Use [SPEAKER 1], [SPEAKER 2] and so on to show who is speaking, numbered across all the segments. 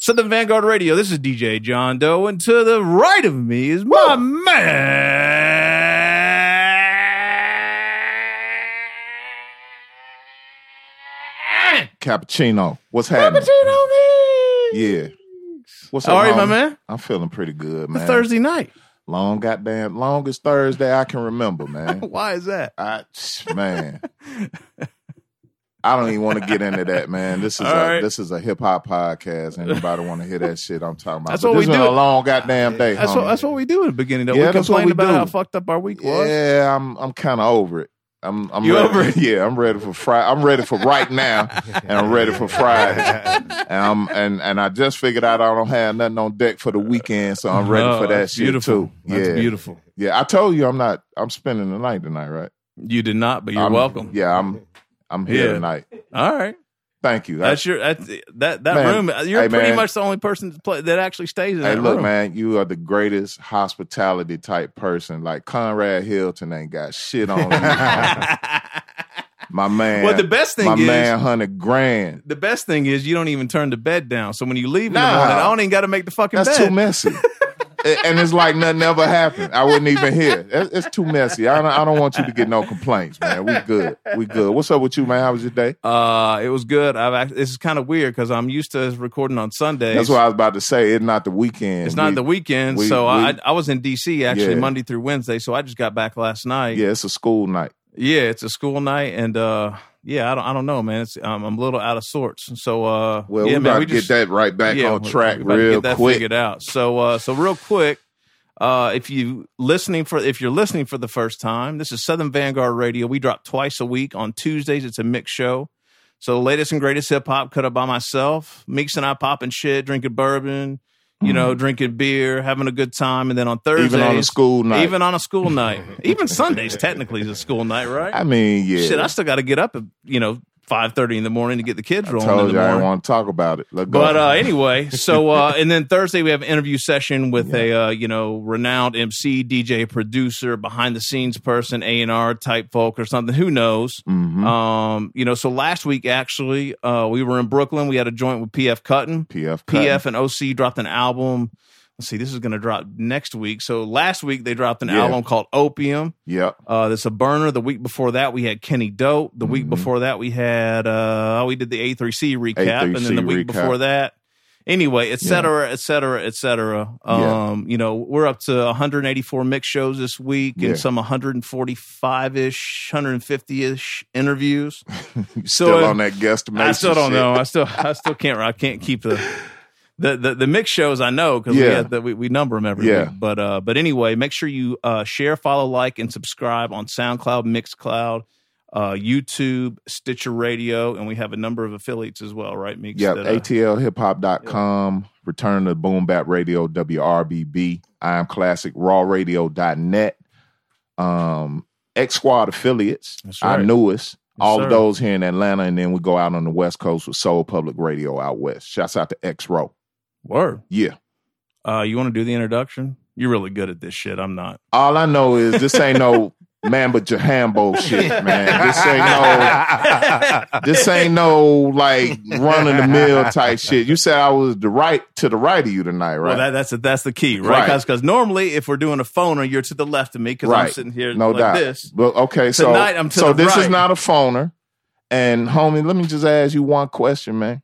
[SPEAKER 1] Southern Vanguard Radio. This is DJ John Doe, and to the right of me is my man.
[SPEAKER 2] Cappuccino. What's happening? Yeah. What's up?
[SPEAKER 1] All right, my
[SPEAKER 2] homie?
[SPEAKER 1] man.
[SPEAKER 2] I'm feeling pretty good,
[SPEAKER 1] It's
[SPEAKER 2] man.
[SPEAKER 1] Thursday night.
[SPEAKER 2] Long goddamn longest Thursday I can remember, man.
[SPEAKER 1] Why is that?
[SPEAKER 2] I man. I don't even want to get into that, man. This is
[SPEAKER 1] All
[SPEAKER 2] a
[SPEAKER 1] right.
[SPEAKER 2] this is a hip hop podcast. Anybody want to hear that shit I'm talking about?
[SPEAKER 1] That's
[SPEAKER 2] But
[SPEAKER 1] what
[SPEAKER 2] this
[SPEAKER 1] we
[SPEAKER 2] has
[SPEAKER 1] do.
[SPEAKER 2] been a long goddamn day.
[SPEAKER 1] That's
[SPEAKER 2] homie.
[SPEAKER 1] what, that's what we do at the beginning. Though.
[SPEAKER 2] Yeah,
[SPEAKER 1] we
[SPEAKER 2] that's what
[SPEAKER 1] complain
[SPEAKER 2] we
[SPEAKER 1] about
[SPEAKER 2] do.
[SPEAKER 1] how fucked up our week was.
[SPEAKER 2] Yeah, I'm I'm kind of over it. I'm I'm
[SPEAKER 1] You
[SPEAKER 2] ready.
[SPEAKER 1] over it?
[SPEAKER 2] Yeah, I'm ready for Friday. I'm ready for right now, and I'm ready for Friday. and I'm and and I just figured out I don't have nothing on deck for the weekend, so I'm ready
[SPEAKER 1] Oh,
[SPEAKER 2] for that
[SPEAKER 1] that's
[SPEAKER 2] shit
[SPEAKER 1] beautiful.
[SPEAKER 2] too.
[SPEAKER 1] That's
[SPEAKER 2] yeah,
[SPEAKER 1] beautiful.
[SPEAKER 2] yeah. I told you I'm not. I'm spending the night tonight, right?
[SPEAKER 1] You did not, but you're
[SPEAKER 2] I'm-
[SPEAKER 1] welcome.
[SPEAKER 2] Yeah, I'm I'm here
[SPEAKER 1] Yeah.
[SPEAKER 2] tonight.
[SPEAKER 1] All right.
[SPEAKER 2] Thank you.
[SPEAKER 1] That's your that's, that that
[SPEAKER 2] Man.
[SPEAKER 1] room. uh, You're
[SPEAKER 2] Hey,
[SPEAKER 1] pretty
[SPEAKER 2] man.
[SPEAKER 1] much the only person that play, that actually stays in
[SPEAKER 2] Hey,
[SPEAKER 1] that
[SPEAKER 2] look,
[SPEAKER 1] room.
[SPEAKER 2] man, you are the greatest hospitality type person. Like Conrad Hilton ain't got shit on you. My man.
[SPEAKER 1] Well, the best thing
[SPEAKER 2] my
[SPEAKER 1] is-
[SPEAKER 2] man, hundred grand.
[SPEAKER 1] the best thing is you don't even turn the bed down. So when you leave in the
[SPEAKER 2] Nah.
[SPEAKER 1] morning, I don't even got to make the fucking
[SPEAKER 2] That's
[SPEAKER 1] bed.
[SPEAKER 2] too messy. A- and it's like nothing ever happened. I wouldn't even hear. That's- It's too messy. I don't, I don't want you to get no complaints, man. We good. We good. What's up with you, man? How was your day?
[SPEAKER 1] uh, it was good. I've act- this is kind of weird because I'm used to recording on Sundays.
[SPEAKER 2] That's what I was about to say. It's not the weekend.
[SPEAKER 1] it's not
[SPEAKER 2] We-
[SPEAKER 1] the weekend,
[SPEAKER 2] we-
[SPEAKER 1] so
[SPEAKER 2] we-
[SPEAKER 1] I I was in D.C. actually
[SPEAKER 2] Yeah.
[SPEAKER 1] Monday through Wednesday, so I just got back last night.
[SPEAKER 2] Yeah, it's a school night.
[SPEAKER 1] Yeah, it's a school night, and uh, yeah, I don't, I don't know, man. It's, um, I'm a little out of sorts, so uh,
[SPEAKER 2] Well,
[SPEAKER 1] yeah,
[SPEAKER 2] we
[SPEAKER 1] man,
[SPEAKER 2] about
[SPEAKER 1] we
[SPEAKER 2] to get that right back on
[SPEAKER 1] we-
[SPEAKER 2] track
[SPEAKER 1] we about to
[SPEAKER 2] real
[SPEAKER 1] get that
[SPEAKER 2] quick.
[SPEAKER 1] figured out. So, uh, so real quick, uh, if you listening for if you're listening for the first time, this is Southern Vanguard Radio. We drop twice a week on Tuesdays. It's a mixed show. So, latest and greatest hip hop cut up by myself. Meeks and I popping shit, drinking bourbon, you know, drinking beer, having a good time, and then on Thursdays,
[SPEAKER 2] Mm-hmm. Even on a school night.
[SPEAKER 1] even on a school night, even Sundays technically is a school night, right?
[SPEAKER 2] I mean, yeah.
[SPEAKER 1] Shit, I still got to get up at you know five thirty in the morning to get the kids rolling. in
[SPEAKER 2] told
[SPEAKER 1] the
[SPEAKER 2] you I
[SPEAKER 1] morning.
[SPEAKER 2] didn't want to talk about it. Let go.
[SPEAKER 1] But uh, anyway, so uh, and then Thursday we have an interview session with a uh, you know renowned MC, DJ, producer, behind the scenes person, A and R type folk or something. Who knows?
[SPEAKER 2] Mhm.
[SPEAKER 1] Um, you know. So last week actually, uh, we were in Brooklyn. We had a joint with PF Cutton.
[SPEAKER 2] PF Cutting.
[SPEAKER 1] PF and OC dropped an album. Let's see, this is going to drop next week. So last week they dropped an
[SPEAKER 2] Yeah.
[SPEAKER 1] album called Opium.
[SPEAKER 2] Yep.
[SPEAKER 1] Uh, that's a burner. The week before that, we had Kenny Dope. The week
[SPEAKER 2] Mhm.
[SPEAKER 1] before that, we had uh, we did the A3C recap, and then
[SPEAKER 2] A3C
[SPEAKER 1] the week
[SPEAKER 2] recap.
[SPEAKER 1] before that, anyway, et
[SPEAKER 2] Yeah.
[SPEAKER 1] cetera, et cetera, et cetera.
[SPEAKER 2] Yeah.
[SPEAKER 1] Um, you know, we're up to 184 mix shows this week,
[SPEAKER 2] Yeah.
[SPEAKER 1] and some 145 ish, 150 ish interviews. So,
[SPEAKER 2] still
[SPEAKER 1] uh,
[SPEAKER 2] on that guesstimation.
[SPEAKER 1] I still don't
[SPEAKER 2] shit.
[SPEAKER 1] know. I still, I still can't. I can't keep the the the, the mix shows. I know because we,
[SPEAKER 2] Yeah.
[SPEAKER 1] have the- we we number them every
[SPEAKER 2] Yeah.
[SPEAKER 1] week. But uh, but anyway, make sure you uh, share, follow, like, and subscribe on SoundCloud, MixCloud, uh, YouTube, Stitcher Radio, and we have a number of affiliates as well, right? Mix.
[SPEAKER 2] Yeah,
[SPEAKER 1] that, uh,
[SPEAKER 2] atlhiphop.com, return to Boom Bap Radio, WRBB, I am Classic, rawradio.net, um, X Squad affiliates,
[SPEAKER 1] That's
[SPEAKER 2] our
[SPEAKER 1] right.
[SPEAKER 2] newest, all
[SPEAKER 1] sir.
[SPEAKER 2] of those here in Atlanta, and then we go out on the West Coast with Soul Public Radio out west. Shouts out to X Row.
[SPEAKER 1] word.
[SPEAKER 2] Yeah.
[SPEAKER 1] Uh, you want to do the introduction? You're really good at this shit. I'm not.
[SPEAKER 2] All I know is this ain't no man but Jahambo shit, man. This ain't no. This ain't no like run of the mill type shit. You said I was the right to the right of you tonight, right?
[SPEAKER 1] Well, that, that's that's the key, right?
[SPEAKER 2] Right.
[SPEAKER 1] Because normally, if we're doing a phoner, you're to the left of me because I'm
[SPEAKER 2] Right.
[SPEAKER 1] sitting here
[SPEAKER 2] no
[SPEAKER 1] like
[SPEAKER 2] doubt.
[SPEAKER 1] this.
[SPEAKER 2] But okay, so
[SPEAKER 1] Tonight, I'm to
[SPEAKER 2] so
[SPEAKER 1] the
[SPEAKER 2] this
[SPEAKER 1] right.
[SPEAKER 2] is not a phoner. And homie, let me just ask you one question, man.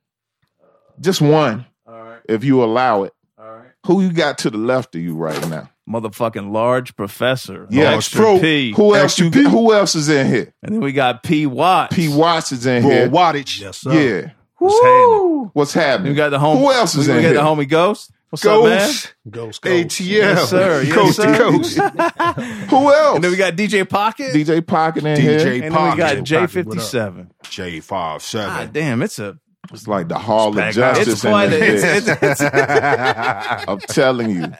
[SPEAKER 2] Just one,
[SPEAKER 1] All right,
[SPEAKER 2] if you allow it.
[SPEAKER 1] all right.
[SPEAKER 2] Who you got to the left of you right now?
[SPEAKER 1] motherfucking large professor.
[SPEAKER 2] Yeah,
[SPEAKER 1] extra
[SPEAKER 3] true.
[SPEAKER 1] P.
[SPEAKER 2] Who else? You, got- who else is in here?
[SPEAKER 1] and then we got P Watts.
[SPEAKER 2] P. Watts is in
[SPEAKER 3] Raw
[SPEAKER 2] here.
[SPEAKER 3] wattage. Yes,
[SPEAKER 2] Yeah,
[SPEAKER 1] Woo!
[SPEAKER 2] what's
[SPEAKER 1] We
[SPEAKER 2] happening?
[SPEAKER 1] got the homie.
[SPEAKER 2] Who else is
[SPEAKER 1] we,
[SPEAKER 2] in
[SPEAKER 1] we got
[SPEAKER 2] here?
[SPEAKER 1] the homie Ghost. What's up,
[SPEAKER 2] Ghost, E
[SPEAKER 3] Ghost,
[SPEAKER 2] ATL,
[SPEAKER 1] Yes, sir. Yes,
[SPEAKER 2] coast
[SPEAKER 1] sir.
[SPEAKER 2] to coast. who else?
[SPEAKER 1] man? And then we got DJ Pocket.
[SPEAKER 2] DJ Pocket in
[SPEAKER 3] DJ
[SPEAKER 2] here.
[SPEAKER 1] and then we
[SPEAKER 3] Pocket.
[SPEAKER 1] got J
[SPEAKER 3] Pocket,
[SPEAKER 1] fifty
[SPEAKER 3] what up?
[SPEAKER 1] seven.
[SPEAKER 3] J57.
[SPEAKER 1] God damn, it's a
[SPEAKER 2] It's like the Hall of
[SPEAKER 3] It's
[SPEAKER 2] Justice.
[SPEAKER 1] it's
[SPEAKER 2] in
[SPEAKER 1] quite a
[SPEAKER 2] this bitch.
[SPEAKER 1] it's, it's, it's,
[SPEAKER 2] I'm telling you.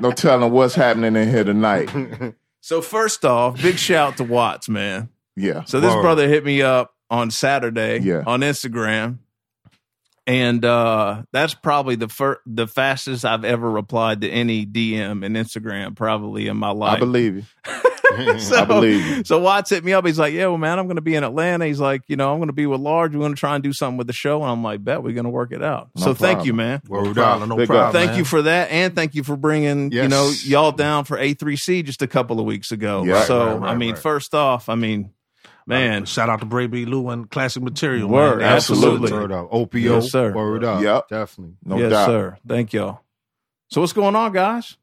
[SPEAKER 2] No telling what's happening in here tonight.
[SPEAKER 1] So first off, big shout to Watts, man.
[SPEAKER 2] Yeah.
[SPEAKER 1] So this
[SPEAKER 3] Word.
[SPEAKER 1] brother hit me up on Saturday
[SPEAKER 2] Yeah.
[SPEAKER 1] on Instagram. And uh that's probably the fir- the fastest I've ever replied to any DM in Instagram probably in my life.
[SPEAKER 2] I believe you.
[SPEAKER 1] so,
[SPEAKER 2] I believe you.
[SPEAKER 1] So Watts hit me up. He's like, "Yeah, well, man, I'm going to be in Atlanta." He's like, "You know, I'm going to be with Large. We're going to try and do something with the show." And I'm like, "Bet we're going to work it out."
[SPEAKER 2] No
[SPEAKER 1] so thank
[SPEAKER 2] problem.
[SPEAKER 1] you, man.
[SPEAKER 3] Word dollar, no
[SPEAKER 2] Big up.
[SPEAKER 3] problem.
[SPEAKER 1] Thank
[SPEAKER 3] man.
[SPEAKER 1] you for that, and thank you for bringing you
[SPEAKER 3] Yes.
[SPEAKER 1] know y'all down for A3C just a couple of weeks ago.
[SPEAKER 2] Yeah.
[SPEAKER 1] so
[SPEAKER 3] Right, right,
[SPEAKER 1] I mean,
[SPEAKER 3] right.
[SPEAKER 1] first off, I mean, man,
[SPEAKER 3] Shout out to Bray B. Lou and Classic Material.
[SPEAKER 1] Word,
[SPEAKER 3] man.
[SPEAKER 1] absolutely.
[SPEAKER 3] Word up. OPO.
[SPEAKER 1] Yes, sir.
[SPEAKER 3] Word up.
[SPEAKER 2] Yep.
[SPEAKER 3] Definitely.
[SPEAKER 2] No
[SPEAKER 1] yes,
[SPEAKER 2] doubt.
[SPEAKER 1] sir. Thank y'all. So what's going on, guys?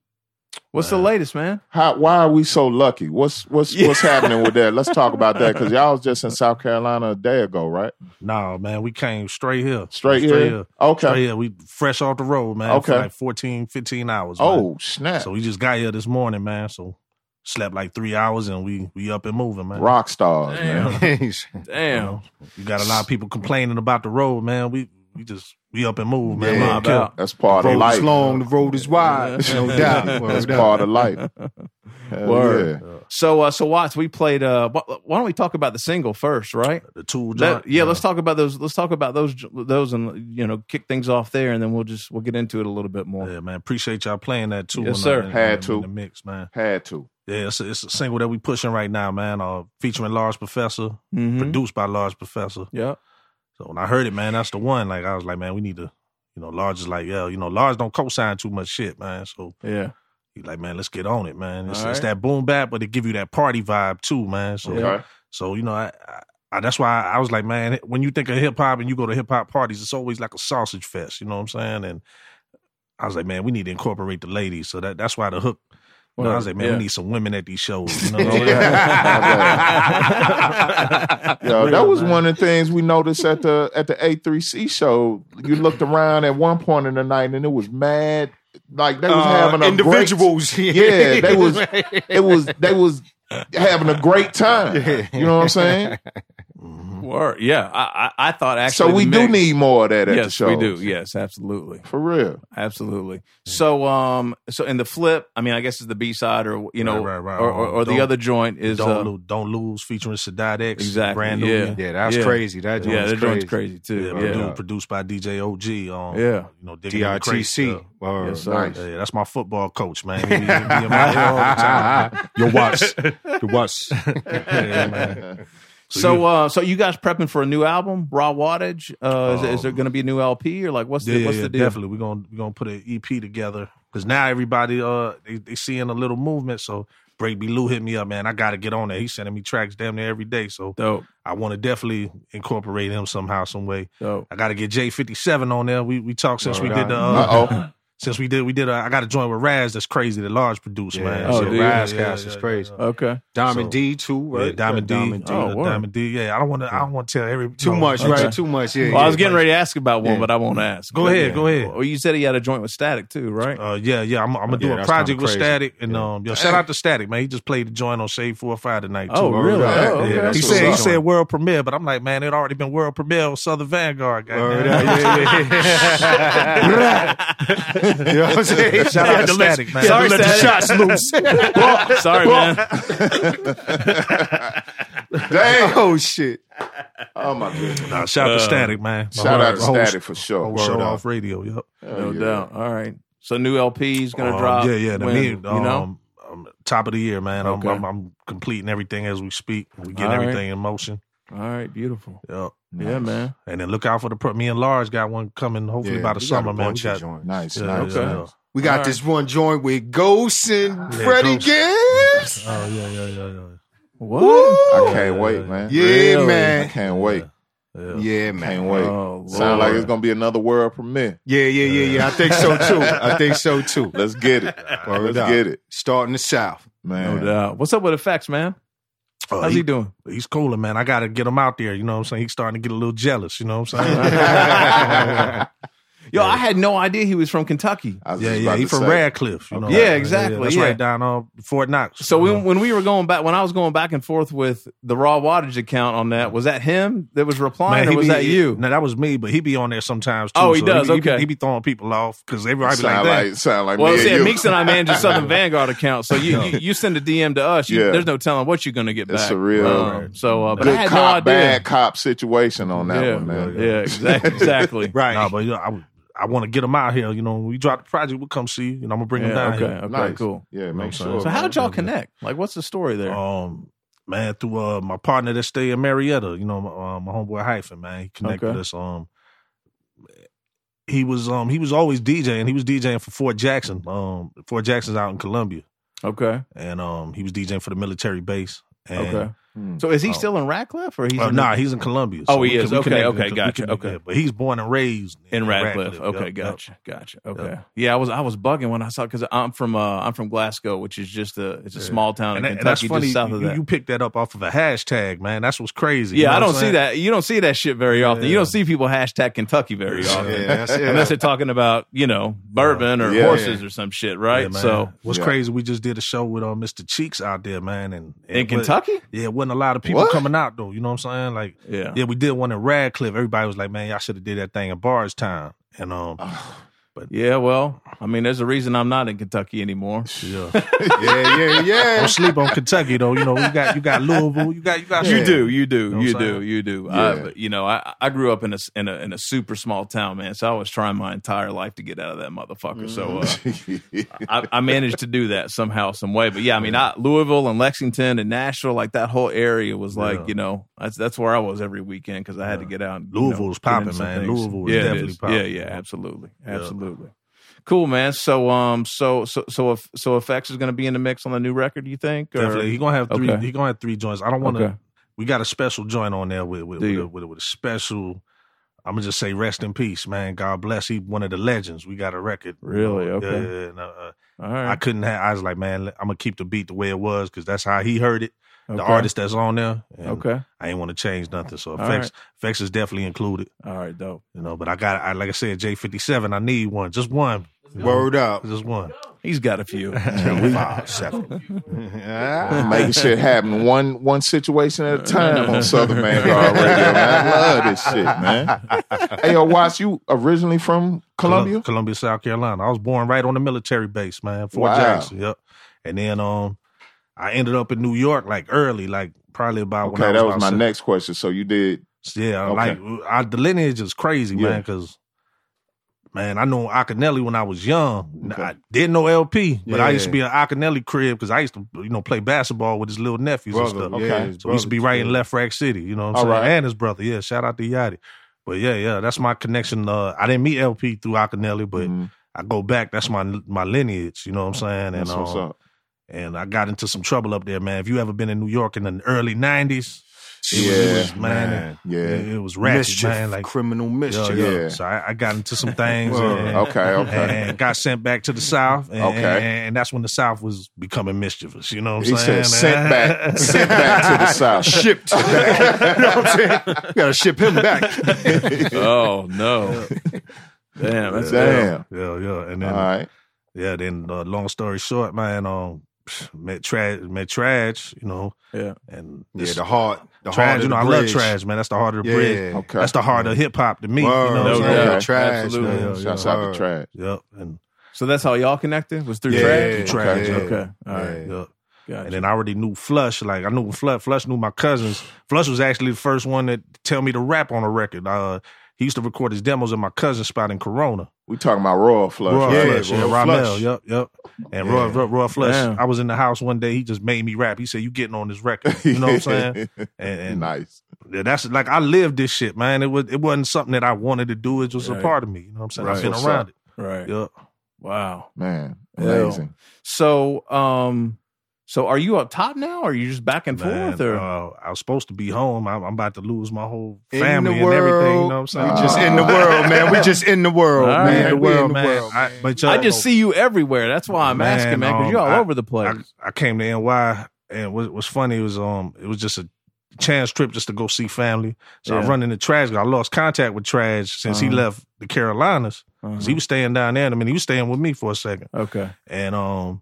[SPEAKER 1] What's the
[SPEAKER 3] Man.
[SPEAKER 1] latest, man?
[SPEAKER 2] How, why are we so lucky? What's what's
[SPEAKER 1] Yeah.
[SPEAKER 2] what's happening with that? Let's talk about that because y'all was just in South Carolina a day ago, right?
[SPEAKER 3] Nah, man, we came straight here.
[SPEAKER 2] Straight here. Okay.
[SPEAKER 3] Straight here. We fresh off the road, man.
[SPEAKER 2] Okay.
[SPEAKER 3] For like 14, 15 hours. man.
[SPEAKER 2] Oh snap!
[SPEAKER 3] So we just got here this morning, man. So slept like three hours and we we up and moving, man.
[SPEAKER 2] Rock stars,
[SPEAKER 1] Damn.
[SPEAKER 2] man.
[SPEAKER 3] You,
[SPEAKER 1] Damn.
[SPEAKER 3] know, you got a lot of people complaining about the road, man. We we just we up and move, man.
[SPEAKER 4] Yeah.
[SPEAKER 3] Rock
[SPEAKER 1] Mob
[SPEAKER 3] Hill.
[SPEAKER 1] out.
[SPEAKER 2] That's part
[SPEAKER 4] road
[SPEAKER 2] of life.
[SPEAKER 4] is long, the road is wide.
[SPEAKER 1] Yeah.
[SPEAKER 4] No doubt.
[SPEAKER 2] That's part of life. Hell
[SPEAKER 1] Word.
[SPEAKER 2] yeah.
[SPEAKER 1] So, uh, so Watts, we played. Uh, wh- why don't we talk about the single first, right?
[SPEAKER 3] The tool
[SPEAKER 1] Let-
[SPEAKER 3] joint.
[SPEAKER 1] yeah, let's talk about those. Let's talk about those, those, and you know, kick things off there, and then we'll just we'll get into it a little bit more.
[SPEAKER 3] Yeah, man. Appreciate y'all playing that too.
[SPEAKER 1] Yes,
[SPEAKER 3] in the-
[SPEAKER 1] sir.
[SPEAKER 3] in the-
[SPEAKER 2] Had to.
[SPEAKER 3] in the mix, man.
[SPEAKER 2] Had to.
[SPEAKER 3] Yeah, it's a, it's a single that we pushing right now, man. Uh, featuring Large Professor,
[SPEAKER 1] Mhm.
[SPEAKER 3] produced by Large Professor.
[SPEAKER 1] Yeah.
[SPEAKER 3] So when I heard it, man, that's the one. Like I was like, man, we need to, you know, Large is like, yeah, you know, Large don't co-sign too much shit, man. So
[SPEAKER 1] Yeah.
[SPEAKER 3] he's like, man, let's get on it, man. It's,
[SPEAKER 1] All
[SPEAKER 3] it's
[SPEAKER 1] right.
[SPEAKER 3] that boom bap, but it give you that party vibe too, man. So
[SPEAKER 1] Yeah.
[SPEAKER 2] Okay.
[SPEAKER 3] so you know, I, I, I that's why I was like, man, when you think of hip hop and you go to hip hop parties, it's always like a sausage fest. You know what I'm saying? And I was like, man, we need to incorporate the ladies. So that that's why the hook. You know, I was like, man,
[SPEAKER 1] Yeah.
[SPEAKER 3] we need some women at these shows. You know what I'm saying?
[SPEAKER 2] Yeah. Yo, that
[SPEAKER 3] Real,
[SPEAKER 2] was
[SPEAKER 3] man.
[SPEAKER 2] one of the things we noticed at the at the A3C show. You looked around at one point in the night and it was mad. Like they was
[SPEAKER 1] Uh,
[SPEAKER 2] having a Great,
[SPEAKER 4] individuals.
[SPEAKER 2] Yeah, they uh, was- it was they was having a great time.
[SPEAKER 4] Yeah.
[SPEAKER 2] You know what I'm saying?
[SPEAKER 3] Mhm.
[SPEAKER 1] Word. Yeah. I, I, I thought actually.
[SPEAKER 2] so we
[SPEAKER 1] the
[SPEAKER 2] do
[SPEAKER 1] mix-
[SPEAKER 2] need more of that at the
[SPEAKER 1] Yes,
[SPEAKER 2] show.
[SPEAKER 1] we do. Yes, absolutely,
[SPEAKER 2] For real.
[SPEAKER 1] absolutely. So, um, so in the flip, I mean, I guess it's the B side, or you know,
[SPEAKER 3] Right, right, right.
[SPEAKER 1] or, or, or the
[SPEAKER 3] Don't-
[SPEAKER 1] other joint is
[SPEAKER 3] don't
[SPEAKER 1] uh,
[SPEAKER 3] lose, don't lose featuring Sadat X,
[SPEAKER 1] Exactly,
[SPEAKER 3] brand new.
[SPEAKER 1] yeah.
[SPEAKER 4] Yeah, that's
[SPEAKER 1] Yeah.
[SPEAKER 4] crazy. That
[SPEAKER 1] yeah,
[SPEAKER 4] joint's
[SPEAKER 1] that joint's
[SPEAKER 4] crazy.
[SPEAKER 1] crazy too.
[SPEAKER 3] Yeah,
[SPEAKER 1] Yeah,
[SPEAKER 3] produ- produced by DJ OG. Um,
[SPEAKER 1] Yeah.
[SPEAKER 3] you know, Digging in the Crate
[SPEAKER 4] DRTC.
[SPEAKER 3] stuff.
[SPEAKER 4] Word.
[SPEAKER 1] Yes, sir.
[SPEAKER 2] Nice.
[SPEAKER 3] Yeah, that's my football coach, man. He, he, he in my ear all the time.
[SPEAKER 4] Your watch. Your watch.
[SPEAKER 3] Yeah, man.
[SPEAKER 1] So, uh, so you guys prepping for a new album, Raw Wattage? Uh, is, is there going to be a new LP or like what's the
[SPEAKER 3] yeah,
[SPEAKER 1] what's
[SPEAKER 3] yeah,
[SPEAKER 1] the deal?
[SPEAKER 3] definitely. We're gonna we're gonna put an EP together because now everybody uh they, they seeing a little movement. So Break B Lou hit me up, man. I gotta get on there. He's sending me tracks damn near every day. So
[SPEAKER 1] Dope,
[SPEAKER 3] I want to definitely incorporate him somehow, some way.
[SPEAKER 1] dope.
[SPEAKER 3] I gotta get J fifty seven on there. We we talked since
[SPEAKER 4] Oh,
[SPEAKER 3] we
[SPEAKER 4] God.
[SPEAKER 3] did the uh,
[SPEAKER 2] Uh
[SPEAKER 3] since we did we did a, I got to join with Raz. That's crazy. The large produced
[SPEAKER 4] Yeah.
[SPEAKER 3] man.
[SPEAKER 1] Oh,
[SPEAKER 3] So
[SPEAKER 1] dude.
[SPEAKER 4] Razcast is crazy.
[SPEAKER 3] Yeah,
[SPEAKER 1] Okay,
[SPEAKER 4] Diamond
[SPEAKER 3] So-
[SPEAKER 4] D too,
[SPEAKER 3] Yeah,
[SPEAKER 4] right?
[SPEAKER 3] Diamond D.
[SPEAKER 4] Yeah,
[SPEAKER 1] Oh,
[SPEAKER 3] yeah,
[SPEAKER 1] word.
[SPEAKER 3] Diamond D. Yeah, I don't want to. I don't want to tell every
[SPEAKER 4] Too
[SPEAKER 3] no,
[SPEAKER 4] much,
[SPEAKER 3] okay.
[SPEAKER 4] right? Too much. Yeah.
[SPEAKER 1] well, I was
[SPEAKER 4] yeah.
[SPEAKER 1] getting ready to ask about one, but I won't ask.
[SPEAKER 3] Go
[SPEAKER 1] But
[SPEAKER 3] ahead,
[SPEAKER 1] yeah.
[SPEAKER 3] go ahead.
[SPEAKER 1] Well, you said he had a joint with Static too, right?
[SPEAKER 3] Uh, yeah, yeah. I'm, I'm gonna do
[SPEAKER 4] Yeah,
[SPEAKER 3] a
[SPEAKER 4] that's
[SPEAKER 3] project
[SPEAKER 4] kinda
[SPEAKER 3] with
[SPEAKER 4] crazy.
[SPEAKER 3] Static, and
[SPEAKER 4] Yeah.
[SPEAKER 3] um, yo, shout out to Static, man. He just played the joint on Shade Four Five tonight. Too.
[SPEAKER 1] Oh, really?
[SPEAKER 2] up.
[SPEAKER 1] Oh, okay.
[SPEAKER 2] Yeah, that's
[SPEAKER 3] he
[SPEAKER 2] what's
[SPEAKER 3] said he
[SPEAKER 2] up.
[SPEAKER 3] said world premiere, but I'm like, man, it already been world premiere on Southern Vanguard.
[SPEAKER 4] Word
[SPEAKER 3] goddamn.
[SPEAKER 4] up, yeah, yeah. you know what I'm saying? Shout
[SPEAKER 3] Yeah,
[SPEAKER 4] out to
[SPEAKER 3] the
[SPEAKER 4] Static,
[SPEAKER 3] list-
[SPEAKER 4] man.
[SPEAKER 1] Sorry,
[SPEAKER 4] let the
[SPEAKER 1] Static.
[SPEAKER 4] shots loose.
[SPEAKER 1] Sorry, man.
[SPEAKER 2] Damn.
[SPEAKER 4] oh shit.
[SPEAKER 2] Oh my goodness.
[SPEAKER 3] Nah, shout out
[SPEAKER 1] Uh,
[SPEAKER 3] to Static, man. My
[SPEAKER 2] Shout out to
[SPEAKER 3] whole-
[SPEAKER 2] Static for
[SPEAKER 3] whole
[SPEAKER 2] sure.
[SPEAKER 3] Show
[SPEAKER 4] Word up.
[SPEAKER 3] off radio. Yep.
[SPEAKER 1] No
[SPEAKER 2] Hell Oh, yeah.
[SPEAKER 1] doubt. All right. So new LP is going to
[SPEAKER 3] Um,
[SPEAKER 1] drop.
[SPEAKER 3] Yeah, yeah. The
[SPEAKER 1] when,
[SPEAKER 3] me-
[SPEAKER 1] you
[SPEAKER 3] um,
[SPEAKER 1] know.
[SPEAKER 3] um, top of the year, man. I'm,
[SPEAKER 1] Okay.
[SPEAKER 3] I'm, I'm completing everything as we speak. We get
[SPEAKER 1] All right.
[SPEAKER 3] everything in motion.
[SPEAKER 1] All right. Beautiful.
[SPEAKER 3] Yep.
[SPEAKER 1] Yeah, man.
[SPEAKER 3] And then look out for the pro- me and Lars got one coming hopefully
[SPEAKER 4] Yeah,
[SPEAKER 3] by the
[SPEAKER 4] we got
[SPEAKER 3] summer,
[SPEAKER 4] a
[SPEAKER 3] man. We
[SPEAKER 4] bunch of
[SPEAKER 3] got
[SPEAKER 4] joints.
[SPEAKER 2] Nice,
[SPEAKER 3] yeah,
[SPEAKER 2] nice.
[SPEAKER 3] yeah,
[SPEAKER 2] nice.
[SPEAKER 4] We got
[SPEAKER 1] All
[SPEAKER 4] this one joint with Ghost and
[SPEAKER 3] Yeah,
[SPEAKER 4] Freddie
[SPEAKER 3] Ghost.
[SPEAKER 4] Gibbs.
[SPEAKER 3] yeah. Oh yeah, yeah, yeah, yeah.
[SPEAKER 1] What? Oh,
[SPEAKER 2] I can't wait, man.
[SPEAKER 4] Yeah,
[SPEAKER 1] Really?
[SPEAKER 2] I
[SPEAKER 4] man.
[SPEAKER 2] can't wait.
[SPEAKER 3] Yeah.
[SPEAKER 4] Yeah,
[SPEAKER 2] Can't
[SPEAKER 4] man.
[SPEAKER 2] wait.
[SPEAKER 1] Oh,
[SPEAKER 2] Sound like
[SPEAKER 1] Lord.
[SPEAKER 2] it's gonna be another world premiere.
[SPEAKER 4] Yeah, yeah, yeah, yeah. I think so too. I think so too.
[SPEAKER 2] Let's get it. Let's
[SPEAKER 4] Word up.
[SPEAKER 2] get it,
[SPEAKER 4] Starting the South.
[SPEAKER 1] No
[SPEAKER 2] man.
[SPEAKER 1] doubt. What's up with effects, man?
[SPEAKER 3] Oh,
[SPEAKER 1] How's
[SPEAKER 3] he-
[SPEAKER 1] he doing?
[SPEAKER 3] he's cooler, man. I gotta get him out there. You know what I'm saying? He's starting to get a little jealous. You know what I'm saying?
[SPEAKER 1] Yo, I had no idea he was from Kentucky.
[SPEAKER 2] I was
[SPEAKER 3] yeah,
[SPEAKER 2] just
[SPEAKER 3] yeah.
[SPEAKER 2] about
[SPEAKER 3] He
[SPEAKER 2] to
[SPEAKER 3] from
[SPEAKER 2] say.
[SPEAKER 3] Radcliffe. You know?
[SPEAKER 1] Yeah, exactly,
[SPEAKER 3] that's
[SPEAKER 1] yeah.
[SPEAKER 3] right down on Fort Knox.
[SPEAKER 1] So
[SPEAKER 3] you
[SPEAKER 2] Uh-huh.
[SPEAKER 1] when,
[SPEAKER 3] know?
[SPEAKER 1] when we were going back, when I was going back and forth with the raw wattage account on that, was that him that was replying, or
[SPEAKER 3] he
[SPEAKER 1] was
[SPEAKER 3] be-
[SPEAKER 1] that you?
[SPEAKER 3] No, that was me. But he be on there sometimes too.
[SPEAKER 1] Oh, he
[SPEAKER 3] so
[SPEAKER 1] does,
[SPEAKER 3] He, be-
[SPEAKER 1] okay.
[SPEAKER 3] he be throwing people off because everybody be like
[SPEAKER 2] Sound
[SPEAKER 3] that.
[SPEAKER 2] like, sound like
[SPEAKER 1] well,
[SPEAKER 2] me
[SPEAKER 1] see,
[SPEAKER 2] and you.
[SPEAKER 1] Meeks and I manage a Southern Vanguard account, so you, you you send a DM to us. You,
[SPEAKER 2] Yeah.
[SPEAKER 1] There's no telling what you're going to get
[SPEAKER 2] It's
[SPEAKER 1] back.
[SPEAKER 2] a real
[SPEAKER 1] Um, so, uh, but I
[SPEAKER 2] good
[SPEAKER 1] had
[SPEAKER 2] cop,
[SPEAKER 1] no idea.
[SPEAKER 2] bad cop situation on that
[SPEAKER 1] yeah,
[SPEAKER 2] one, man.
[SPEAKER 1] yeah, exactly, exactly.
[SPEAKER 4] Right.
[SPEAKER 3] No, but you know, I, was- I want to get them out here. You know, when we drop the project, we'll come see you. You know, I'm gonna bring them down
[SPEAKER 1] okay,
[SPEAKER 3] here.
[SPEAKER 1] okay,
[SPEAKER 2] Nice.
[SPEAKER 1] cool.
[SPEAKER 2] Yeah, make
[SPEAKER 3] So
[SPEAKER 2] sure.
[SPEAKER 1] So how
[SPEAKER 2] man.
[SPEAKER 1] did y'all connect? Like, what's the story there?
[SPEAKER 3] Um, man, through uh my partner that stay in Marietta, you know, my, uh, my homeboy hyphen, man, he connected
[SPEAKER 1] Okay.
[SPEAKER 3] us. Um, he was um he was always DJing. He was DJing for Fort Jackson. Um, Fort Jackson's out in Columbia,
[SPEAKER 1] okay,
[SPEAKER 3] and um he was DJing for the military base. And,
[SPEAKER 1] okay.
[SPEAKER 2] Hmm.
[SPEAKER 1] So is he
[SPEAKER 3] Oh.
[SPEAKER 1] still in Radcliffe or he's
[SPEAKER 3] Oh,
[SPEAKER 1] in
[SPEAKER 3] nah, he's in Columbia.
[SPEAKER 1] Oh, he
[SPEAKER 3] we
[SPEAKER 1] is.
[SPEAKER 3] we
[SPEAKER 1] Okay,
[SPEAKER 3] connected
[SPEAKER 1] okay,
[SPEAKER 3] him. We
[SPEAKER 1] gotcha,
[SPEAKER 3] connected,
[SPEAKER 1] okay.
[SPEAKER 3] yeah, but he's born and raised
[SPEAKER 1] in Radcliffe. Okay,
[SPEAKER 3] Yep, yep.
[SPEAKER 1] gotcha, gotcha. Okay, yeah, I was I was bugging when I saw because I'm from uh, I'm from Glasgow, which is just a it's a
[SPEAKER 3] Yeah.
[SPEAKER 1] small town
[SPEAKER 3] And,
[SPEAKER 1] in
[SPEAKER 3] that- and that's
[SPEAKER 1] Kentucky,
[SPEAKER 3] funny.
[SPEAKER 1] just south of
[SPEAKER 3] you,
[SPEAKER 1] that.
[SPEAKER 3] you picked that up off of a hashtag, man. That's what's crazy. You
[SPEAKER 1] yeah, I
[SPEAKER 3] know what
[SPEAKER 1] don't
[SPEAKER 3] I'm
[SPEAKER 1] see
[SPEAKER 3] saying?
[SPEAKER 1] that. You don't see that shit very often. You
[SPEAKER 3] Yeah.
[SPEAKER 1] don't see people hashtag Kentucky very
[SPEAKER 3] Yeah.
[SPEAKER 1] often.
[SPEAKER 4] Yeah, that's it.
[SPEAKER 1] Unless they're talking about, you know, bourbon or
[SPEAKER 2] Yeah.
[SPEAKER 1] horses or some shit, right?
[SPEAKER 3] Yeah, man.
[SPEAKER 1] so
[SPEAKER 3] what's
[SPEAKER 2] Yeah.
[SPEAKER 3] crazy? We just did a show with uh, Mr. Cheeks out there, man, and, and
[SPEAKER 1] in
[SPEAKER 3] it wa-
[SPEAKER 1] Kentucky?
[SPEAKER 3] yeah, it wasn't a lot of people
[SPEAKER 2] What?
[SPEAKER 3] coming out though. You know what I'm saying? Like,
[SPEAKER 1] Yeah.
[SPEAKER 3] yeah, we did one in Radcliffe. Everybody was like, man, y'all should have did that thing in Bardstown. And um,
[SPEAKER 1] Yeah, well, I mean, there's a reason I'm not in Kentucky anymore.
[SPEAKER 3] yeah,
[SPEAKER 4] yeah, yeah, yeah.
[SPEAKER 3] don't sleep on Kentucky though. You know, you got you got Louisville, you got you got
[SPEAKER 1] You do, you do,
[SPEAKER 3] know what
[SPEAKER 1] you
[SPEAKER 3] I'm saying?
[SPEAKER 1] do, you do.
[SPEAKER 2] Yeah.
[SPEAKER 1] I, but, you know, I, I grew up in a, s- in a in a super small town, man. So I was trying my entire life to get out of that motherfucker. So
[SPEAKER 3] Mm-hmm.
[SPEAKER 1] uh, I, I managed to do that somehow, some way. But yeah, I mean, I, Louisville and Lexington and Nashville, like that whole area was like,
[SPEAKER 3] Yeah.
[SPEAKER 1] you know, that's that's where I was every weekend because I had to
[SPEAKER 3] Yeah.
[SPEAKER 1] get out. And,
[SPEAKER 3] Louisville's
[SPEAKER 1] you know, get in
[SPEAKER 3] popping,
[SPEAKER 1] some
[SPEAKER 3] man.
[SPEAKER 1] things.
[SPEAKER 3] Louisville is
[SPEAKER 1] yeah, it
[SPEAKER 3] definitely popping.
[SPEAKER 1] Yeah, yeah, absolutely,
[SPEAKER 3] Yeah.
[SPEAKER 1] absolutely. Cool, man. So um, so so so if so, effects is going to be in the mix on the new record. You think? Or-
[SPEAKER 3] Definitely, he gonna have three.
[SPEAKER 1] Okay.
[SPEAKER 3] He gonna have three joints. I don't want to.
[SPEAKER 1] Okay.
[SPEAKER 3] We got a special joint on there with with,
[SPEAKER 1] Do
[SPEAKER 3] with,
[SPEAKER 1] you?
[SPEAKER 3] a, with, a, with a special. I'm gonna just say rest in peace, man. God bless. He one of the legends. We got a record.
[SPEAKER 1] Really?
[SPEAKER 3] Yeah,
[SPEAKER 1] Okay.
[SPEAKER 3] yeah, yeah. And, uh, uh,
[SPEAKER 1] All right.
[SPEAKER 3] I couldn't have. I was like, man, I'm gonna keep the beat the way it was because that's how he heard it. The
[SPEAKER 1] Okay.
[SPEAKER 3] artist that's on there. And
[SPEAKER 1] Okay.
[SPEAKER 3] I ain't want to change nothing. So
[SPEAKER 1] right.
[SPEAKER 3] effects, effects is definitely included.
[SPEAKER 1] All right, dope.
[SPEAKER 3] You know, but I got. I like I said, J57. I need one. Just one.
[SPEAKER 4] Word up.
[SPEAKER 3] Just one.
[SPEAKER 1] He's got a few.
[SPEAKER 3] Five, seven.
[SPEAKER 4] Yeah.
[SPEAKER 2] Making shit happen one one situation at a time on Southern Vanguard Radio. Man. I love this shit, man. Hey, yo, Watts, you originally from Columbia?
[SPEAKER 3] Columbia, South Carolina. I was born right on the military base, man. Fort
[SPEAKER 2] Wow.
[SPEAKER 3] Jackson. Yep. And then um I ended up in New York like early, like probably about when
[SPEAKER 2] Okay,
[SPEAKER 3] I
[SPEAKER 2] that was my
[SPEAKER 3] about
[SPEAKER 2] next question. So you did
[SPEAKER 3] six- Yeah,
[SPEAKER 2] Okay.
[SPEAKER 3] like I, the lineage is crazy,
[SPEAKER 2] Yeah.
[SPEAKER 3] man, because Man, I knew Akinelli when I was young.
[SPEAKER 2] Okay.
[SPEAKER 3] I didn't know LP, but I used to
[SPEAKER 4] Yeah.
[SPEAKER 3] be an Akinelli crib because I used to, you know, play basketball with his little nephews and
[SPEAKER 4] Brother,
[SPEAKER 3] stuff.
[SPEAKER 2] Okay.
[SPEAKER 4] yeah, his
[SPEAKER 3] So we used to be
[SPEAKER 4] brother,
[SPEAKER 3] right in
[SPEAKER 4] yeah.
[SPEAKER 3] Left Rack City, you know what I'm
[SPEAKER 2] All
[SPEAKER 3] saying?
[SPEAKER 2] right.
[SPEAKER 3] And his brother, yeah. Shout out to Yachty. But yeah, yeah, that's my connection. Uh, I didn't meet LP through Akinelli, but
[SPEAKER 2] Mhm.
[SPEAKER 3] I go back. That's my my lineage. You know what I'm saying? And
[SPEAKER 2] That's what's
[SPEAKER 3] um,
[SPEAKER 2] up.
[SPEAKER 3] and I got into some trouble up there, man. If you ever been in New York in the early '90s, it was, it
[SPEAKER 2] Yeah,
[SPEAKER 3] was man, It,
[SPEAKER 2] Yeah.
[SPEAKER 3] it was ratchet,
[SPEAKER 4] Mischief,
[SPEAKER 3] man. Like
[SPEAKER 4] criminal
[SPEAKER 3] yeah,
[SPEAKER 4] mischief.
[SPEAKER 3] yeah.
[SPEAKER 2] yeah.
[SPEAKER 3] So I, I got into some things.
[SPEAKER 4] Whoa.
[SPEAKER 3] and,
[SPEAKER 2] Uh, Okay, okay.
[SPEAKER 3] And got sent back to the South, and,
[SPEAKER 2] Okay.
[SPEAKER 3] and, and that's when the South was becoming mischievous. You know what I'm
[SPEAKER 2] He said
[SPEAKER 3] saying?
[SPEAKER 2] sent back sent back to the South.
[SPEAKER 4] Shipped back. you know what I'm saying? You gotta ship him back.
[SPEAKER 1] oh no. Damn, that's
[SPEAKER 2] Damn.
[SPEAKER 3] yeah, yeah. And
[SPEAKER 2] All
[SPEAKER 3] then
[SPEAKER 2] right.
[SPEAKER 3] yeah, then uh, long story short, man, um, met Trad, met Traj, you know,
[SPEAKER 1] Yeah.
[SPEAKER 3] and
[SPEAKER 4] Yeah,
[SPEAKER 3] this-
[SPEAKER 4] the heart. The heart.
[SPEAKER 3] Trash,
[SPEAKER 4] of
[SPEAKER 3] you know,
[SPEAKER 4] the
[SPEAKER 3] I love
[SPEAKER 4] bridge.
[SPEAKER 3] trash, man. That's the heart of the
[SPEAKER 4] Yeah.
[SPEAKER 3] bridge.
[SPEAKER 2] Okay.
[SPEAKER 3] That's the heart of hip hop to me. You know
[SPEAKER 4] Word.
[SPEAKER 3] what I'm
[SPEAKER 1] No
[SPEAKER 3] saying?
[SPEAKER 1] doubt.
[SPEAKER 4] yeah, trash,
[SPEAKER 1] Absolutely.
[SPEAKER 4] man.
[SPEAKER 3] Yeah, yeah.
[SPEAKER 2] Shouts out
[SPEAKER 4] Word.
[SPEAKER 2] to Trash.
[SPEAKER 3] Yep. And
[SPEAKER 1] So that's how y'all connected was through
[SPEAKER 4] Yeah.
[SPEAKER 1] trash.
[SPEAKER 3] Trash.
[SPEAKER 2] Okay.
[SPEAKER 3] yeah.
[SPEAKER 1] Okay, all right,
[SPEAKER 4] Yeah.
[SPEAKER 3] Yep.
[SPEAKER 1] gotcha.
[SPEAKER 3] And then I already knew Flush. Like I knew Flush. Flush knew my cousins. Flush was actually the first one that tell me to rap on a record. Uh, he used to record his demos at my cousin's spot in Corona.
[SPEAKER 2] We talking about Royal Flush.
[SPEAKER 3] Royal
[SPEAKER 2] right?
[SPEAKER 4] Yeah,
[SPEAKER 3] Flush, yeah,
[SPEAKER 4] Royal
[SPEAKER 3] Rommel,
[SPEAKER 4] Flush.
[SPEAKER 3] yep, yep. And Royal, Royal, Royal Flush,
[SPEAKER 1] Damn.
[SPEAKER 3] I was in the house one day. He just made me rap. He said, "You getting on this record?" You know what I'm saying? And, and
[SPEAKER 2] nice.
[SPEAKER 3] Yeah, that's like I lived this shit, man. It was it wasn't something that I wanted to do. It was
[SPEAKER 1] Right.
[SPEAKER 3] a part of me. You know what I'm saying?
[SPEAKER 1] Right.
[SPEAKER 3] I've been
[SPEAKER 2] What's
[SPEAKER 3] around
[SPEAKER 2] up?
[SPEAKER 3] it.
[SPEAKER 1] right.
[SPEAKER 3] Yeah.
[SPEAKER 1] Wow.
[SPEAKER 2] Man.
[SPEAKER 1] Yeah.
[SPEAKER 2] Amazing.
[SPEAKER 1] So um, so are you up top now, or are you just back and
[SPEAKER 3] Man,
[SPEAKER 1] forth, or
[SPEAKER 3] uh, I was supposed to be home. I'm, I'm about to lose my whole
[SPEAKER 4] In
[SPEAKER 3] family
[SPEAKER 4] the
[SPEAKER 3] and everything. You know
[SPEAKER 4] world.
[SPEAKER 3] what I'm saying?
[SPEAKER 4] We
[SPEAKER 2] Ah.
[SPEAKER 4] just in the world, man. We just in the world,
[SPEAKER 1] All right.
[SPEAKER 4] man.
[SPEAKER 3] in the
[SPEAKER 4] We
[SPEAKER 3] world, man. I, but uh,
[SPEAKER 1] I
[SPEAKER 3] y'all-
[SPEAKER 1] just see you everywhere. That's why I'm
[SPEAKER 3] Man,
[SPEAKER 1] asking, man, because
[SPEAKER 3] um,
[SPEAKER 1] you're all
[SPEAKER 3] I-
[SPEAKER 1] over the place.
[SPEAKER 3] I, I came to NY, and what was funny was um, it was just a chance trip just to go see family. So
[SPEAKER 1] Yeah.
[SPEAKER 3] I run into Trash. I lost contact with Trash since he
[SPEAKER 1] Uh-huh.
[SPEAKER 3] left the Carolinas. 'Cause
[SPEAKER 1] Uh-huh.
[SPEAKER 3] He was staying down there, and I mean, he was staying with me for a second.
[SPEAKER 1] okay.
[SPEAKER 3] and um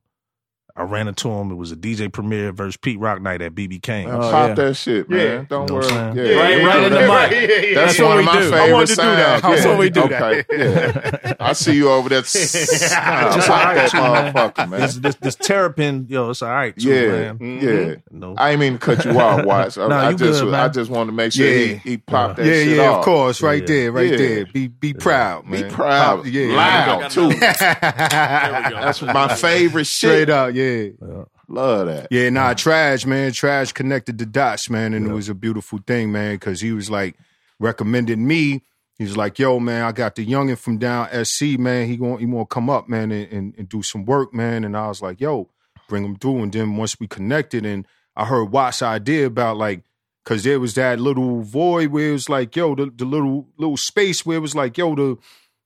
[SPEAKER 3] I ran into him. It was a DJ premiere versus Pete Rock night at BB King.
[SPEAKER 1] Oh,
[SPEAKER 2] Pop
[SPEAKER 1] yeah.
[SPEAKER 2] that shit, man.
[SPEAKER 4] Yeah.
[SPEAKER 2] Don't
[SPEAKER 3] Know
[SPEAKER 2] worry.
[SPEAKER 3] what
[SPEAKER 2] Yeah,
[SPEAKER 3] I'm saying?
[SPEAKER 2] yeah,
[SPEAKER 1] Right-
[SPEAKER 2] yeah,
[SPEAKER 1] right in the
[SPEAKER 2] yeah.
[SPEAKER 1] mic.
[SPEAKER 2] That's,
[SPEAKER 1] That's what
[SPEAKER 2] one of
[SPEAKER 1] we
[SPEAKER 2] my
[SPEAKER 1] do. I
[SPEAKER 2] favorite
[SPEAKER 4] wanted to do that.
[SPEAKER 2] sounds.
[SPEAKER 4] That's
[SPEAKER 2] yeah.
[SPEAKER 4] what we do.
[SPEAKER 2] Okay. Yeah. I see you over there. Just like that motherfucker, man.
[SPEAKER 3] This, this, this Terrapin, yo, it's all right. Too,
[SPEAKER 2] Yeah,
[SPEAKER 3] man.
[SPEAKER 2] yeah.
[SPEAKER 3] You know?
[SPEAKER 2] I ain't mean to cut you off, Watts. I,
[SPEAKER 3] Nah,
[SPEAKER 2] I
[SPEAKER 3] you
[SPEAKER 2] just,
[SPEAKER 3] good, man.
[SPEAKER 2] I just wanted to make sure
[SPEAKER 4] Yeah.
[SPEAKER 2] he, he popped that
[SPEAKER 4] yeah,
[SPEAKER 2] shit
[SPEAKER 4] yeah,
[SPEAKER 2] off.
[SPEAKER 4] of course, right
[SPEAKER 3] Yeah.
[SPEAKER 4] there, right
[SPEAKER 2] Yeah.
[SPEAKER 4] there. Be be proud,
[SPEAKER 2] Be
[SPEAKER 4] man.
[SPEAKER 2] proud,
[SPEAKER 4] Yeah,
[SPEAKER 2] loud too.
[SPEAKER 4] yeah.
[SPEAKER 2] That's my favorite shit.
[SPEAKER 4] Straight up, yeah.
[SPEAKER 2] Love that.
[SPEAKER 4] Yeah, nah, Trash, man. Trash connected the dots, man. And it was a beautiful thing, man, because he was like recommending me. He was like, yo, man, I got the youngin' from down SC, man. He going he wanna come up, man, and, and, and do some work, man. And I was like, yo, bring him through. And then once we connected and I heard Watt's idea about like, cause there was that little void where it was like, yo, the, the little little space where it was like, yo, the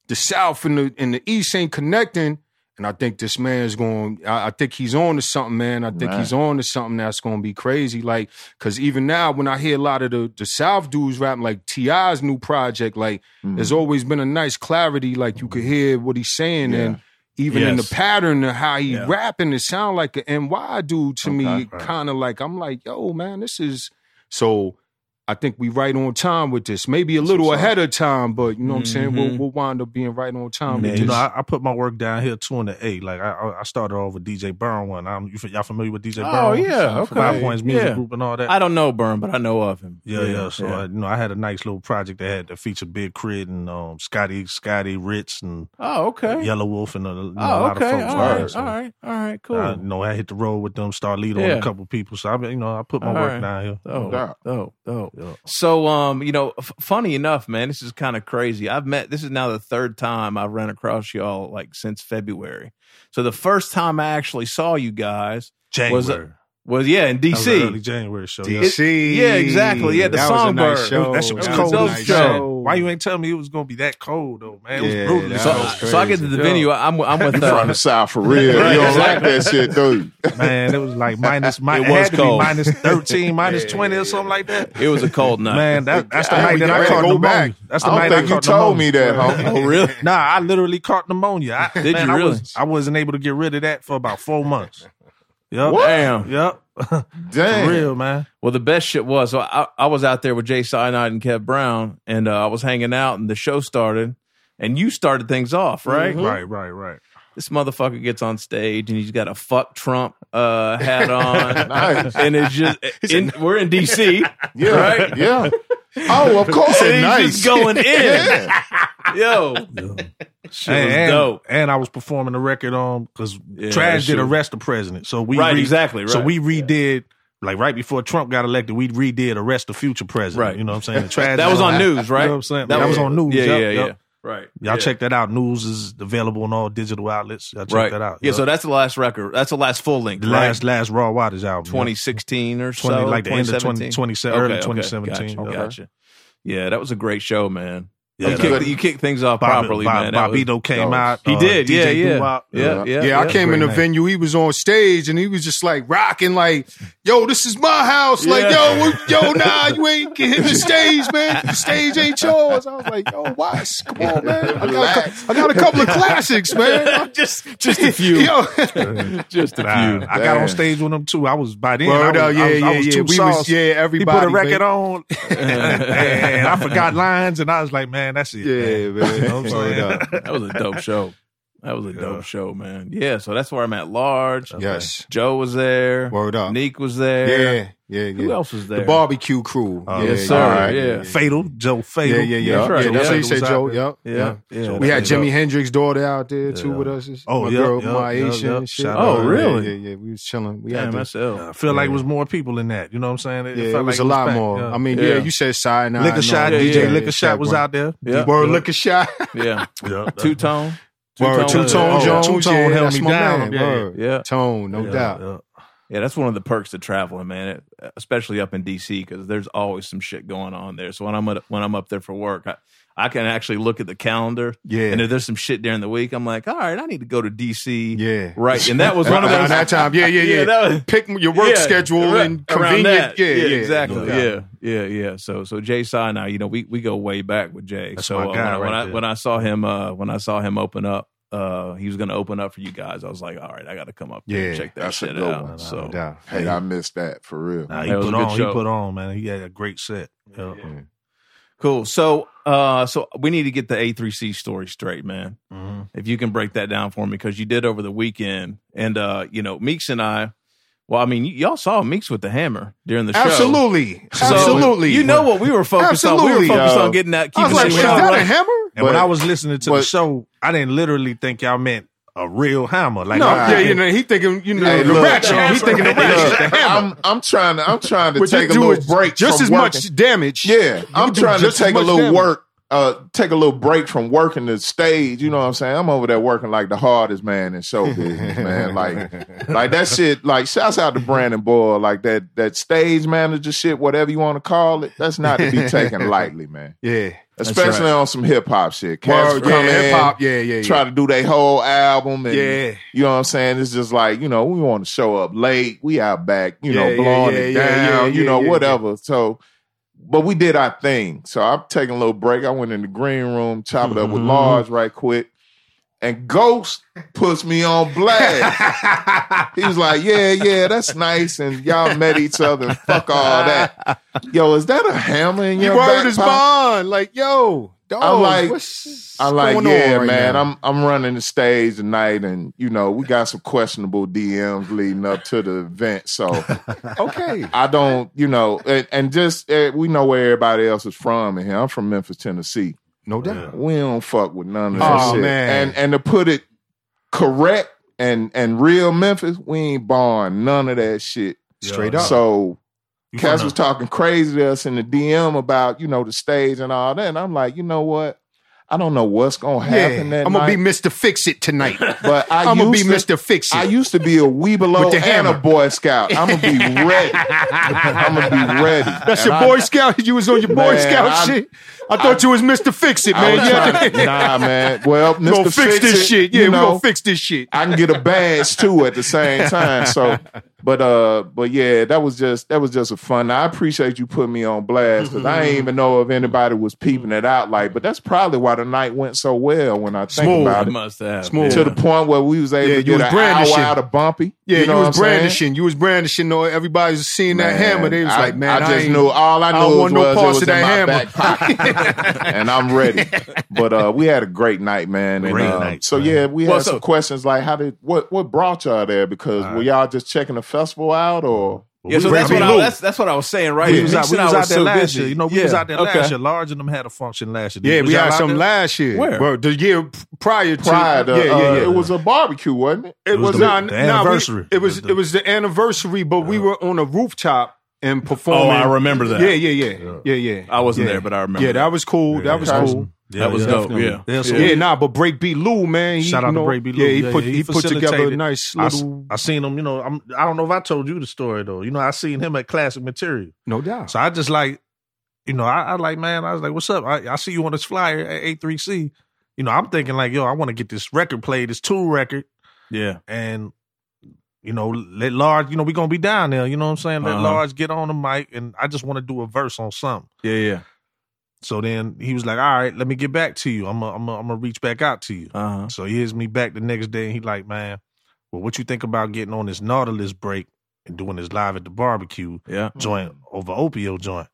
[SPEAKER 4] the South and the and the East ain't connecting. And I think this man's going. I, I think he's on to something, man. I think
[SPEAKER 2] Right.
[SPEAKER 4] he's on to something that's going to be crazy. Like, cause even now when I hear a lot of the the South dudes rapping, like Ti's new project, like
[SPEAKER 2] Mm.
[SPEAKER 4] there's always been a nice clarity. Like you could hear what he's saying,
[SPEAKER 2] Yeah.
[SPEAKER 4] and even in the
[SPEAKER 3] Yes.
[SPEAKER 4] pattern of how he
[SPEAKER 3] Yeah.
[SPEAKER 4] rapping, it sound like an NY dude to me.
[SPEAKER 2] Okay.
[SPEAKER 4] Kind of like I'm like, yo, man, this is so. I think we right on time with this. Maybe a little
[SPEAKER 2] what's up.
[SPEAKER 4] ahead of time, but you know what I'm saying. We'll,
[SPEAKER 1] Mhm.
[SPEAKER 4] we'll wind up being right on time
[SPEAKER 3] Man,
[SPEAKER 4] with
[SPEAKER 3] you
[SPEAKER 4] this.
[SPEAKER 3] know, I, I put my work down here two and the eight. Like I- I, I started off with DJ Burn one. I'm, you, y'all familiar with DJ Burn?
[SPEAKER 1] Oh, yeah,
[SPEAKER 3] From Five
[SPEAKER 1] okay.
[SPEAKER 3] Points Music
[SPEAKER 1] Yeah.
[SPEAKER 3] Group and all that.
[SPEAKER 1] I don't know Burn, but I know of him.
[SPEAKER 3] yeah, yeah. So I, you know, I had a nice little project that had that featured Big Crit and um, Scotty, Scotty Ritz and
[SPEAKER 1] oh, okay.
[SPEAKER 3] Yellow Wolf and a, you know, a
[SPEAKER 1] Oh,
[SPEAKER 3] lot
[SPEAKER 1] okay.
[SPEAKER 3] of
[SPEAKER 1] All
[SPEAKER 3] folks. on there.
[SPEAKER 1] right.
[SPEAKER 3] So,
[SPEAKER 1] All right. All right. Cool.
[SPEAKER 3] I, you know, I hit the road with them, Starlito and
[SPEAKER 1] Yeah.
[SPEAKER 3] a couple people. So I, you know, I put my
[SPEAKER 1] All
[SPEAKER 3] work
[SPEAKER 1] right.
[SPEAKER 3] down here.
[SPEAKER 1] Dope,
[SPEAKER 2] doubt.
[SPEAKER 1] dope, dope.
[SPEAKER 3] Yeah.
[SPEAKER 1] Oh, So, um, you know, f- funny enough, man, this is kind of crazy. I've met this is now the third time I've run across y'all like since February. So the first time I actually saw you guys
[SPEAKER 3] January.
[SPEAKER 1] Was it- was yeah in
[SPEAKER 3] That was an early
[SPEAKER 1] DC.
[SPEAKER 3] January show. yeah.
[SPEAKER 4] DC.
[SPEAKER 1] yeah, exactly. Yeah, the
[SPEAKER 4] that was a nice
[SPEAKER 1] Songbird.
[SPEAKER 4] show.
[SPEAKER 3] That shit was
[SPEAKER 1] That was
[SPEAKER 3] cold.
[SPEAKER 1] a
[SPEAKER 3] as
[SPEAKER 1] dope
[SPEAKER 3] shit.
[SPEAKER 1] show.
[SPEAKER 3] Why you ain't tell me it was gonna be that cold though, man? It
[SPEAKER 4] Yeah,
[SPEAKER 3] was brutal.
[SPEAKER 4] that
[SPEAKER 1] So,
[SPEAKER 4] was
[SPEAKER 1] so I get to the
[SPEAKER 4] crazy.
[SPEAKER 1] venue. I'm I'm with
[SPEAKER 2] You from
[SPEAKER 1] uh,
[SPEAKER 2] the south for real. You don't like that shit, do you?
[SPEAKER 3] man, it was like minus. mi-
[SPEAKER 1] It
[SPEAKER 3] it,
[SPEAKER 1] was
[SPEAKER 3] had to be
[SPEAKER 1] cold.
[SPEAKER 3] minus thirteen, minus twenty, or something like that.
[SPEAKER 1] it was a cold night.
[SPEAKER 3] Man, that, that's the
[SPEAKER 2] God,
[SPEAKER 3] night
[SPEAKER 2] we
[SPEAKER 3] that I
[SPEAKER 2] gotta
[SPEAKER 3] caught
[SPEAKER 2] go
[SPEAKER 3] pneumonia.
[SPEAKER 2] back.
[SPEAKER 3] That's the
[SPEAKER 2] I
[SPEAKER 3] night
[SPEAKER 2] don't think
[SPEAKER 3] I
[SPEAKER 2] you
[SPEAKER 3] caught
[SPEAKER 2] told me
[SPEAKER 3] pneumonia.
[SPEAKER 2] that, homie.
[SPEAKER 1] oh really?
[SPEAKER 3] Nah, I literally caught pneumonia. I,
[SPEAKER 1] Did
[SPEAKER 3] man,
[SPEAKER 1] you
[SPEAKER 3] I
[SPEAKER 1] really?
[SPEAKER 3] Was, I wasn't able to get rid of that for about four months. Yep.
[SPEAKER 1] Damn.
[SPEAKER 3] Yep.
[SPEAKER 2] Damn.
[SPEAKER 3] Real man.
[SPEAKER 1] Well, the best shit was so I, I was out there with Jay Cyanide and Kev Brown, and uh, I was hanging out, and the show started, and you started things off, right?
[SPEAKER 3] Right. Right. Right.
[SPEAKER 1] This motherfucker gets on stage, and he's got a fuck Trump uh, hat on,
[SPEAKER 2] Nice.
[SPEAKER 1] and it's just in, we're in D.C.
[SPEAKER 2] Yeah,
[SPEAKER 1] Right?
[SPEAKER 2] yeah. Oh, of course.
[SPEAKER 1] and he's
[SPEAKER 2] nice.
[SPEAKER 1] just going in,
[SPEAKER 2] Yeah.
[SPEAKER 1] yo, shit
[SPEAKER 3] and,
[SPEAKER 1] was
[SPEAKER 3] and-
[SPEAKER 1] dope.
[SPEAKER 3] and I was performing the record on because
[SPEAKER 1] Yeah, that
[SPEAKER 3] Trash
[SPEAKER 1] shit
[SPEAKER 3] did
[SPEAKER 1] was-
[SPEAKER 3] arrest the president. So we
[SPEAKER 1] Right,
[SPEAKER 3] re-
[SPEAKER 1] exactly,
[SPEAKER 3] So
[SPEAKER 1] right.
[SPEAKER 3] we redid like right before Trump got elected, we redid arrest the future president.
[SPEAKER 1] Right.
[SPEAKER 3] You know what I'm saying? The Trash
[SPEAKER 1] That was on news,
[SPEAKER 3] You
[SPEAKER 1] right?
[SPEAKER 3] know what I'm saying?
[SPEAKER 1] That
[SPEAKER 3] That, was
[SPEAKER 1] was-
[SPEAKER 3] on news.
[SPEAKER 1] yeah,
[SPEAKER 3] Yup,
[SPEAKER 1] yeah,
[SPEAKER 3] yup.
[SPEAKER 1] yeah. Right.
[SPEAKER 3] Y'all
[SPEAKER 1] Yeah.
[SPEAKER 3] check that out. News is available on all digital outlets. Y'all check
[SPEAKER 1] right.
[SPEAKER 3] that out.
[SPEAKER 1] Yeah,
[SPEAKER 3] Yup.
[SPEAKER 1] so that's the last record. That's the last full length.
[SPEAKER 3] the
[SPEAKER 1] right?
[SPEAKER 3] last last Raw Waters album. yup.
[SPEAKER 1] 2016 or
[SPEAKER 3] 20,
[SPEAKER 1] so,
[SPEAKER 3] like the end of 20,
[SPEAKER 1] 2017.
[SPEAKER 3] 20,
[SPEAKER 1] Okay,
[SPEAKER 3] early
[SPEAKER 1] okay.
[SPEAKER 3] 2017.
[SPEAKER 1] Gotcha,
[SPEAKER 3] yup.
[SPEAKER 1] gotcha. Yeah, that was a great show, man.
[SPEAKER 3] Yeah,
[SPEAKER 1] you,
[SPEAKER 3] that-
[SPEAKER 1] kicked, you kicked things off
[SPEAKER 3] Bob-
[SPEAKER 1] properly,
[SPEAKER 3] Bob-
[SPEAKER 1] man. That was-
[SPEAKER 3] Bobito came
[SPEAKER 2] dope.
[SPEAKER 3] out.
[SPEAKER 1] he
[SPEAKER 3] uh,
[SPEAKER 1] did, yeah,
[SPEAKER 3] DJ
[SPEAKER 1] yeah.
[SPEAKER 3] Doo-Wop.
[SPEAKER 1] yeah, yeah,
[SPEAKER 4] Yeah, I came in the venue. He was on stage and he was just like rocking, like, "Yo, this is my house." Like,
[SPEAKER 1] Yeah.
[SPEAKER 4] "Yo, what- yo, nah, you ain't can hit the stage, man. The stage ain't yours." I was like, "Yo, Watts, come on, man. I got, a,
[SPEAKER 2] Relax.
[SPEAKER 4] cou- I got a couple of classics, man."
[SPEAKER 1] just, just a few,
[SPEAKER 4] Yo,
[SPEAKER 1] just a
[SPEAKER 3] Nah,
[SPEAKER 1] few.
[SPEAKER 3] I got
[SPEAKER 2] Damn.
[SPEAKER 3] on stage with him too. I was by then.
[SPEAKER 4] Word
[SPEAKER 3] I
[SPEAKER 4] up,
[SPEAKER 3] was,
[SPEAKER 4] yeah,
[SPEAKER 3] I was, I
[SPEAKER 4] yeah,
[SPEAKER 3] was
[SPEAKER 4] yeah.
[SPEAKER 3] too
[SPEAKER 4] We was-
[SPEAKER 3] sauce.
[SPEAKER 4] yeah,
[SPEAKER 3] He put
[SPEAKER 4] everybody,
[SPEAKER 3] a record
[SPEAKER 4] man.
[SPEAKER 3] on, and I forgot lines, and I was like, man, that's it.
[SPEAKER 4] yeah, man.
[SPEAKER 3] You know what I'm
[SPEAKER 4] Word
[SPEAKER 3] saying?
[SPEAKER 4] up.
[SPEAKER 1] That was a dope show. That was a dope
[SPEAKER 3] Yeah.
[SPEAKER 1] show, man. Yeah, so that's where I'm at large.
[SPEAKER 4] Yes,
[SPEAKER 1] Joe was there.
[SPEAKER 4] word up.
[SPEAKER 1] Neek was there.
[SPEAKER 4] uh, Yeah, yeah,
[SPEAKER 1] Who
[SPEAKER 4] yeah.
[SPEAKER 1] else was there?
[SPEAKER 4] The barbecue crew.
[SPEAKER 3] Oh,
[SPEAKER 4] yeah,
[SPEAKER 1] yes,
[SPEAKER 4] yeah,
[SPEAKER 1] sir.
[SPEAKER 2] alright.
[SPEAKER 1] Yeah.
[SPEAKER 3] Fatal Joe
[SPEAKER 4] Yeah,
[SPEAKER 3] Fatal.
[SPEAKER 4] yeah, yeah.
[SPEAKER 2] That's
[SPEAKER 4] That's
[SPEAKER 1] right,
[SPEAKER 4] right.
[SPEAKER 1] yeah.
[SPEAKER 4] That's what you say,
[SPEAKER 3] Was out
[SPEAKER 4] Joe.
[SPEAKER 3] there.
[SPEAKER 4] Yep.
[SPEAKER 1] Yeah, yeah.
[SPEAKER 4] We had
[SPEAKER 1] that's
[SPEAKER 4] Jimi
[SPEAKER 1] dope.
[SPEAKER 4] Hendrix's daughter out there too
[SPEAKER 3] Yeah.
[SPEAKER 4] with us.
[SPEAKER 3] Oh,
[SPEAKER 4] my
[SPEAKER 3] yeah,
[SPEAKER 4] girl,
[SPEAKER 3] yeah,
[SPEAKER 4] my
[SPEAKER 3] yeah,
[SPEAKER 4] Asian
[SPEAKER 3] yeah.
[SPEAKER 4] and shit.
[SPEAKER 3] Shout
[SPEAKER 1] out. Oh, really?
[SPEAKER 4] Yeah, yeah, yeah. We was chilling. We
[SPEAKER 1] Damn,
[SPEAKER 4] had to,
[SPEAKER 1] that's ill.
[SPEAKER 3] I feel like it was more people in that. You know what I'm saying?
[SPEAKER 4] yeah,
[SPEAKER 3] felt
[SPEAKER 4] it was
[SPEAKER 3] like
[SPEAKER 4] a lot
[SPEAKER 3] packed,
[SPEAKER 4] more.
[SPEAKER 3] yeah.
[SPEAKER 4] I mean, yeah,
[SPEAKER 1] Yeah.
[SPEAKER 4] you said Cyanide.
[SPEAKER 3] Liquor
[SPEAKER 4] and all
[SPEAKER 3] Shot,
[SPEAKER 4] that.
[SPEAKER 1] yeah,
[SPEAKER 3] DJ
[SPEAKER 1] yeah,
[SPEAKER 3] Liquor Shot was
[SPEAKER 4] Shaq
[SPEAKER 3] out there.
[SPEAKER 1] yeah,
[SPEAKER 4] Word, Liquor Shot.
[SPEAKER 1] yeah.
[SPEAKER 3] Yeah,
[SPEAKER 1] Two tone,
[SPEAKER 4] Word, Two Tone
[SPEAKER 3] yeah.
[SPEAKER 4] Jones.
[SPEAKER 3] Two Tone
[SPEAKER 4] yeah,
[SPEAKER 3] held
[SPEAKER 4] that's
[SPEAKER 3] me
[SPEAKER 4] my
[SPEAKER 3] down.
[SPEAKER 4] man,
[SPEAKER 3] Yeah, yeah.
[SPEAKER 4] word.
[SPEAKER 1] yeah.
[SPEAKER 4] Tone, no
[SPEAKER 3] Yeah,
[SPEAKER 4] doubt.
[SPEAKER 3] yeah.
[SPEAKER 1] Yeah, that's one of the perks of traveling, man. It, especially up in DC because there's always some shit going on there. So when I'm at, when I'm up there for work, I, I can actually look at the calendar.
[SPEAKER 4] Yeah.
[SPEAKER 1] and if there's some shit during the week, I'm like, all right, I need to go to DC.
[SPEAKER 4] Yeah.
[SPEAKER 1] right. And that was one of
[SPEAKER 4] Around
[SPEAKER 1] those.
[SPEAKER 4] that time. Yeah, yeah, yeah.
[SPEAKER 1] Yeah, that was-
[SPEAKER 4] Pick your work
[SPEAKER 1] Yeah,
[SPEAKER 4] schedule
[SPEAKER 1] right,
[SPEAKER 4] and
[SPEAKER 1] around
[SPEAKER 4] convenient.
[SPEAKER 1] that.
[SPEAKER 4] Yeah, yeah,
[SPEAKER 1] exactly.
[SPEAKER 4] no doubt.
[SPEAKER 1] Yeah, yeah, yeah. So, so Jay Sinai, you know, we we go way back with Jay.
[SPEAKER 3] That's
[SPEAKER 1] so
[SPEAKER 3] my
[SPEAKER 1] uh,
[SPEAKER 3] guy
[SPEAKER 1] when, I- when
[SPEAKER 3] right
[SPEAKER 1] I
[SPEAKER 3] there.
[SPEAKER 1] when I saw him, uh, when I saw him open up uh, he was going to open up for you guys. I was like, all right, I got to come up there and
[SPEAKER 4] Yeah,
[SPEAKER 1] check that
[SPEAKER 2] that's a
[SPEAKER 1] shit
[SPEAKER 2] good
[SPEAKER 1] out.
[SPEAKER 2] one.
[SPEAKER 1] So
[SPEAKER 4] Yeah.
[SPEAKER 2] Hey, I missed that for real.
[SPEAKER 3] Nah, he
[SPEAKER 1] That was
[SPEAKER 3] put
[SPEAKER 1] a good
[SPEAKER 3] on. He
[SPEAKER 1] show.
[SPEAKER 3] put on, man. He had a great set. Yeah. Mm-hmm.
[SPEAKER 1] cool. So uh, so we need to get the A3C story straight, man.
[SPEAKER 3] Mhm.
[SPEAKER 4] Mm-hmm.
[SPEAKER 1] If you can break that down for me, because you did over the weekend, and uh, you know Meeks and I. Well, I mean, y- y'all saw Meeks with the hammer during the show.
[SPEAKER 4] Absolutely,
[SPEAKER 1] So,
[SPEAKER 4] absolutely.
[SPEAKER 1] You know what we were focused on? We
[SPEAKER 4] Absolutely,
[SPEAKER 1] were focused
[SPEAKER 2] yo.
[SPEAKER 1] on getting that.
[SPEAKER 4] I was
[SPEAKER 1] keeping
[SPEAKER 4] like,
[SPEAKER 1] that
[SPEAKER 4] is
[SPEAKER 1] shit
[SPEAKER 4] that
[SPEAKER 1] right.
[SPEAKER 4] a hammer?
[SPEAKER 3] And when
[SPEAKER 2] But-
[SPEAKER 3] I was listening to the
[SPEAKER 2] but-
[SPEAKER 3] show, I didn't literally think y'all meant a real hammer. Like,
[SPEAKER 4] No,
[SPEAKER 3] I'm
[SPEAKER 4] yeah,
[SPEAKER 3] thinking-
[SPEAKER 4] you know, he thinking, you know,
[SPEAKER 2] Hey,
[SPEAKER 4] the
[SPEAKER 2] look,
[SPEAKER 4] ratchet. He thinking the
[SPEAKER 2] Look,
[SPEAKER 4] ratchet. the hammer.
[SPEAKER 2] I'm I'm trying to I'm trying to
[SPEAKER 4] But you
[SPEAKER 2] take a
[SPEAKER 4] do
[SPEAKER 2] little
[SPEAKER 4] it
[SPEAKER 2] break.
[SPEAKER 4] just
[SPEAKER 2] from
[SPEAKER 4] as
[SPEAKER 2] working.
[SPEAKER 4] much damage.
[SPEAKER 2] Yeah, I'm
[SPEAKER 4] do
[SPEAKER 2] trying to
[SPEAKER 4] just as
[SPEAKER 2] take a
[SPEAKER 4] much
[SPEAKER 2] little
[SPEAKER 4] damage.
[SPEAKER 2] work, uh, take a little break from working the stage. You know what I'm saying? I'm over there working like the hardest man in show business, man. Like, like that shit. Like, shouts out to Brandon Boyle. Like that that stage manager shit, whatever you want to call it. That's not to be taken lightly, man.
[SPEAKER 4] yeah.
[SPEAKER 2] Especially on some hip hop shit. Cats
[SPEAKER 4] Well, yeah,
[SPEAKER 2] come in,
[SPEAKER 4] hip hop. Yeah, yeah, yeah.
[SPEAKER 2] try to do their whole album, and
[SPEAKER 4] Yeah.
[SPEAKER 2] you know what I'm saying. It's just like you know we want to show up late. We out back, you know,
[SPEAKER 4] Yeah, yeah,
[SPEAKER 2] blowing it
[SPEAKER 4] yeah, yeah,
[SPEAKER 2] down,
[SPEAKER 4] yeah,
[SPEAKER 2] you
[SPEAKER 4] yeah,
[SPEAKER 2] know,
[SPEAKER 4] yeah,
[SPEAKER 2] whatever. So, but we did our thing. So I'm taking a little break. I went in the green room, chop it up with
[SPEAKER 4] Mm-hmm.
[SPEAKER 3] Mhm.
[SPEAKER 2] Large right quick, and Ghost puts me on blast. he was like, "Yeah, yeah, that's nice," and y'all met each other. and Fuck all that. Yo, is that a hammer in
[SPEAKER 4] You
[SPEAKER 2] your
[SPEAKER 4] word
[SPEAKER 2] back
[SPEAKER 4] is
[SPEAKER 2] pocket?
[SPEAKER 4] bond. Like, yo, dog,
[SPEAKER 2] I'm like-
[SPEAKER 4] what's
[SPEAKER 2] I like,
[SPEAKER 4] going
[SPEAKER 2] yeah,
[SPEAKER 4] on right
[SPEAKER 2] man.
[SPEAKER 4] now?
[SPEAKER 2] I'm I'm running the stage tonight, and you know we got some questionable DMs leading up to the event, so
[SPEAKER 4] okay.
[SPEAKER 2] I don't, you know, and, and just eh, we know where everybody else is from in here. I'm from Memphis, Tennessee.
[SPEAKER 4] No doubt.
[SPEAKER 2] We don't fuck with none of that
[SPEAKER 4] Oh,
[SPEAKER 2] shit.
[SPEAKER 4] man.
[SPEAKER 2] And and to put it correct and and real Memphis, we ain't barring none of that shit.
[SPEAKER 4] Straight up.
[SPEAKER 2] So
[SPEAKER 3] You
[SPEAKER 2] Cass
[SPEAKER 3] from
[SPEAKER 2] was
[SPEAKER 3] the-
[SPEAKER 2] talking crazy to us in the DM about you know the stage and all that. And I'm like, you know what? I don't know what's gonna
[SPEAKER 4] yeah,
[SPEAKER 2] happen. that
[SPEAKER 4] I'm gonna
[SPEAKER 2] night,
[SPEAKER 4] be Mr. Fix It tonight.
[SPEAKER 2] but I
[SPEAKER 4] I'm gonna be
[SPEAKER 2] used to-
[SPEAKER 4] Mr. Fix
[SPEAKER 2] I
[SPEAKER 4] It.
[SPEAKER 2] used to be a Weebelo
[SPEAKER 4] With
[SPEAKER 2] and
[SPEAKER 4] the
[SPEAKER 2] a
[SPEAKER 4] hammer.
[SPEAKER 2] Boy Scout. I'm gonna be ready. I'm gonna be ready.
[SPEAKER 4] That's
[SPEAKER 2] And
[SPEAKER 4] your
[SPEAKER 2] I-
[SPEAKER 4] Boy Scout. You was on your Boy
[SPEAKER 2] Man,
[SPEAKER 4] Scout
[SPEAKER 2] I'm-
[SPEAKER 4] shit. I thought you was Mr. Fix It,
[SPEAKER 2] I
[SPEAKER 4] man.
[SPEAKER 2] was
[SPEAKER 4] Yeah,
[SPEAKER 2] trying- nah, man. Well,
[SPEAKER 4] we
[SPEAKER 2] Mr.
[SPEAKER 4] gonna fix
[SPEAKER 2] It,
[SPEAKER 4] this shit. Yeah,
[SPEAKER 2] you
[SPEAKER 4] we
[SPEAKER 2] know,
[SPEAKER 4] gonna fix this shit.
[SPEAKER 2] I can get a badge too at the same time. So, but uh, but yeah, that was just that was just a fun. I appreciate you putting me on blast because I didn't even know if anybody was peeping it out. Like, but that's probably why the night went so well when I think
[SPEAKER 4] Smooth.
[SPEAKER 2] about
[SPEAKER 1] I
[SPEAKER 2] it.
[SPEAKER 1] must have.
[SPEAKER 4] Smooth.
[SPEAKER 1] yeah.
[SPEAKER 2] To the point where we was able
[SPEAKER 4] Yeah,
[SPEAKER 2] to
[SPEAKER 4] you
[SPEAKER 2] get
[SPEAKER 4] was
[SPEAKER 2] an
[SPEAKER 4] brandishing.
[SPEAKER 2] hour out of Bumpy.
[SPEAKER 4] Yeah, you,
[SPEAKER 2] know what
[SPEAKER 4] was
[SPEAKER 2] I'm saying?
[SPEAKER 4] brandishing. You was brandishing. Or everybody was seeing that
[SPEAKER 2] Man,
[SPEAKER 4] hammer. They was
[SPEAKER 2] I-
[SPEAKER 4] like, man,
[SPEAKER 2] I, just
[SPEAKER 4] ain't-
[SPEAKER 2] knew all I
[SPEAKER 4] I don't
[SPEAKER 2] knew was,
[SPEAKER 4] want no
[SPEAKER 2] was it
[SPEAKER 4] parts
[SPEAKER 2] was
[SPEAKER 4] of
[SPEAKER 2] in my
[SPEAKER 4] that hammer.
[SPEAKER 2] back pocket, and I'm ready. But uh, we had a great night, man. And,
[SPEAKER 3] Great
[SPEAKER 2] uh,
[SPEAKER 3] night,
[SPEAKER 2] So
[SPEAKER 3] man.
[SPEAKER 2] yeah, we
[SPEAKER 1] Well,
[SPEAKER 2] had
[SPEAKER 1] so-
[SPEAKER 2] some questions like, how did what what brought y'all there? Because were y'all just checking the festival out, or
[SPEAKER 1] Yeah, so
[SPEAKER 3] We
[SPEAKER 1] that's
[SPEAKER 3] was
[SPEAKER 1] what,
[SPEAKER 3] out-
[SPEAKER 1] I, that's, that's what I was saying, right?
[SPEAKER 3] we was out,
[SPEAKER 1] Meeks
[SPEAKER 3] we
[SPEAKER 1] and I
[SPEAKER 3] was
[SPEAKER 1] were
[SPEAKER 3] out there
[SPEAKER 1] so
[SPEAKER 3] last
[SPEAKER 1] busy.
[SPEAKER 3] year. You know, we
[SPEAKER 1] Yeah,
[SPEAKER 3] was out there
[SPEAKER 1] okay.
[SPEAKER 3] last year. Large and them had a function last year.
[SPEAKER 4] Yeah,
[SPEAKER 3] Was
[SPEAKER 4] we
[SPEAKER 3] y'all
[SPEAKER 4] had
[SPEAKER 3] out
[SPEAKER 4] something
[SPEAKER 3] there?
[SPEAKER 4] last year.
[SPEAKER 1] Where?
[SPEAKER 4] Well, the year p- prior to
[SPEAKER 2] prior to
[SPEAKER 4] yeah, yeah,
[SPEAKER 2] uh,
[SPEAKER 4] yeah.
[SPEAKER 2] it was a barbecue, wasn't it?
[SPEAKER 4] It
[SPEAKER 3] was the-
[SPEAKER 4] was not
[SPEAKER 3] the
[SPEAKER 4] nah, we-
[SPEAKER 3] anniversary.
[SPEAKER 4] it was
[SPEAKER 3] The-
[SPEAKER 4] it was the anniversary, but we were on a rooftop and
[SPEAKER 1] Oh,
[SPEAKER 4] performing.
[SPEAKER 1] I remember that.
[SPEAKER 4] Yeah, yeah, yeah, yeah, yeah.
[SPEAKER 1] I wasn't
[SPEAKER 4] Yeah.
[SPEAKER 1] there, but I remember.
[SPEAKER 4] Yeah, that was cool. That was
[SPEAKER 2] Yeah.
[SPEAKER 4] cool.
[SPEAKER 3] Yeah,
[SPEAKER 1] That was
[SPEAKER 3] yeah,
[SPEAKER 1] dope,
[SPEAKER 3] definitely.
[SPEAKER 1] yeah.
[SPEAKER 3] so
[SPEAKER 4] Yeah, nah, but Break Beat Lou, man. He,
[SPEAKER 3] Shout out
[SPEAKER 4] you
[SPEAKER 3] to
[SPEAKER 4] know,
[SPEAKER 3] Break Beat Lou.
[SPEAKER 4] Yeah, he
[SPEAKER 3] Yeah,
[SPEAKER 4] put
[SPEAKER 3] yeah,
[SPEAKER 4] he,
[SPEAKER 3] he
[SPEAKER 4] put together a
[SPEAKER 3] facilitated.
[SPEAKER 4] nice
[SPEAKER 3] I, s-
[SPEAKER 4] little
[SPEAKER 3] I seen him, you know, I'm, I don't know if I told you the story though. You know, I seen him at Classic Material.
[SPEAKER 4] no doubt.
[SPEAKER 3] So I just like, you know, I, I like, man, I was like, what's up? I, I see you on this flyer at A3C. You know, I'm thinking like, yo, I want to get this record played, this two record,
[SPEAKER 1] Yeah.
[SPEAKER 3] and you know, let large, you know, we gonna be down there. You know what I'm saying? Let
[SPEAKER 1] Uh-huh.
[SPEAKER 3] large get on the mic, and I just want to do a verse on something.
[SPEAKER 1] Yeah, yeah.
[SPEAKER 3] So then he was like, all right, let me get back to you. I'm gonna I'm gonna reach back out to you.
[SPEAKER 1] Uh-huh.
[SPEAKER 3] So he hits me back the next day, and he like, man, well, what you think about getting on this Nautilus break and doing this live at the barbecue?
[SPEAKER 1] Yeah.
[SPEAKER 3] joint
[SPEAKER 4] Mm-hmm.
[SPEAKER 3] over opio joint.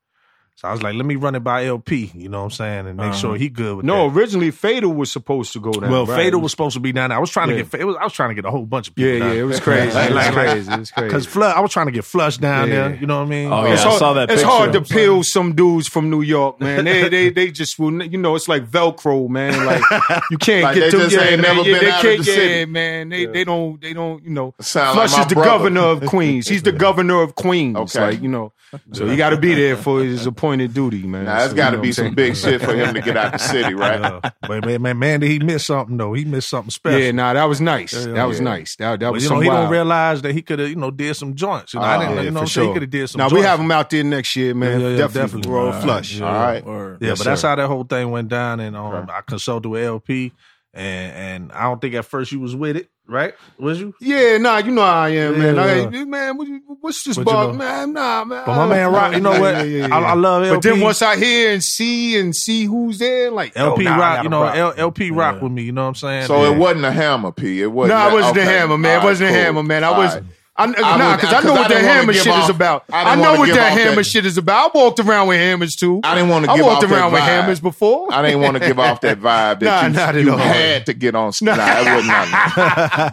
[SPEAKER 3] So I was like, let me run it by LP, you know what I'm saying, and make
[SPEAKER 1] Uh-huh.
[SPEAKER 3] sure he good with
[SPEAKER 4] No,
[SPEAKER 3] that.
[SPEAKER 4] originally Fatal was supposed to go down.
[SPEAKER 3] well,
[SPEAKER 4] right?
[SPEAKER 3] Fader was supposed to be down there. I was trying
[SPEAKER 4] Yeah.
[SPEAKER 3] to get, Fa- it was, I was trying to get a whole bunch of
[SPEAKER 4] Yeah,
[SPEAKER 3] people.
[SPEAKER 4] yeah,
[SPEAKER 3] down
[SPEAKER 4] it
[SPEAKER 3] there.
[SPEAKER 4] was crazy. It was
[SPEAKER 3] Like-
[SPEAKER 4] crazy. It was crazy.
[SPEAKER 3] Cause Flush, I was trying to get Flush down
[SPEAKER 4] Yeah.
[SPEAKER 3] there. You know what I mean?
[SPEAKER 1] Oh, yeah.
[SPEAKER 4] it's
[SPEAKER 1] I
[SPEAKER 4] hard,
[SPEAKER 1] saw that
[SPEAKER 4] It's
[SPEAKER 1] picture.
[SPEAKER 4] hard to peel some dudes from New York, man. They they they just will. n- You know, it's like Velcro, man. Like you can't
[SPEAKER 2] Like, they
[SPEAKER 4] get them.
[SPEAKER 2] just
[SPEAKER 4] yeah,
[SPEAKER 2] ain't
[SPEAKER 4] man,
[SPEAKER 2] never
[SPEAKER 4] yeah,
[SPEAKER 2] been
[SPEAKER 4] they
[SPEAKER 2] out of
[SPEAKER 4] can't,
[SPEAKER 2] the city.
[SPEAKER 4] Yeah, man. They they don't they don't. You know,
[SPEAKER 2] Sound like
[SPEAKER 4] Flush
[SPEAKER 2] my
[SPEAKER 4] is the
[SPEAKER 2] brother.
[SPEAKER 4] governor of Queens. He's the governor of Queens.
[SPEAKER 2] Okay.
[SPEAKER 4] Like you know, so he got to be there for his appointed duty, man.
[SPEAKER 2] Now that's
[SPEAKER 4] So,
[SPEAKER 2] got
[SPEAKER 4] you
[SPEAKER 2] to
[SPEAKER 4] know
[SPEAKER 2] be
[SPEAKER 4] what I'm
[SPEAKER 2] some
[SPEAKER 4] saying?
[SPEAKER 2] big shit for him to get out the city, right?
[SPEAKER 3] Yeah. but man, man, man, did he miss something though? He missed something special.
[SPEAKER 4] Yeah, nah, that was nice.
[SPEAKER 3] yeah,
[SPEAKER 4] that was
[SPEAKER 2] yeah.
[SPEAKER 4] nice. That that
[SPEAKER 3] But,
[SPEAKER 4] was
[SPEAKER 3] you
[SPEAKER 4] some
[SPEAKER 3] know, he don't
[SPEAKER 4] wild-
[SPEAKER 3] realize that he could have, you know, did some joints. You know, I
[SPEAKER 2] Ah,
[SPEAKER 3] didn't,
[SPEAKER 2] yeah,
[SPEAKER 3] you know,
[SPEAKER 4] for
[SPEAKER 3] what I'm saying?
[SPEAKER 4] sure.
[SPEAKER 3] he could have did some.
[SPEAKER 4] Now we
[SPEAKER 3] joints.
[SPEAKER 4] have him out there next year, man.
[SPEAKER 3] Yeah, yeah, yeah,
[SPEAKER 4] definitely,
[SPEAKER 3] definitely.
[SPEAKER 4] Royal
[SPEAKER 1] Uh,
[SPEAKER 3] All right,
[SPEAKER 4] Flush.
[SPEAKER 3] yeah.
[SPEAKER 2] All right.
[SPEAKER 1] Or,
[SPEAKER 3] Yeah,
[SPEAKER 4] Yes,
[SPEAKER 3] but that's
[SPEAKER 4] sir.
[SPEAKER 3] how that whole thing went down. And um,
[SPEAKER 2] Okay.
[SPEAKER 3] I consulted with LP, and and I don't think at first you was with it, right? Was you?
[SPEAKER 4] Yeah, nah, you know how I am, man. I ain't- man, what you- what's this
[SPEAKER 3] What you
[SPEAKER 4] about,
[SPEAKER 3] know?
[SPEAKER 4] man? Nah, man.
[SPEAKER 3] But my man Rock, you know what?
[SPEAKER 4] Yeah, yeah, yeah.
[SPEAKER 3] I, I love LP.
[SPEAKER 4] But then once I hear and see and see who's there, like
[SPEAKER 3] LP
[SPEAKER 4] oh, nah, I
[SPEAKER 3] Rock,
[SPEAKER 4] got
[SPEAKER 3] you
[SPEAKER 4] a
[SPEAKER 3] know,
[SPEAKER 4] problem.
[SPEAKER 3] L, LP Rock with me. You know what I'm saying?
[SPEAKER 2] So
[SPEAKER 3] And-
[SPEAKER 2] it wasn't a hammer, P. It wasn't.
[SPEAKER 4] No, it wasn't
[SPEAKER 2] okay.
[SPEAKER 4] the hammer, man.
[SPEAKER 2] All
[SPEAKER 4] it
[SPEAKER 2] right,
[SPEAKER 4] wasn't the
[SPEAKER 2] cool.
[SPEAKER 4] hammer, man. I
[SPEAKER 2] All
[SPEAKER 4] wasn't.
[SPEAKER 2] right.
[SPEAKER 4] I, nah,
[SPEAKER 2] wouldn't-
[SPEAKER 4] because I know
[SPEAKER 2] 'cause I
[SPEAKER 4] what that
[SPEAKER 2] didn't wanna
[SPEAKER 4] hammer
[SPEAKER 2] give
[SPEAKER 4] shit is
[SPEAKER 2] off-
[SPEAKER 4] about.
[SPEAKER 2] I
[SPEAKER 4] I,
[SPEAKER 2] didn't
[SPEAKER 4] know
[SPEAKER 2] wanna
[SPEAKER 4] what
[SPEAKER 2] give
[SPEAKER 4] that
[SPEAKER 2] off
[SPEAKER 4] hammer
[SPEAKER 2] that-
[SPEAKER 4] shit is about. I walked around with hammers too.
[SPEAKER 2] I didn't want to
[SPEAKER 4] I
[SPEAKER 2] give
[SPEAKER 4] walked
[SPEAKER 2] off that
[SPEAKER 4] around with
[SPEAKER 2] vibe.
[SPEAKER 4] hammers before.
[SPEAKER 2] I didn't want to give off that vibe
[SPEAKER 4] Nah,
[SPEAKER 2] that
[SPEAKER 4] not
[SPEAKER 2] you,
[SPEAKER 4] at
[SPEAKER 2] you
[SPEAKER 4] all.
[SPEAKER 2] had to get on. Nah, it was not.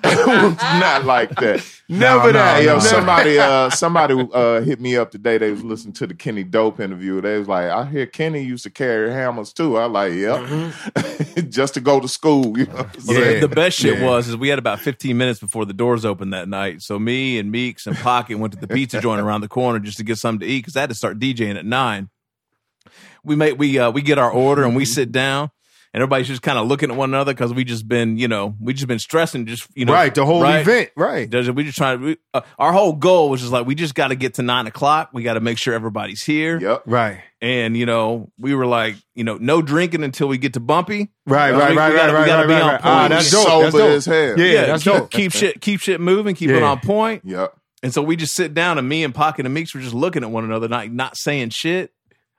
[SPEAKER 2] it was not like that.
[SPEAKER 3] No,
[SPEAKER 4] Never that.
[SPEAKER 2] Hey, yo,
[SPEAKER 4] Never.
[SPEAKER 2] somebody, uh, somebody uh, hit me up today. They was listening to the Kenny Dope interview. They was like, "I hear Kenny used to carry hammers too." I like, "Yep, just to go to school." You know what I'm saying?
[SPEAKER 1] The best shit
[SPEAKER 4] Mm-hmm. Yeah.
[SPEAKER 1] was is we had about 15 minutes before the doors opened that night. So me and Meeks and Pocket went to the pizza joint around the corner just to get something to eat because I had to start DJing at nine. We make we uh, we get our order and we
[SPEAKER 4] Mm-hmm.
[SPEAKER 1] sit down and everybody's just kind of looking at one another because we just been you know we just been stressing just you know
[SPEAKER 4] right, the whole
[SPEAKER 1] right?
[SPEAKER 4] event. Right.
[SPEAKER 1] Does it? We just trying to. We, uh, our whole goal was just like we just got to get to nine o'clock. We got to make sure everybody's here.
[SPEAKER 2] Yep.
[SPEAKER 4] Right.
[SPEAKER 1] And you know, we were like, you know, no drinking until we get to Bumpy.
[SPEAKER 4] Right,
[SPEAKER 1] We-
[SPEAKER 4] right,
[SPEAKER 1] we gotta-
[SPEAKER 4] right, right,
[SPEAKER 1] we
[SPEAKER 4] right,
[SPEAKER 1] gotta
[SPEAKER 4] right,
[SPEAKER 1] be on
[SPEAKER 4] right.
[SPEAKER 1] point.
[SPEAKER 4] Ah, that's dope. That's
[SPEAKER 2] Sober
[SPEAKER 4] dope.
[SPEAKER 2] as hell.
[SPEAKER 4] Yeah, that's
[SPEAKER 1] keep,
[SPEAKER 4] dope.
[SPEAKER 1] keep shit, keep shit moving, keep it
[SPEAKER 4] Yeah.
[SPEAKER 1] on point.
[SPEAKER 2] Yep.
[SPEAKER 1] And so we just sit down, and me and Pocket and Meeks were just looking at one another, not not saying shit.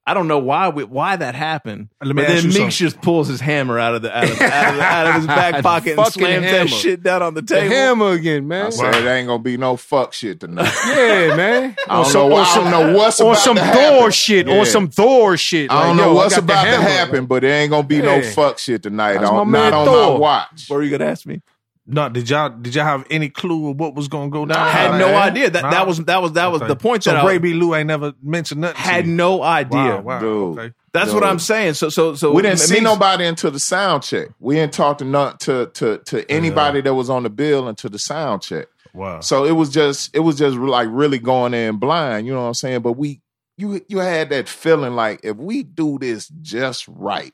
[SPEAKER 1] I don't know why we, why that happened.
[SPEAKER 3] Let me
[SPEAKER 1] but
[SPEAKER 3] ask
[SPEAKER 1] then
[SPEAKER 3] you
[SPEAKER 1] Meeks
[SPEAKER 3] something.
[SPEAKER 1] just pulls his hammer out of the out of, out of, the- out of his back pocket and
[SPEAKER 4] Fucking
[SPEAKER 1] slams
[SPEAKER 4] hammer.
[SPEAKER 1] that shit down on the
[SPEAKER 4] The
[SPEAKER 1] table.
[SPEAKER 4] hammer again, man.
[SPEAKER 2] I said it ain't gonna be no fuck shit tonight.
[SPEAKER 4] Yeah, man.
[SPEAKER 2] I don't know why- I don't know what's
[SPEAKER 4] on
[SPEAKER 2] about
[SPEAKER 4] some
[SPEAKER 2] to happen.
[SPEAKER 4] Thor shit.
[SPEAKER 2] Yeah.
[SPEAKER 4] On some Thor shit.
[SPEAKER 2] I don't
[SPEAKER 4] Like,
[SPEAKER 2] know
[SPEAKER 4] yo,
[SPEAKER 2] what's
[SPEAKER 4] got the
[SPEAKER 2] about to
[SPEAKER 4] hammer.
[SPEAKER 2] happen, but it ain't gonna be no
[SPEAKER 4] Yeah.
[SPEAKER 2] fuck shit tonight.
[SPEAKER 4] That's my
[SPEAKER 2] On,
[SPEAKER 4] man
[SPEAKER 2] not on
[SPEAKER 4] Thor.
[SPEAKER 2] my watch.
[SPEAKER 1] What are you gonna ask me?
[SPEAKER 3] No, did y'all did y'all have any clue of what was gonna go down?
[SPEAKER 1] I had
[SPEAKER 2] man.
[SPEAKER 1] no idea. That
[SPEAKER 3] Nah.
[SPEAKER 1] that was that was that was
[SPEAKER 3] Okay.
[SPEAKER 1] the point
[SPEAKER 3] So
[SPEAKER 1] that I
[SPEAKER 3] Brady Lou ain't never mentioned nothing.
[SPEAKER 1] had
[SPEAKER 3] to you.
[SPEAKER 1] no idea.
[SPEAKER 3] Wow, wow,
[SPEAKER 2] Dude.
[SPEAKER 3] okay.
[SPEAKER 1] That's what
[SPEAKER 2] No.
[SPEAKER 1] I'm saying. So so so
[SPEAKER 2] We didn't see
[SPEAKER 1] Meeks-
[SPEAKER 2] nobody until the sound check. We didn't talk to not to to to anybody that was on the bill until the sound check.
[SPEAKER 3] Wow.
[SPEAKER 2] So it was just it was just like really going in blind, you know what I'm saying? But we you you had that feeling like if we do this just right,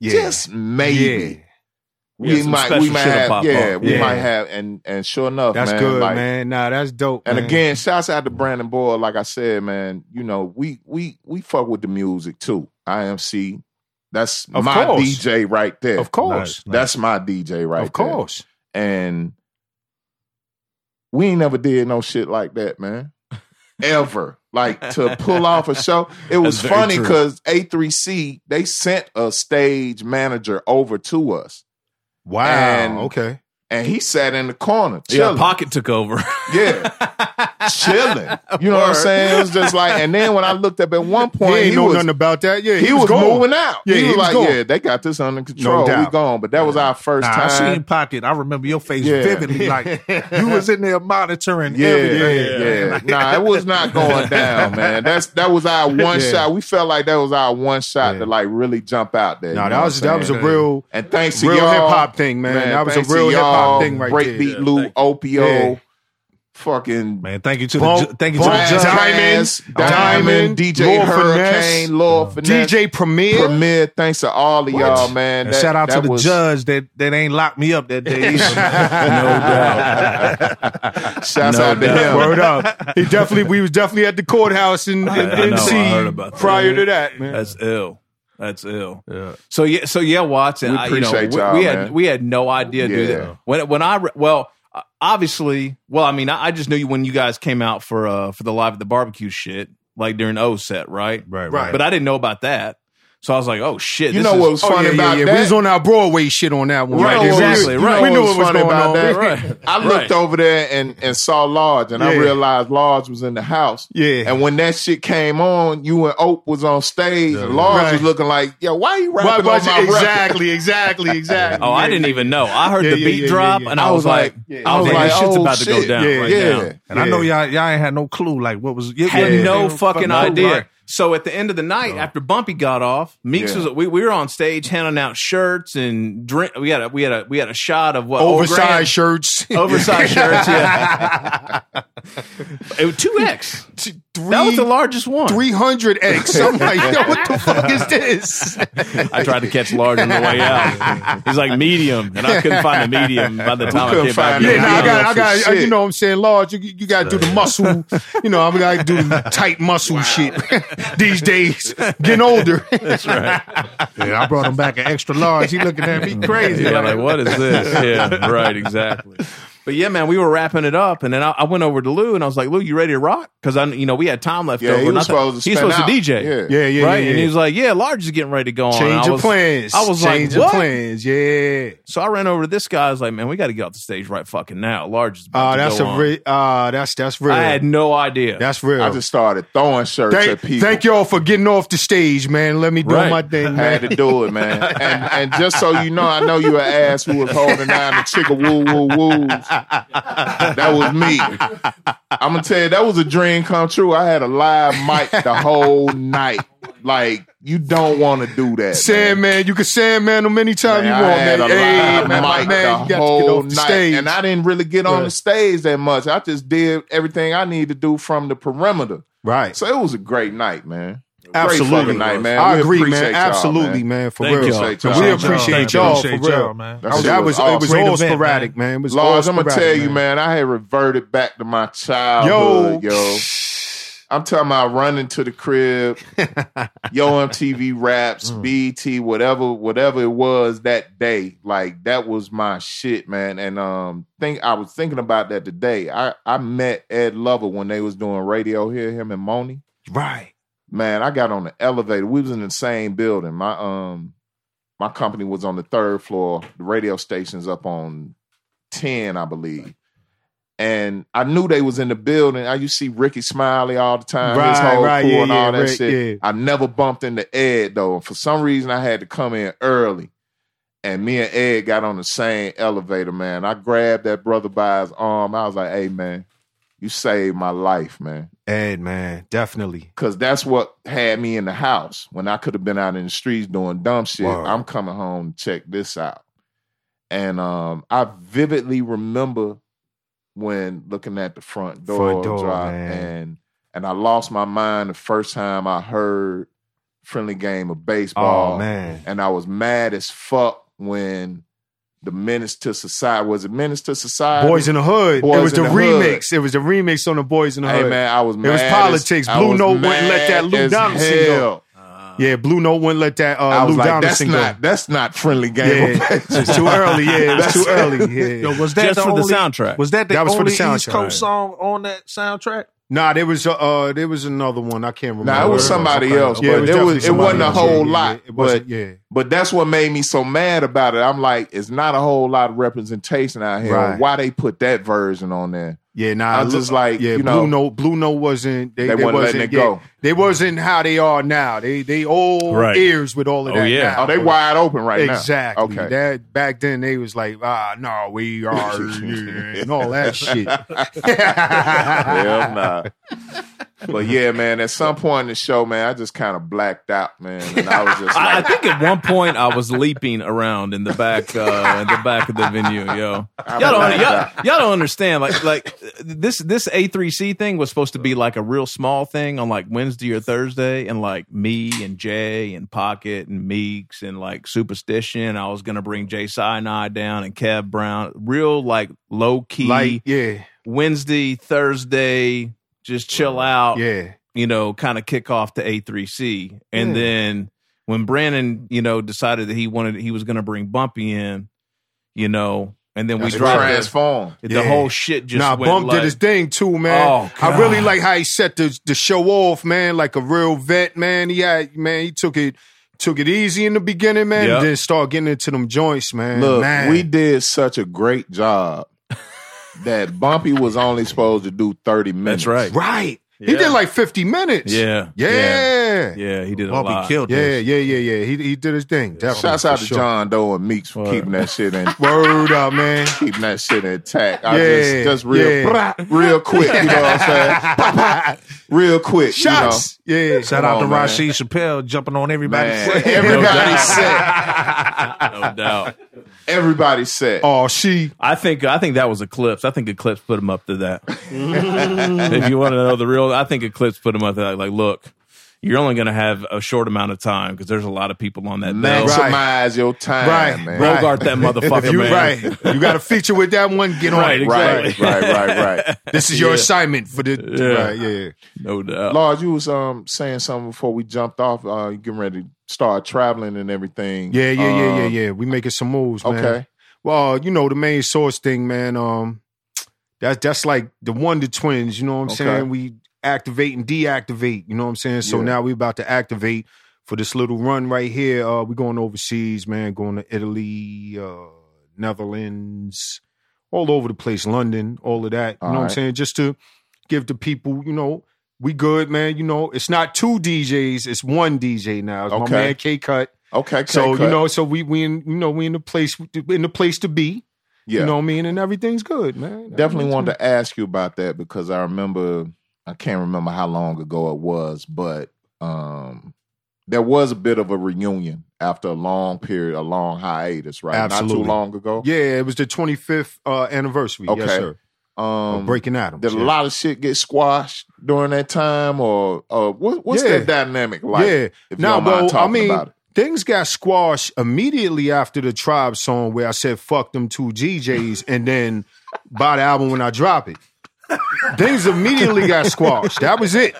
[SPEAKER 4] Yeah.
[SPEAKER 2] just maybe
[SPEAKER 4] Yeah.
[SPEAKER 1] Yeah,
[SPEAKER 2] we
[SPEAKER 1] some
[SPEAKER 2] might we
[SPEAKER 1] special
[SPEAKER 2] might
[SPEAKER 1] shit'll
[SPEAKER 2] have
[SPEAKER 1] pop
[SPEAKER 2] yeah,
[SPEAKER 1] up.
[SPEAKER 2] we
[SPEAKER 4] Yeah.
[SPEAKER 2] might have and and sure enough,
[SPEAKER 4] That's
[SPEAKER 2] man,
[SPEAKER 4] good,
[SPEAKER 2] like,
[SPEAKER 4] man. Nah, that's dope.
[SPEAKER 2] And
[SPEAKER 4] man.
[SPEAKER 2] again, shouts out to Brandon Boyle. Like I said, man, you know we we we fuck with the music too. IMC, that's
[SPEAKER 4] Of
[SPEAKER 2] my
[SPEAKER 4] course.
[SPEAKER 2] DJ right there.
[SPEAKER 4] of course.
[SPEAKER 3] Nice, nice.
[SPEAKER 2] that's my DJ right
[SPEAKER 4] Of course.
[SPEAKER 2] there. And we ain't never did no shit like that, man. Ever like to pull off a show. It was
[SPEAKER 1] That's very
[SPEAKER 2] funny
[SPEAKER 1] true.
[SPEAKER 2] because A3C they sent a stage manager over to us,
[SPEAKER 4] Wow.
[SPEAKER 2] And-
[SPEAKER 4] okay.
[SPEAKER 2] and he sat in the corner
[SPEAKER 1] Yeah,
[SPEAKER 2] chilling.
[SPEAKER 1] pocket took over.
[SPEAKER 2] Yeah. Chilling. You know what I'm
[SPEAKER 1] Word.
[SPEAKER 2] saying? It was just like, and then when I looked up at one
[SPEAKER 4] He
[SPEAKER 2] point, he,
[SPEAKER 4] ain't know
[SPEAKER 2] was,
[SPEAKER 4] nothing about that. Yeah,
[SPEAKER 2] he, was,
[SPEAKER 4] gone.
[SPEAKER 2] moving out.
[SPEAKER 4] Yeah,
[SPEAKER 2] he
[SPEAKER 4] he
[SPEAKER 2] was
[SPEAKER 4] was
[SPEAKER 2] like,
[SPEAKER 4] gone.
[SPEAKER 2] yeah, they got this under control. we
[SPEAKER 4] doubt.
[SPEAKER 2] gone. But that was our first
[SPEAKER 3] Nah, I
[SPEAKER 2] time.
[SPEAKER 3] seen Pocket. I remember your face
[SPEAKER 2] Yeah.
[SPEAKER 3] vividly. Like you was in there monitoring
[SPEAKER 2] yeah,
[SPEAKER 3] everything.
[SPEAKER 2] yeah, yeah. Nah, it was not going down, man. That's that was our one
[SPEAKER 4] Yeah.
[SPEAKER 2] shot. We felt like that was our one shot
[SPEAKER 4] Yeah.
[SPEAKER 2] to like really jump out there.
[SPEAKER 4] Nah,
[SPEAKER 2] you know
[SPEAKER 4] that was
[SPEAKER 2] what I'm
[SPEAKER 4] that was a
[SPEAKER 2] saying?
[SPEAKER 4] real
[SPEAKER 2] and thanks to
[SPEAKER 4] real
[SPEAKER 2] y'all,
[SPEAKER 4] hip-hop thing, man. That was a
[SPEAKER 2] thanks to
[SPEAKER 4] real hip-hop
[SPEAKER 2] y'all,
[SPEAKER 4] thing right there.
[SPEAKER 2] Breakbeat
[SPEAKER 1] Yeah,
[SPEAKER 2] Lou,
[SPEAKER 1] thank-
[SPEAKER 2] Opio,
[SPEAKER 4] Yeah.
[SPEAKER 2] fucking
[SPEAKER 3] Man, thank you to the
[SPEAKER 4] Bump,
[SPEAKER 3] ju- thank you to
[SPEAKER 4] bump,
[SPEAKER 3] the judge.
[SPEAKER 4] down.
[SPEAKER 2] Diamonds,
[SPEAKER 4] Diamond,
[SPEAKER 2] Diamond,
[SPEAKER 4] Diamond,
[SPEAKER 2] DJ
[SPEAKER 4] Lord Finesse,
[SPEAKER 2] Hurricane, Lord Finesse,
[SPEAKER 4] DJ Premier.
[SPEAKER 2] Premier. Thanks to all of
[SPEAKER 4] What?
[SPEAKER 2] y'all, man.
[SPEAKER 3] And
[SPEAKER 2] That-
[SPEAKER 3] shout out to
[SPEAKER 2] that
[SPEAKER 3] the
[SPEAKER 2] was-
[SPEAKER 3] judge that that ain't locked me up that day. either.
[SPEAKER 2] Shouts out to him.
[SPEAKER 4] Word up. He definitely we was definitely at the courthouse in, in,
[SPEAKER 1] I know, I
[SPEAKER 4] NC
[SPEAKER 1] heard about that.
[SPEAKER 4] prior to that, man.
[SPEAKER 1] That's ill. That's ill. So yeah, so yeah, Watson.
[SPEAKER 2] We
[SPEAKER 1] I, you know,
[SPEAKER 2] appreciate
[SPEAKER 1] we-
[SPEAKER 2] y'all,
[SPEAKER 1] we,
[SPEAKER 2] man.
[SPEAKER 1] had we had no idea dude.
[SPEAKER 2] Yeah.
[SPEAKER 1] that. When when I re- well, uh, obviously, well, I mean, I, I just knew you when you guys came out for uh for the live at the barbecue shit, like during O set, right?
[SPEAKER 3] Right,
[SPEAKER 4] Right.
[SPEAKER 3] right.
[SPEAKER 1] But I didn't know about that, so I was like, oh shit.
[SPEAKER 2] You
[SPEAKER 1] this
[SPEAKER 2] know
[SPEAKER 1] is-
[SPEAKER 2] what was
[SPEAKER 4] Oh,
[SPEAKER 2] funny
[SPEAKER 4] yeah, yeah,
[SPEAKER 2] about
[SPEAKER 4] yeah.
[SPEAKER 2] that?
[SPEAKER 4] We was on our Broadway shit on that one.
[SPEAKER 1] Right,
[SPEAKER 4] there.
[SPEAKER 1] exactly,
[SPEAKER 4] We-
[SPEAKER 1] right.
[SPEAKER 4] We knew what was
[SPEAKER 2] funny
[SPEAKER 4] going
[SPEAKER 2] about
[SPEAKER 4] on.
[SPEAKER 2] that?
[SPEAKER 1] Right.
[SPEAKER 2] I looked
[SPEAKER 1] Right.
[SPEAKER 2] over there and, and saw Lodge, and I
[SPEAKER 4] Yeah.
[SPEAKER 2] realized Lodge was in the house.
[SPEAKER 4] Yeah.
[SPEAKER 2] And when that shit came on, you and Oak was on stage, and Lodge
[SPEAKER 4] Right.
[SPEAKER 2] was looking like, "Yo, why you
[SPEAKER 4] Why
[SPEAKER 2] rapping on
[SPEAKER 4] was
[SPEAKER 2] my
[SPEAKER 4] it?
[SPEAKER 2] record?"
[SPEAKER 4] Exactly, exactly, exactly.
[SPEAKER 1] Oh, I didn't even know. I heard
[SPEAKER 4] Yeah,
[SPEAKER 1] the
[SPEAKER 4] yeah,
[SPEAKER 1] beat
[SPEAKER 4] yeah,
[SPEAKER 1] drop,
[SPEAKER 4] yeah, yeah.
[SPEAKER 1] and I, was like, I was
[SPEAKER 2] yeah.
[SPEAKER 1] like,
[SPEAKER 2] Yeah.
[SPEAKER 1] shit's
[SPEAKER 2] Oh,
[SPEAKER 1] about to go
[SPEAKER 2] shit.
[SPEAKER 1] down
[SPEAKER 4] Yeah,
[SPEAKER 1] right
[SPEAKER 2] yeah.
[SPEAKER 1] now.
[SPEAKER 3] And I know y'all y'all ain't had no clue like what was y-
[SPEAKER 1] had
[SPEAKER 3] yeah.
[SPEAKER 1] no
[SPEAKER 3] Yeah.
[SPEAKER 1] fucking
[SPEAKER 3] No,
[SPEAKER 1] idea.
[SPEAKER 3] right.
[SPEAKER 1] So at the end of the night, after Bumpy got off, Meeks
[SPEAKER 2] Yeah.
[SPEAKER 1] was we, we were on stage handing out shirts and drink. We had a we had a we had a shot of what Old Grand-
[SPEAKER 4] Oversized shirts.
[SPEAKER 1] oversized shirts, yeah. Two X.
[SPEAKER 4] T- Three,
[SPEAKER 1] That was the largest one.
[SPEAKER 4] 300x. I'm like, yo, what the fuck is this?
[SPEAKER 1] I tried to catch large on the way out. He's like medium, and I couldn't find a medium by the time I
[SPEAKER 2] couldn't
[SPEAKER 1] came back.
[SPEAKER 2] find
[SPEAKER 1] in.
[SPEAKER 2] it.
[SPEAKER 4] Yeah, nah, I got, I
[SPEAKER 2] for
[SPEAKER 4] got, uh,
[SPEAKER 2] shit.
[SPEAKER 4] you know what I'm saying, large. You, you got to do the muscle. You know, I got to do the tight muscle shit these days. Getting older.
[SPEAKER 3] Yeah, I brought him back an extra large. He looking at me crazy.
[SPEAKER 1] Yeah, like what is this? Yeah, right, exactly. But yeah, man, we were wrapping it up, and then I, I went over to Lou and I was like, "Lou, you ready to rock?" Because I, you know, we had time left
[SPEAKER 2] Yeah,
[SPEAKER 1] over.
[SPEAKER 2] he
[SPEAKER 1] and I
[SPEAKER 2] was
[SPEAKER 1] thought-
[SPEAKER 2] supposed to
[SPEAKER 1] he's
[SPEAKER 2] spin
[SPEAKER 1] supposed
[SPEAKER 2] out.
[SPEAKER 1] to DJ,
[SPEAKER 2] Yeah.
[SPEAKER 4] Yeah, yeah,
[SPEAKER 1] right?
[SPEAKER 4] yeah,
[SPEAKER 1] And he
[SPEAKER 4] yeah.
[SPEAKER 1] was like, "Yeah, Large is getting ready to go on." And
[SPEAKER 4] Change
[SPEAKER 1] I
[SPEAKER 4] your
[SPEAKER 1] was,
[SPEAKER 4] plans.
[SPEAKER 1] I was like,
[SPEAKER 4] Change
[SPEAKER 1] "What?"
[SPEAKER 4] your plans. Yeah.
[SPEAKER 1] So I ran over to this guy. I was like, "Man, we got to get off the stage right fucking now." Large is.
[SPEAKER 4] Oh,
[SPEAKER 1] About to
[SPEAKER 4] that's
[SPEAKER 1] go
[SPEAKER 4] a
[SPEAKER 1] on.
[SPEAKER 4] re- uh, that's that's real.
[SPEAKER 1] I had no idea.
[SPEAKER 4] that's real.
[SPEAKER 2] I just started throwing shirts
[SPEAKER 4] thank,
[SPEAKER 2] at people.
[SPEAKER 4] thank y'all for getting off the stage, man. Let me do
[SPEAKER 1] Right.
[SPEAKER 4] my thing,
[SPEAKER 2] I had
[SPEAKER 4] man.
[SPEAKER 2] to do it, man. And and just so you know, I know you an ass who was holding down the chicka woo woo woos. That was me. I'm gonna tell you, that was a dream come true. I had a live mic the whole night. Like you don't want to do that. man.
[SPEAKER 4] Sandman, you can Sandman them anytime
[SPEAKER 2] Man,
[SPEAKER 4] you
[SPEAKER 2] I had
[SPEAKER 4] want, man.
[SPEAKER 2] a
[SPEAKER 4] Hey,
[SPEAKER 2] live
[SPEAKER 4] man, my
[SPEAKER 2] mic
[SPEAKER 4] man, you
[SPEAKER 2] the
[SPEAKER 4] got to get
[SPEAKER 2] whole
[SPEAKER 4] off the
[SPEAKER 2] night,
[SPEAKER 4] stage.
[SPEAKER 2] and I didn't really get on
[SPEAKER 4] Right.
[SPEAKER 2] the stage that much. I just did everything I needed to do from the perimeter.
[SPEAKER 4] right.
[SPEAKER 2] So it was a great night, man.
[SPEAKER 4] Absolutely.
[SPEAKER 2] great fucking night, man.
[SPEAKER 4] I
[SPEAKER 2] We
[SPEAKER 4] agree,
[SPEAKER 2] appreciate
[SPEAKER 4] man.
[SPEAKER 2] y'all,
[SPEAKER 4] Absolutely, man. For
[SPEAKER 1] Thank
[SPEAKER 4] real.
[SPEAKER 1] y'all.
[SPEAKER 2] Appreciate y'all.
[SPEAKER 4] We
[SPEAKER 2] Thank
[SPEAKER 4] appreciate
[SPEAKER 3] y'all.
[SPEAKER 4] y'all,
[SPEAKER 3] Appreciate
[SPEAKER 4] for real.
[SPEAKER 3] y'all, man.
[SPEAKER 2] That shit
[SPEAKER 4] That
[SPEAKER 2] was
[SPEAKER 4] was it was
[SPEAKER 2] awesome.
[SPEAKER 4] all
[SPEAKER 3] Great event,
[SPEAKER 4] sporadic, man. It was all
[SPEAKER 2] Lars, I'm gonna
[SPEAKER 4] sporadic,
[SPEAKER 2] tell you, man, I had reverted back to my
[SPEAKER 4] Yo,
[SPEAKER 2] childhood, yo. I'm talking about running to the crib, yo MTV raps,
[SPEAKER 4] Mm.
[SPEAKER 2] BT, whatever, whatever it was that day. Like that was my shit, man. And um, think I was thinking about that today. I I met Ed Lover when they was doing radio here, him and Moni
[SPEAKER 4] Right.
[SPEAKER 2] man, I got on the elevator. We was in the same building. My um my company was on the third floor. The radio station's up on 10, I believe. And I knew they was in the building. I used to see Ricky Smiley all the time, his
[SPEAKER 4] Right,
[SPEAKER 2] whole
[SPEAKER 4] right,
[SPEAKER 2] crew
[SPEAKER 4] yeah,
[SPEAKER 2] and all
[SPEAKER 4] yeah,
[SPEAKER 2] that
[SPEAKER 4] Rick,
[SPEAKER 2] shit. I never bumped into Ed though. For some reason I had to come in early. And me and Ed got on the same elevator, man. I grabbed that brother by his arm. I was like, hey man, you saved my life, man
[SPEAKER 4] Ed, man, definitely.
[SPEAKER 2] because that's what had me in the house when I could have been out in the streets doing dumb shit.
[SPEAKER 4] Wow.
[SPEAKER 2] I'm coming home, check this out. And um, I vividly remember when looking at the front door,
[SPEAKER 4] Front door,
[SPEAKER 2] drop
[SPEAKER 4] man.
[SPEAKER 2] and and I lost my mind the first time I heard friendly game of baseball
[SPEAKER 4] Oh man.
[SPEAKER 2] and I was mad as fuck when the menace to society was it menace to society
[SPEAKER 4] Boys in the Hood.
[SPEAKER 2] Boys
[SPEAKER 4] it was
[SPEAKER 2] in
[SPEAKER 4] the,
[SPEAKER 2] the Hood.
[SPEAKER 4] remix. It was the remix on the Boys in the
[SPEAKER 2] Hey
[SPEAKER 4] Hood.
[SPEAKER 2] man, I was mad.
[SPEAKER 4] was
[SPEAKER 2] as-
[SPEAKER 4] politics.
[SPEAKER 2] I
[SPEAKER 4] Blue
[SPEAKER 2] was
[SPEAKER 4] Note wouldn't
[SPEAKER 2] mad
[SPEAKER 4] let that Lou
[SPEAKER 2] as
[SPEAKER 4] Donaldson
[SPEAKER 2] hell.
[SPEAKER 4] go. Yeah, Blue Note wouldn't let that
[SPEAKER 2] I
[SPEAKER 4] uh,
[SPEAKER 2] was
[SPEAKER 4] Lou
[SPEAKER 2] like,
[SPEAKER 4] Donaldson
[SPEAKER 2] that's
[SPEAKER 4] go.
[SPEAKER 2] not that's not friendly game.
[SPEAKER 4] yeah, it's too early. Yeah, it's too early. Yeah.
[SPEAKER 3] Yo, was that
[SPEAKER 1] just
[SPEAKER 3] the
[SPEAKER 1] for
[SPEAKER 3] only,
[SPEAKER 1] the soundtrack.
[SPEAKER 3] Was that the
[SPEAKER 4] That was for
[SPEAKER 3] only
[SPEAKER 4] the soundtrack.
[SPEAKER 3] East Coast song on that soundtrack?
[SPEAKER 4] Nah, there was uh, uh there was another one. I can't remember.
[SPEAKER 2] Nah, it was somebody else,
[SPEAKER 4] Yeah,
[SPEAKER 2] but it
[SPEAKER 4] definitely
[SPEAKER 2] was- it wasn't a
[SPEAKER 4] somebody else.
[SPEAKER 2] whole
[SPEAKER 4] Yeah, yeah,
[SPEAKER 2] lot,
[SPEAKER 4] yeah. It wasn't- yeah.
[SPEAKER 2] But that's what made me so mad about it. I'm like, it's not a whole lot of representation out here.
[SPEAKER 4] Right.
[SPEAKER 2] Why they put that version on there?
[SPEAKER 4] Yeah, nah.
[SPEAKER 2] I was
[SPEAKER 4] look-
[SPEAKER 2] just like,
[SPEAKER 4] yeah,
[SPEAKER 2] you know-
[SPEAKER 4] Blue Note, Blue Note wasn't they,
[SPEAKER 2] They wasn't letting
[SPEAKER 4] wasn't
[SPEAKER 2] it go.
[SPEAKER 4] yeah, they wasn't how they are now. They they old
[SPEAKER 1] Right.
[SPEAKER 4] ears with all of
[SPEAKER 1] Oh,
[SPEAKER 4] that.
[SPEAKER 1] yeah.
[SPEAKER 4] now.
[SPEAKER 2] Oh, they wide open right
[SPEAKER 4] exactly.
[SPEAKER 2] now. Okay.
[SPEAKER 4] That back then they was like, ah, no, we are yeah, and all that shit.
[SPEAKER 2] Hell nah. but yeah, man, at some point in the show, man, I just kind of blacked out, man. And I was just
[SPEAKER 1] I, I
[SPEAKER 2] like,
[SPEAKER 1] think at one point I was leaping around in the back uh, in the back of the venue, yo. Y'all don't, y'all, y'all don't understand. Like like this this A three C thing was supposed to be like a real small thing on like Wednesday or Thursday, and like me and Jay and Pocket and Meeks and like Superstition. I was gonna bring Jay Sinai down and Kev Brown, real like low key
[SPEAKER 4] like, yeah,
[SPEAKER 1] Wednesday Thursday, just chill out
[SPEAKER 4] yeah.
[SPEAKER 1] you know, kind of kick off to A3C. And
[SPEAKER 4] Yeah.
[SPEAKER 1] then when Brandon, you know, decided that he wanted he was going to bring Bumpy in, you know, and then we
[SPEAKER 2] we
[SPEAKER 1] dropped the,
[SPEAKER 2] transformed.
[SPEAKER 1] the
[SPEAKER 4] Yeah.
[SPEAKER 1] whole shit just
[SPEAKER 4] nah,
[SPEAKER 1] went
[SPEAKER 4] Bump
[SPEAKER 1] like,
[SPEAKER 4] did his thing too, man.
[SPEAKER 1] Oh,
[SPEAKER 4] I really
[SPEAKER 1] God.
[SPEAKER 4] like how he set the the show off, man, like a real vet, man. He had man, he took it took it easy in the beginning, man,
[SPEAKER 1] Yep.
[SPEAKER 4] and then start getting into them joints, man.
[SPEAKER 2] Look,
[SPEAKER 4] man.
[SPEAKER 2] we did such a great job that Bumpy was only supposed to do 30 minutes.
[SPEAKER 1] That's right.
[SPEAKER 4] right. He
[SPEAKER 1] Yeah.
[SPEAKER 4] did like 50 minutes.
[SPEAKER 1] Yeah.
[SPEAKER 4] Yeah. Yeah,
[SPEAKER 1] Yeah, he did a
[SPEAKER 3] Bobby
[SPEAKER 1] lot.
[SPEAKER 3] killed
[SPEAKER 4] yeah, yeah,
[SPEAKER 3] this.
[SPEAKER 4] yeah. He he did his thing. Definitely.
[SPEAKER 2] Shouts
[SPEAKER 4] for
[SPEAKER 2] out to
[SPEAKER 4] sure.
[SPEAKER 2] John Doe and Meeks for
[SPEAKER 1] Word.
[SPEAKER 2] keeping that shit in.
[SPEAKER 4] Word up, man.
[SPEAKER 2] keeping that shit intact. I
[SPEAKER 4] Yeah,
[SPEAKER 2] just just real
[SPEAKER 4] yeah.
[SPEAKER 2] brah, real quick, you know what I'm saying? Real quick.
[SPEAKER 4] Shots. Yeah.
[SPEAKER 3] Shout
[SPEAKER 2] Come
[SPEAKER 3] out
[SPEAKER 2] on,
[SPEAKER 3] to
[SPEAKER 2] man.
[SPEAKER 3] Rashid Chappelle jumping on everybody's
[SPEAKER 2] Man,
[SPEAKER 3] foot.
[SPEAKER 2] everybody's set.
[SPEAKER 1] no doubt.
[SPEAKER 2] Everybody's set.
[SPEAKER 4] Oh, she.
[SPEAKER 1] I think I think that was Eclipse. I think Eclipse put him up to that. if you want to know the real, I think Eclipse put him up to that. Like, look, you're only going to have a short amount of time because there's a lot of people on that bill.
[SPEAKER 2] Maximize your time,
[SPEAKER 4] Right.
[SPEAKER 2] man.
[SPEAKER 4] Right.
[SPEAKER 1] Bogart that motherfucker,
[SPEAKER 4] If you
[SPEAKER 1] man.
[SPEAKER 4] right, you got a feature with that one. Get on
[SPEAKER 1] Right,
[SPEAKER 4] it.
[SPEAKER 2] Right,
[SPEAKER 1] Exactly.
[SPEAKER 2] right, right, right.
[SPEAKER 4] This is your assignment for the.
[SPEAKER 1] Yeah.
[SPEAKER 4] Right, yeah.
[SPEAKER 1] No doubt.
[SPEAKER 2] Lord, you was um saying something before we jumped off. Uh, you getting ready to start traveling and everything.
[SPEAKER 4] Yeah, yeah, yeah, yeah,
[SPEAKER 2] Uh,
[SPEAKER 4] yeah. We making some moves, man.
[SPEAKER 2] Okay.
[SPEAKER 4] Well, you know the main source thing, man. Um, that's that's like the Wonder Twins. You know what I'm
[SPEAKER 2] Okay.
[SPEAKER 4] saying? We activate and deactivate. You know what I'm saying? So
[SPEAKER 2] Yeah.
[SPEAKER 4] now we about to activate for this little run right here. Uh, we going overseas, man. Going to Italy, uh, Netherlands, all over the place. London, all of that. You know what I'm
[SPEAKER 2] Alright.
[SPEAKER 4] saying? Just to give the people, you know, we good, man. You know, it's not two DJs, it's one DJ now. It's My
[SPEAKER 2] Okay.
[SPEAKER 4] man K Cut.
[SPEAKER 2] Okay.
[SPEAKER 4] So
[SPEAKER 2] K-Cut.
[SPEAKER 4] you know, so we we in you know we in the place in the place to be.
[SPEAKER 2] yeah.
[SPEAKER 4] You know what I mean? And everything's good, man.
[SPEAKER 2] Definitely wanted to ask you about that because I remember I can't remember how long ago it was, but um there was a bit of a reunion after a long period, a long hiatus, right? Not
[SPEAKER 4] Absolutely.
[SPEAKER 2] too long ago.
[SPEAKER 4] Yeah, it was the 25th uh, anniversary. Yes,
[SPEAKER 2] Okay.
[SPEAKER 4] sir. Of
[SPEAKER 2] Um
[SPEAKER 4] Breaking Atoms.
[SPEAKER 2] did a
[SPEAKER 4] yeah.
[SPEAKER 2] lot of shit get squashed during that time or or what what's
[SPEAKER 4] Yeah.
[SPEAKER 2] that dynamic like?
[SPEAKER 4] yeah.
[SPEAKER 2] If you
[SPEAKER 4] Now,
[SPEAKER 2] don't mind
[SPEAKER 4] well, I
[SPEAKER 2] talking
[SPEAKER 4] mean,
[SPEAKER 2] about it.
[SPEAKER 4] things got squashed immediately after the Tribe song where I said "fuck them two DJs" and then buy the album when I drop it. Things immediately got squashed. That was it.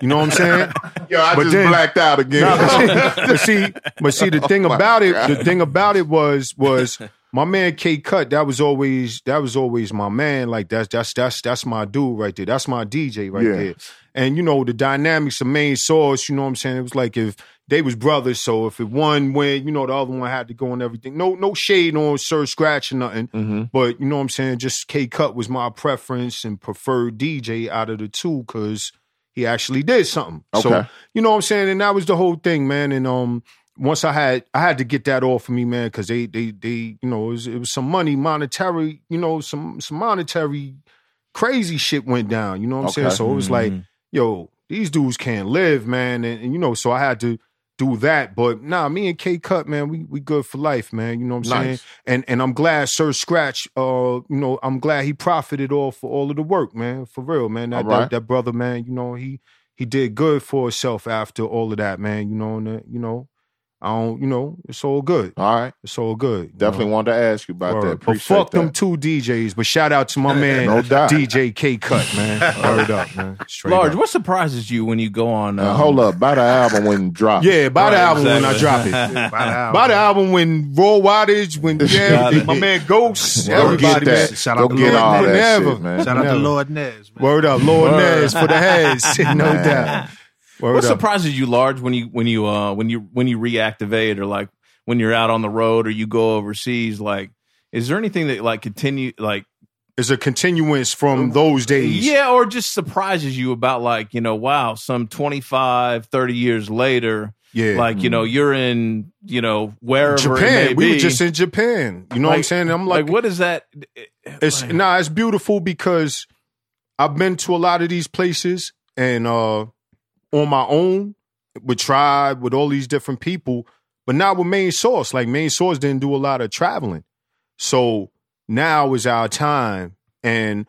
[SPEAKER 4] You know what I'm saying?
[SPEAKER 2] Yo, I
[SPEAKER 4] but
[SPEAKER 2] just
[SPEAKER 4] then-
[SPEAKER 2] blacked out again.
[SPEAKER 4] Nah, but, see, but see, but see, the thing
[SPEAKER 2] Oh my
[SPEAKER 4] about it,
[SPEAKER 2] God.
[SPEAKER 4] the thing about it was, was my man K Cut. That was always, that was always my man. Like that's that's that's that's my dude right there. That's my DJ right
[SPEAKER 2] Yeah.
[SPEAKER 4] there. And you know the dynamics of main source. You know what I'm saying? It was like if they was brothers, so if it one went, you know the other one had to go and everything. No, no shade on Sir Scratch or nothing.
[SPEAKER 2] Mhm.
[SPEAKER 4] But you know what I'm saying? Just K Cut was my preference and preferred DJ out of the two because he actually did something. So
[SPEAKER 2] Okay.
[SPEAKER 4] you know what I'm saying? And that was the whole thing, man. And um once I had I had to get that off of me, man, because they they they, you know, it was, it was some money, monetary, you know, some some monetary crazy shit went down. You know what I'm saying?
[SPEAKER 2] Okay. Mm-hmm.
[SPEAKER 4] So it was
[SPEAKER 1] Mm-hmm.
[SPEAKER 4] like, yo, these dudes can't live, man. And, and, you know, so I had to do that. But nah, me and K Cut, man, we we good for life, man. You know what I'm saying?
[SPEAKER 2] Nice.
[SPEAKER 4] and and I'm glad Sir Scratch, uh, you know, I'm glad he profited off for all of the work, man. For real, man. That,
[SPEAKER 2] All right.
[SPEAKER 4] that, that brother, man, you know, he he did good for himself after all of that, man. You know, and uh, you know, I don't, you know, it's all good.
[SPEAKER 2] All right.
[SPEAKER 4] It's all good. you
[SPEAKER 2] Definitely
[SPEAKER 4] know?
[SPEAKER 2] wanted to ask you about that.
[SPEAKER 4] Word. But
[SPEAKER 2] Appreciate
[SPEAKER 4] fuck
[SPEAKER 2] that.
[SPEAKER 4] them two DJs. But shout out to my man,
[SPEAKER 2] No doubt.
[SPEAKER 4] DJ K Cut, man. Word up, man. Straight
[SPEAKER 1] Large,
[SPEAKER 4] up.
[SPEAKER 1] what surprises you when you go on?
[SPEAKER 2] Now,
[SPEAKER 1] um,
[SPEAKER 2] hold up, buy the album when it drops.
[SPEAKER 4] Yeah, buy the
[SPEAKER 1] Right,
[SPEAKER 4] album when I drop
[SPEAKER 1] exactly.
[SPEAKER 4] it.
[SPEAKER 3] Wow.
[SPEAKER 4] Buy the album when Raw Wattage, when
[SPEAKER 1] Got
[SPEAKER 4] yeah,
[SPEAKER 1] it.
[SPEAKER 4] my man
[SPEAKER 2] Go
[SPEAKER 4] Ghost,
[SPEAKER 2] get
[SPEAKER 4] everybody, man.
[SPEAKER 2] that.
[SPEAKER 3] Shout
[SPEAKER 2] Go
[SPEAKER 3] out to
[SPEAKER 2] get
[SPEAKER 4] Lord
[SPEAKER 2] all that
[SPEAKER 4] Never.
[SPEAKER 2] shit, man.
[SPEAKER 3] Shout out to
[SPEAKER 4] Never.
[SPEAKER 3] Lord Nez. man.
[SPEAKER 4] Word up, Lord
[SPEAKER 1] Word.
[SPEAKER 4] Nez for the heads, no
[SPEAKER 2] Man.
[SPEAKER 4] doubt. Word
[SPEAKER 1] What
[SPEAKER 4] up.
[SPEAKER 1] surprises you, Large, when you when you uh when you when you reactivate or like when you're out on the road or you go overseas? Like, is there anything that like continue like
[SPEAKER 4] It's a continuance from those days.
[SPEAKER 1] Yeah, or just surprises you about like, you know, wow, some 25, 30 years later,
[SPEAKER 4] yeah. Mm-hmm.
[SPEAKER 1] like, you know, you're in, you know, wherever it may
[SPEAKER 4] Japan. We were
[SPEAKER 1] be.
[SPEAKER 4] just in Japan. You know what I'm saying? I'm
[SPEAKER 1] like,
[SPEAKER 4] like,
[SPEAKER 1] what is that?
[SPEAKER 4] it's
[SPEAKER 1] like-
[SPEAKER 4] nah, it's beautiful because I've been to a lot of these places and uh on my own with tribe, with all these different people, but not with main source. Like main source didn't do a lot of traveling. So now is our time. And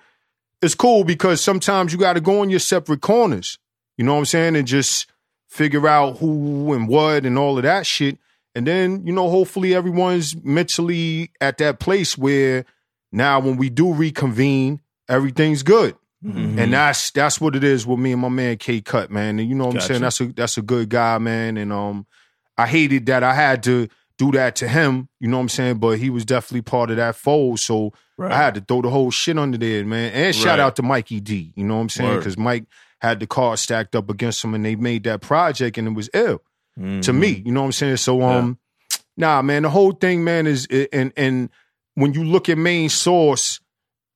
[SPEAKER 4] it's cool because sometimes you gotta go in your separate corners. You know what I'm saying? And just figure out who and what and all of that shit. And then, you know, hopefully everyone's mentally at that place where now when we do reconvene, everything's good.
[SPEAKER 3] Mm-hmm.
[SPEAKER 1] Mm-hmm.
[SPEAKER 4] And that's that's what it is with me and my man K Cut, man. And you know what
[SPEAKER 1] Gotcha.
[SPEAKER 4] I'm saying? That's a that's a good guy, man. And um I hated that I had to do that to him, you know what I'm saying? But he was definitely part of that fold. So
[SPEAKER 1] Right.
[SPEAKER 4] I had to throw the whole shit under there, man. And
[SPEAKER 1] Right.
[SPEAKER 4] shout out to Mikey D, you know what I'm saying?
[SPEAKER 1] Word.
[SPEAKER 4] Because Mike had the cards stacked up against him and they made that project and it was ill
[SPEAKER 1] Mm,
[SPEAKER 4] to me. You know what I'm saying? So um, nah, man, the whole thing, man, is and and when you look at main source,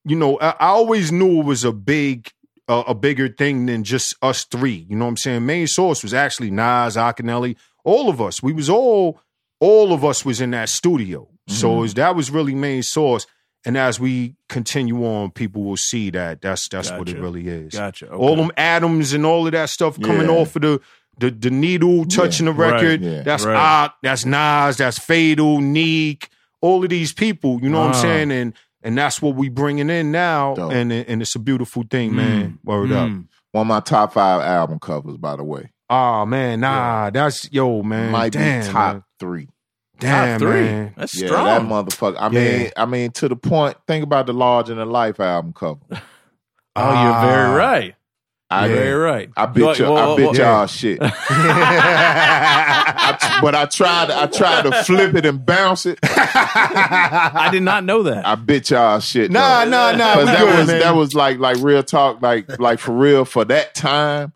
[SPEAKER 4] you know, I, I always knew it was a big uh, a bigger thing than just us three. You know what I'm saying? Main source was actually Nas, Akinelli, all of us. We was all all of us was in that studio. So is- that was really main source. And as we continue on, people will see that that's that's what it
[SPEAKER 1] Gotcha.
[SPEAKER 4] really is.
[SPEAKER 1] Gotcha. Okay.
[SPEAKER 4] All them atoms and all of that stuff coming
[SPEAKER 2] Yeah.
[SPEAKER 4] off of the the, the needle touching the
[SPEAKER 1] Right,
[SPEAKER 4] record.
[SPEAKER 2] yeah,
[SPEAKER 4] That's
[SPEAKER 1] right.
[SPEAKER 4] Ock, that's Nas, that's Fatal, Neek, all of these people. You know what
[SPEAKER 3] Ah.
[SPEAKER 4] I'm saying? And and that's what we bringing in now.
[SPEAKER 2] Dope.
[SPEAKER 4] And and it's a beautiful thing, man. Word up.
[SPEAKER 1] Mm.
[SPEAKER 2] One of my top five album covers, by the way.
[SPEAKER 4] Oh man, nah, that's yo man.
[SPEAKER 2] Might
[SPEAKER 4] damn,
[SPEAKER 2] be top
[SPEAKER 4] man.
[SPEAKER 2] three.
[SPEAKER 1] Top
[SPEAKER 4] damn,
[SPEAKER 1] three.
[SPEAKER 4] man.
[SPEAKER 1] That's
[SPEAKER 2] yeah,
[SPEAKER 1] strong.
[SPEAKER 2] that motherfucker. I
[SPEAKER 4] Yeah.
[SPEAKER 2] mean, I mean, to the point. Think about the Large and the Life album cover.
[SPEAKER 1] oh, you're very
[SPEAKER 4] Ah.
[SPEAKER 1] right.
[SPEAKER 2] I
[SPEAKER 1] You're very right.
[SPEAKER 2] I bet you,
[SPEAKER 1] Whoa,
[SPEAKER 2] I
[SPEAKER 1] whoa,
[SPEAKER 2] bet
[SPEAKER 1] whoa.
[SPEAKER 2] y'all shit. I t- but I tried, I tried to flip it and bounce it.
[SPEAKER 1] I did not know that.
[SPEAKER 2] I bet y'all shit.
[SPEAKER 4] Nah,
[SPEAKER 2] though.
[SPEAKER 4] nah, nah.
[SPEAKER 2] 'Cause
[SPEAKER 4] we
[SPEAKER 2] that
[SPEAKER 4] good,
[SPEAKER 2] was
[SPEAKER 4] man.
[SPEAKER 2] that was like like real talk, like like for real for that time.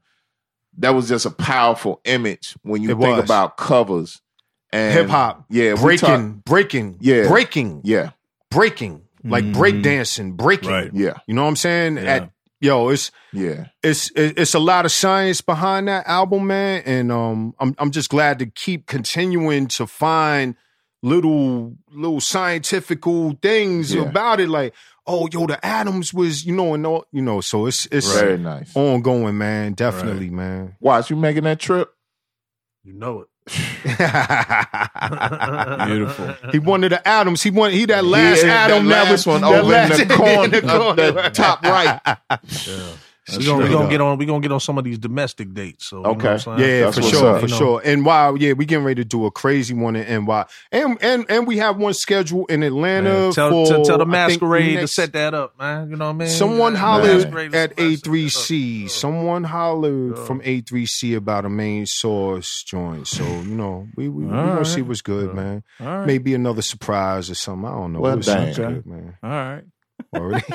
[SPEAKER 2] That was just a powerful image when you
[SPEAKER 4] It
[SPEAKER 2] think
[SPEAKER 4] was.
[SPEAKER 2] about covers and
[SPEAKER 4] hip hop.
[SPEAKER 2] Yeah, we
[SPEAKER 4] breaking,
[SPEAKER 2] talk-
[SPEAKER 4] breaking,
[SPEAKER 2] Yeah.
[SPEAKER 4] breaking,
[SPEAKER 2] yeah,
[SPEAKER 4] breaking, like breakdancing, breaking.
[SPEAKER 1] Right.
[SPEAKER 2] yeah,
[SPEAKER 4] You know what I'm saying?
[SPEAKER 1] Yeah.
[SPEAKER 4] At yo, it's
[SPEAKER 2] yeah.
[SPEAKER 4] it's it's a lot of science behind that album, man, and um, I'm I'm just glad to keep continuing to find little little scientifical things
[SPEAKER 2] Yeah.
[SPEAKER 4] about it, like oh, yo, the atoms was you know and all you know, so it's it's
[SPEAKER 2] Very nice.
[SPEAKER 4] ongoing, man, definitely, man.
[SPEAKER 2] Watch you making that trip.
[SPEAKER 3] You know it.
[SPEAKER 1] Beautiful.
[SPEAKER 4] He wanted the Adams. He wanted he that last
[SPEAKER 2] Yeah,
[SPEAKER 4] Adam
[SPEAKER 2] that
[SPEAKER 4] that,
[SPEAKER 2] last one
[SPEAKER 4] was that
[SPEAKER 2] over in
[SPEAKER 4] last-
[SPEAKER 2] the corner, up the
[SPEAKER 4] right.
[SPEAKER 2] top right.
[SPEAKER 3] Yeah.
[SPEAKER 1] That's
[SPEAKER 3] we gonna, we
[SPEAKER 1] straight
[SPEAKER 3] gonna
[SPEAKER 1] up.
[SPEAKER 3] get on. We gonna get on some of these domestic dates. So you know
[SPEAKER 2] Okay.
[SPEAKER 3] what I'm saying?
[SPEAKER 4] Yeah,
[SPEAKER 2] That's
[SPEAKER 4] for
[SPEAKER 2] what's
[SPEAKER 4] sure,
[SPEAKER 2] up.
[SPEAKER 4] for
[SPEAKER 3] You know,
[SPEAKER 4] sure. And wow, yeah, we getting ready to do a crazy one in NY, and and and we have one scheduled in Atlanta
[SPEAKER 3] man, tell,
[SPEAKER 4] uh, for
[SPEAKER 3] tell, tell the
[SPEAKER 4] I think,
[SPEAKER 3] masquerade
[SPEAKER 4] next-
[SPEAKER 3] to set that up, man. You know what I mean?
[SPEAKER 4] Someone
[SPEAKER 3] Yeah,
[SPEAKER 4] holler
[SPEAKER 3] Masquerade to
[SPEAKER 4] at
[SPEAKER 3] set that up.
[SPEAKER 4] A3C.
[SPEAKER 3] Yeah.
[SPEAKER 4] Someone holler
[SPEAKER 3] Yeah.
[SPEAKER 4] from A3C about a main source joint. So you know, we we, we
[SPEAKER 1] All
[SPEAKER 4] gonna
[SPEAKER 1] right.
[SPEAKER 4] see what's good,
[SPEAKER 3] Yeah.
[SPEAKER 4] man.
[SPEAKER 1] All right.
[SPEAKER 4] Maybe another surprise or something. I don't know.
[SPEAKER 2] Well,
[SPEAKER 4] We'll see what's
[SPEAKER 1] dang.
[SPEAKER 4] good, man.
[SPEAKER 1] All right.
[SPEAKER 4] Already.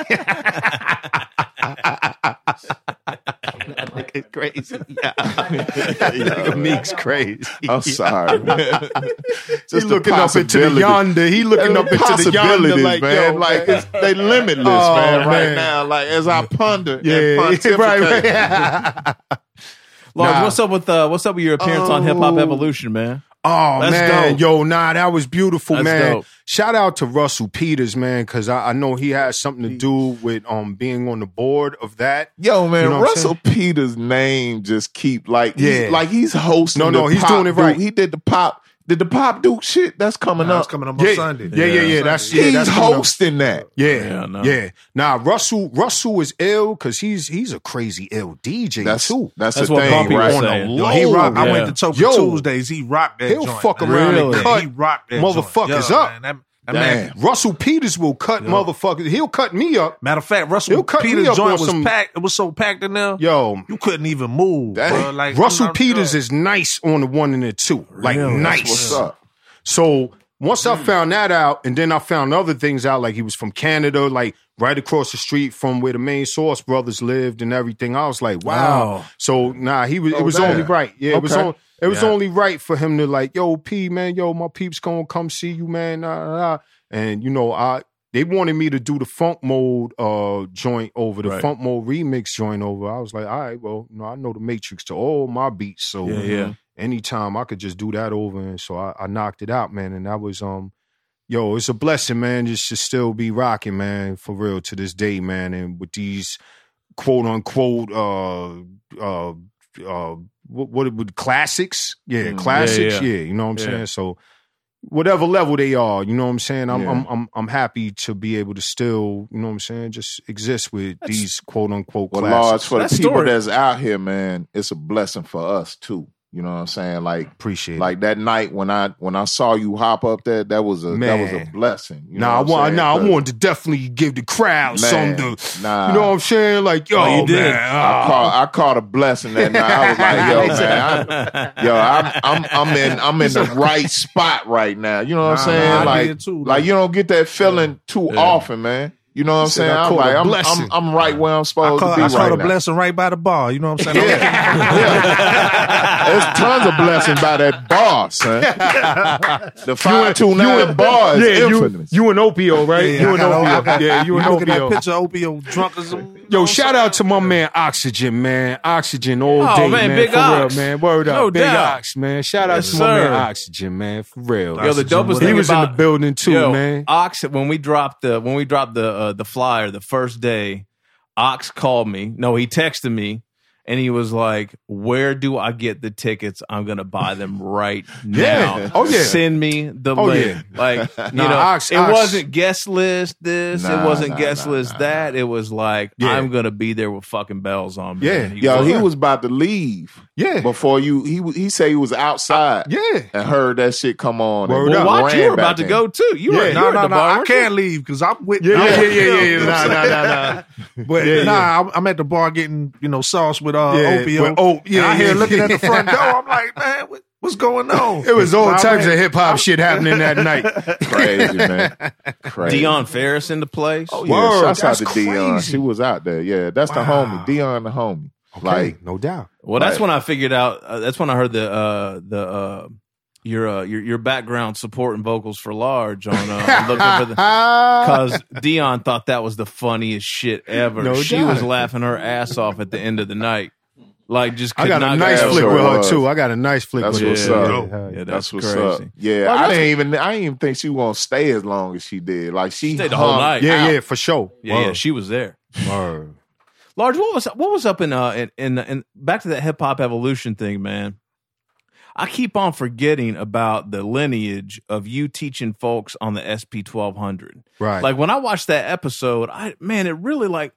[SPEAKER 1] it's crazy.
[SPEAKER 2] Yeah.
[SPEAKER 4] Meek's crazy.
[SPEAKER 2] I'm sorry. man.
[SPEAKER 4] He
[SPEAKER 2] Just the
[SPEAKER 4] looking up into the
[SPEAKER 2] possibility.
[SPEAKER 4] yonder. He looking up into the yonder,
[SPEAKER 2] possibilities,
[SPEAKER 4] like,
[SPEAKER 2] man.
[SPEAKER 4] yo,
[SPEAKER 2] like it's, they limitless,
[SPEAKER 5] Uh,
[SPEAKER 4] Oh,
[SPEAKER 2] man. Right
[SPEAKER 4] man.
[SPEAKER 2] now, like as I ponder,
[SPEAKER 4] yeah,
[SPEAKER 2] and
[SPEAKER 4] right,
[SPEAKER 2] pontificate,
[SPEAKER 4] right.
[SPEAKER 1] Lars,
[SPEAKER 4] Nah.
[SPEAKER 1] what's up with uh, what's up with your appearance on Hip Hop
[SPEAKER 2] Oh.
[SPEAKER 1] Evolution, man?
[SPEAKER 4] Oh
[SPEAKER 1] That's
[SPEAKER 4] man,
[SPEAKER 1] dope.
[SPEAKER 4] yo, nah, that was beautiful,
[SPEAKER 1] That's
[SPEAKER 4] man.
[SPEAKER 1] dope.
[SPEAKER 4] Shout out to Russell Peters, man, because I, I know he has something to do with um being on the board of that.
[SPEAKER 2] Yo, man,
[SPEAKER 4] You know what I'm
[SPEAKER 2] Russell Peters' name just keep like
[SPEAKER 4] Yeah.
[SPEAKER 2] he's, like he's hosting.
[SPEAKER 4] No, no,
[SPEAKER 2] the
[SPEAKER 4] he's
[SPEAKER 2] Pop
[SPEAKER 4] doing it right.
[SPEAKER 2] Duke. He did the pop, did the pop Duke shit that's coming
[SPEAKER 3] Nah,
[SPEAKER 2] up.
[SPEAKER 3] it's coming up on
[SPEAKER 4] Yeah,
[SPEAKER 3] Sunday.
[SPEAKER 4] yeah, yeah, yeah. That's yeah,
[SPEAKER 2] he's
[SPEAKER 4] that's coming up.
[SPEAKER 2] hosting that.
[SPEAKER 4] Yeah,
[SPEAKER 1] Yeah,
[SPEAKER 4] yeah,
[SPEAKER 1] no.
[SPEAKER 4] Nah, Russell, Russell is ill because he's he's a crazy ill DJ
[SPEAKER 2] That's
[SPEAKER 4] too.
[SPEAKER 2] that's,
[SPEAKER 1] That's
[SPEAKER 2] the
[SPEAKER 1] what
[SPEAKER 2] thing,
[SPEAKER 1] Bumpy was
[SPEAKER 2] right?
[SPEAKER 1] saying.
[SPEAKER 3] Yo, he
[SPEAKER 4] Low,
[SPEAKER 3] rock, I
[SPEAKER 1] yeah.
[SPEAKER 3] went to Token
[SPEAKER 4] Yo.
[SPEAKER 3] Tuesdays. He rocked that.
[SPEAKER 4] He'll
[SPEAKER 3] joint,
[SPEAKER 4] fuck
[SPEAKER 3] man.
[SPEAKER 4] around and
[SPEAKER 3] Yeah,
[SPEAKER 4] cut
[SPEAKER 3] He rocked that
[SPEAKER 4] motherfuckers
[SPEAKER 3] joint.
[SPEAKER 4] up.
[SPEAKER 3] Man, that, that
[SPEAKER 2] Damn.
[SPEAKER 3] man.
[SPEAKER 4] Russell Peters will cut motherfuckers. He'll cut me up,
[SPEAKER 3] Matter of fact,
[SPEAKER 4] He'll
[SPEAKER 3] Russell
[SPEAKER 4] cut me
[SPEAKER 3] Peters'
[SPEAKER 4] up on
[SPEAKER 3] joint was
[SPEAKER 4] some-
[SPEAKER 3] packed. It was so packed in there,
[SPEAKER 4] yo.
[SPEAKER 3] you couldn't even move.
[SPEAKER 2] Dang.
[SPEAKER 3] Bro. Like
[SPEAKER 4] Russell
[SPEAKER 3] I'm not
[SPEAKER 4] Peters
[SPEAKER 3] sure.
[SPEAKER 4] is nice on the one and the two, like
[SPEAKER 1] Really?
[SPEAKER 4] nice.
[SPEAKER 2] That's what's up.
[SPEAKER 4] So once I found that out, and then I found other things out, like he was from Canada, like right across the street from where the main Source brothers lived and everything. I was like, wow.
[SPEAKER 1] Wow.
[SPEAKER 4] So nah, he was. it
[SPEAKER 2] Oh,
[SPEAKER 4] was
[SPEAKER 2] damn.
[SPEAKER 4] only right. Yeah, it was
[SPEAKER 2] Okay.
[SPEAKER 4] on. It was
[SPEAKER 3] Yeah.
[SPEAKER 4] only right for him to like, yo, P man, yo, my peeps gonna come see you, man. Nah, nah, nah. And you know, I they wanted me to do the funk mode uh joint over the
[SPEAKER 1] Right.
[SPEAKER 4] funk mode remix joint over. I was like, all right, well, you know, I know the Matrix to all my beats, so
[SPEAKER 1] Yeah,
[SPEAKER 2] Mm-hmm.
[SPEAKER 1] yeah.
[SPEAKER 4] anytime I could just do that over. And so I, I knocked it out, man. And that was um, yo, it's a blessing, man. Just to still be rocking, man, for real to this day, man. And with these quote unquote uh uh uh what, what it would classics, yeah,
[SPEAKER 2] Mm,
[SPEAKER 4] classics,
[SPEAKER 1] yeah,
[SPEAKER 4] yeah,
[SPEAKER 1] yeah.
[SPEAKER 4] You know what
[SPEAKER 1] Yeah.
[SPEAKER 4] I'm saying? So whatever level they are, you know what I'm saying? I'm
[SPEAKER 2] Yeah.
[SPEAKER 4] I'm, I'm I'm happy to be able to still, you know what I'm saying, just exist with
[SPEAKER 1] That's-
[SPEAKER 4] these quote unquote
[SPEAKER 2] Well,
[SPEAKER 4] classics.
[SPEAKER 2] large for the
[SPEAKER 1] That
[SPEAKER 2] people
[SPEAKER 1] story-
[SPEAKER 2] that's out here, man. It's a blessing for us too. You know what I'm saying? Like
[SPEAKER 4] Appreciate it.
[SPEAKER 2] like that night when I when I saw you hop up there, that was a that was
[SPEAKER 4] Man.
[SPEAKER 2] a blessing. You know
[SPEAKER 4] nah, I
[SPEAKER 2] what I'm
[SPEAKER 4] want,
[SPEAKER 2] saying?
[SPEAKER 4] nah, I
[SPEAKER 2] 'Cause-
[SPEAKER 4] wanted to definitely give the crowd
[SPEAKER 2] Man,
[SPEAKER 4] something to,
[SPEAKER 2] nah.
[SPEAKER 4] you know what I'm saying? Like, yo,
[SPEAKER 1] Oh, you did.
[SPEAKER 4] man,
[SPEAKER 2] I
[SPEAKER 4] ah.
[SPEAKER 2] caught I caught a blessing that night. I was like, yo, man, I, yo, I'm I'm I'm in I'm in the right spot right now. You know what I'm
[SPEAKER 3] Nah, nah, I
[SPEAKER 2] saying? Like
[SPEAKER 3] did it too,
[SPEAKER 2] like
[SPEAKER 3] man.
[SPEAKER 2] you don't get that feeling too
[SPEAKER 1] Yeah.
[SPEAKER 2] often, man. You know what I'm
[SPEAKER 4] said,
[SPEAKER 2] saying?
[SPEAKER 4] I
[SPEAKER 2] I'm
[SPEAKER 4] caught a
[SPEAKER 2] like I'm,
[SPEAKER 4] blessing.
[SPEAKER 2] I'm I'm right where I'm
[SPEAKER 3] I
[SPEAKER 2] supposed
[SPEAKER 3] call,
[SPEAKER 2] to be
[SPEAKER 3] I call
[SPEAKER 2] right
[SPEAKER 3] a
[SPEAKER 2] now.
[SPEAKER 3] blessing right by the bar. You know what I'm saying?
[SPEAKER 2] Yeah. yeah. There's tons of blessing by that bar, son. The five two nine bar is
[SPEAKER 4] yeah, you,
[SPEAKER 2] infamous.
[SPEAKER 4] you an opio, right?
[SPEAKER 3] Yeah,
[SPEAKER 4] you
[SPEAKER 3] I
[SPEAKER 4] an
[SPEAKER 3] got
[SPEAKER 4] opio. yeah, you an
[SPEAKER 3] Look at that
[SPEAKER 4] opio.
[SPEAKER 3] picture, opio drunk as a
[SPEAKER 4] Yo, shout out to my man Oxygen, man. Oxygen all
[SPEAKER 1] Oh,
[SPEAKER 4] day,
[SPEAKER 1] man,
[SPEAKER 4] man.
[SPEAKER 1] Big
[SPEAKER 4] for
[SPEAKER 1] Ox.
[SPEAKER 4] real, man. Word up,
[SPEAKER 1] No
[SPEAKER 4] Big
[SPEAKER 1] doubt.
[SPEAKER 4] Ox, man. Shout out
[SPEAKER 1] Yes,
[SPEAKER 4] to my
[SPEAKER 1] sir.
[SPEAKER 4] man Oxygen, man. For real,
[SPEAKER 1] Yo, the dopest
[SPEAKER 4] he
[SPEAKER 1] thing
[SPEAKER 4] was in
[SPEAKER 1] about
[SPEAKER 4] the building too,
[SPEAKER 1] Yo, uh,
[SPEAKER 4] man.
[SPEAKER 1] Ox, when we dropped the when we dropped the uh, the flyer the first day, Ox called me. No, he texted me, and he was like, "Where do I get the tickets? I'm gonna buy them right now.
[SPEAKER 4] Oh, yeah.
[SPEAKER 1] send me the
[SPEAKER 4] Oh,
[SPEAKER 1] link. Like, you
[SPEAKER 4] Nah,
[SPEAKER 1] know,
[SPEAKER 4] Ox-
[SPEAKER 1] it
[SPEAKER 4] Ox-
[SPEAKER 1] wasn't guest list this.
[SPEAKER 2] Nah,
[SPEAKER 1] it wasn't
[SPEAKER 2] nah,
[SPEAKER 1] guest
[SPEAKER 2] nah,
[SPEAKER 1] list
[SPEAKER 2] nah,
[SPEAKER 1] that. It was like
[SPEAKER 4] Yeah.
[SPEAKER 1] I'm gonna be there with fucking bells on. man.
[SPEAKER 4] Yeah.
[SPEAKER 2] Yo, he
[SPEAKER 1] was-
[SPEAKER 2] was about to leave
[SPEAKER 4] Yeah,
[SPEAKER 2] before you. He he said he was outside
[SPEAKER 4] yeah.
[SPEAKER 2] and heard that shit come on.
[SPEAKER 4] Word
[SPEAKER 2] and
[SPEAKER 1] well,
[SPEAKER 4] up.
[SPEAKER 1] watch,
[SPEAKER 2] ran
[SPEAKER 1] you were
[SPEAKER 2] back
[SPEAKER 1] about to
[SPEAKER 2] in.
[SPEAKER 1] go too. You were
[SPEAKER 4] Yeah.
[SPEAKER 1] you
[SPEAKER 3] No,
[SPEAKER 1] were at
[SPEAKER 3] no,
[SPEAKER 1] the
[SPEAKER 3] no.
[SPEAKER 1] bar.
[SPEAKER 3] I can't leave because I'm with.
[SPEAKER 4] Yeah,
[SPEAKER 3] I'm
[SPEAKER 4] yeah,
[SPEAKER 3] with
[SPEAKER 4] yeah,
[SPEAKER 3] them,
[SPEAKER 4] yeah, yeah.
[SPEAKER 3] you know what I'm
[SPEAKER 4] Nah,
[SPEAKER 3] saying?
[SPEAKER 4] nah,
[SPEAKER 3] But
[SPEAKER 4] Yeah,
[SPEAKER 3] nah, I'm, I'm at the bar getting you know sauce with uh,
[SPEAKER 4] Yeah,
[SPEAKER 3] opio.
[SPEAKER 4] with op- yeah,
[SPEAKER 3] and I hear
[SPEAKER 4] yeah.
[SPEAKER 3] looking at the front door. I'm like, man, what, what's going on?
[SPEAKER 4] It was all
[SPEAKER 3] My
[SPEAKER 4] types
[SPEAKER 3] man-
[SPEAKER 4] of hip hop shit happening that night.
[SPEAKER 2] Crazy man, crazy.
[SPEAKER 1] Dion Ferris in the place.
[SPEAKER 2] Oh,
[SPEAKER 4] Word,
[SPEAKER 2] yeah, shouts out
[SPEAKER 4] that's
[SPEAKER 2] to Dion.
[SPEAKER 4] crazy.
[SPEAKER 2] She was out there. Yeah, that's
[SPEAKER 3] Wow.
[SPEAKER 2] the homie. Dion, the homie. Like,
[SPEAKER 4] no doubt.
[SPEAKER 1] Well, that's
[SPEAKER 2] Right.
[SPEAKER 1] when I figured out. Uh, that's when I heard the uh, the uh, your, uh, your your background supporting vocals for Large on uh, looking for the. Because Dion thought that was the funniest shit ever.
[SPEAKER 4] No
[SPEAKER 1] she
[SPEAKER 4] doubt.
[SPEAKER 1] was laughing her ass off at the end of the night, like just could
[SPEAKER 4] I got
[SPEAKER 1] not
[SPEAKER 4] a nice
[SPEAKER 1] get
[SPEAKER 2] that's
[SPEAKER 4] flick
[SPEAKER 1] over
[SPEAKER 4] with
[SPEAKER 2] what it
[SPEAKER 4] her
[SPEAKER 2] was.
[SPEAKER 4] too. I got a nice flick
[SPEAKER 2] That's
[SPEAKER 4] with
[SPEAKER 2] what's
[SPEAKER 4] her.
[SPEAKER 2] up.
[SPEAKER 4] Yeah,
[SPEAKER 1] it.
[SPEAKER 4] yeah.
[SPEAKER 1] Yeah,
[SPEAKER 2] that's,
[SPEAKER 1] that's,
[SPEAKER 2] what's
[SPEAKER 1] crazy.
[SPEAKER 2] up. Yeah,
[SPEAKER 1] Well,
[SPEAKER 2] I
[SPEAKER 1] that's-
[SPEAKER 2] didn't even. I didn't even think she was gonna stay as long as she did. Like she
[SPEAKER 1] Stayed the whole
[SPEAKER 2] hung
[SPEAKER 1] night.
[SPEAKER 4] Yeah,
[SPEAKER 2] out.
[SPEAKER 4] yeah, for sure.
[SPEAKER 1] Yeah, yeah, she was there.
[SPEAKER 4] Word.
[SPEAKER 1] Large, what was what was up in uh in in, in back to that hip hop evolution thing, man? I keep on forgetting about the lineage of you teaching folks on the SP twelve hundred.
[SPEAKER 4] Right.
[SPEAKER 1] Like when I watched that episode, I man, it really like.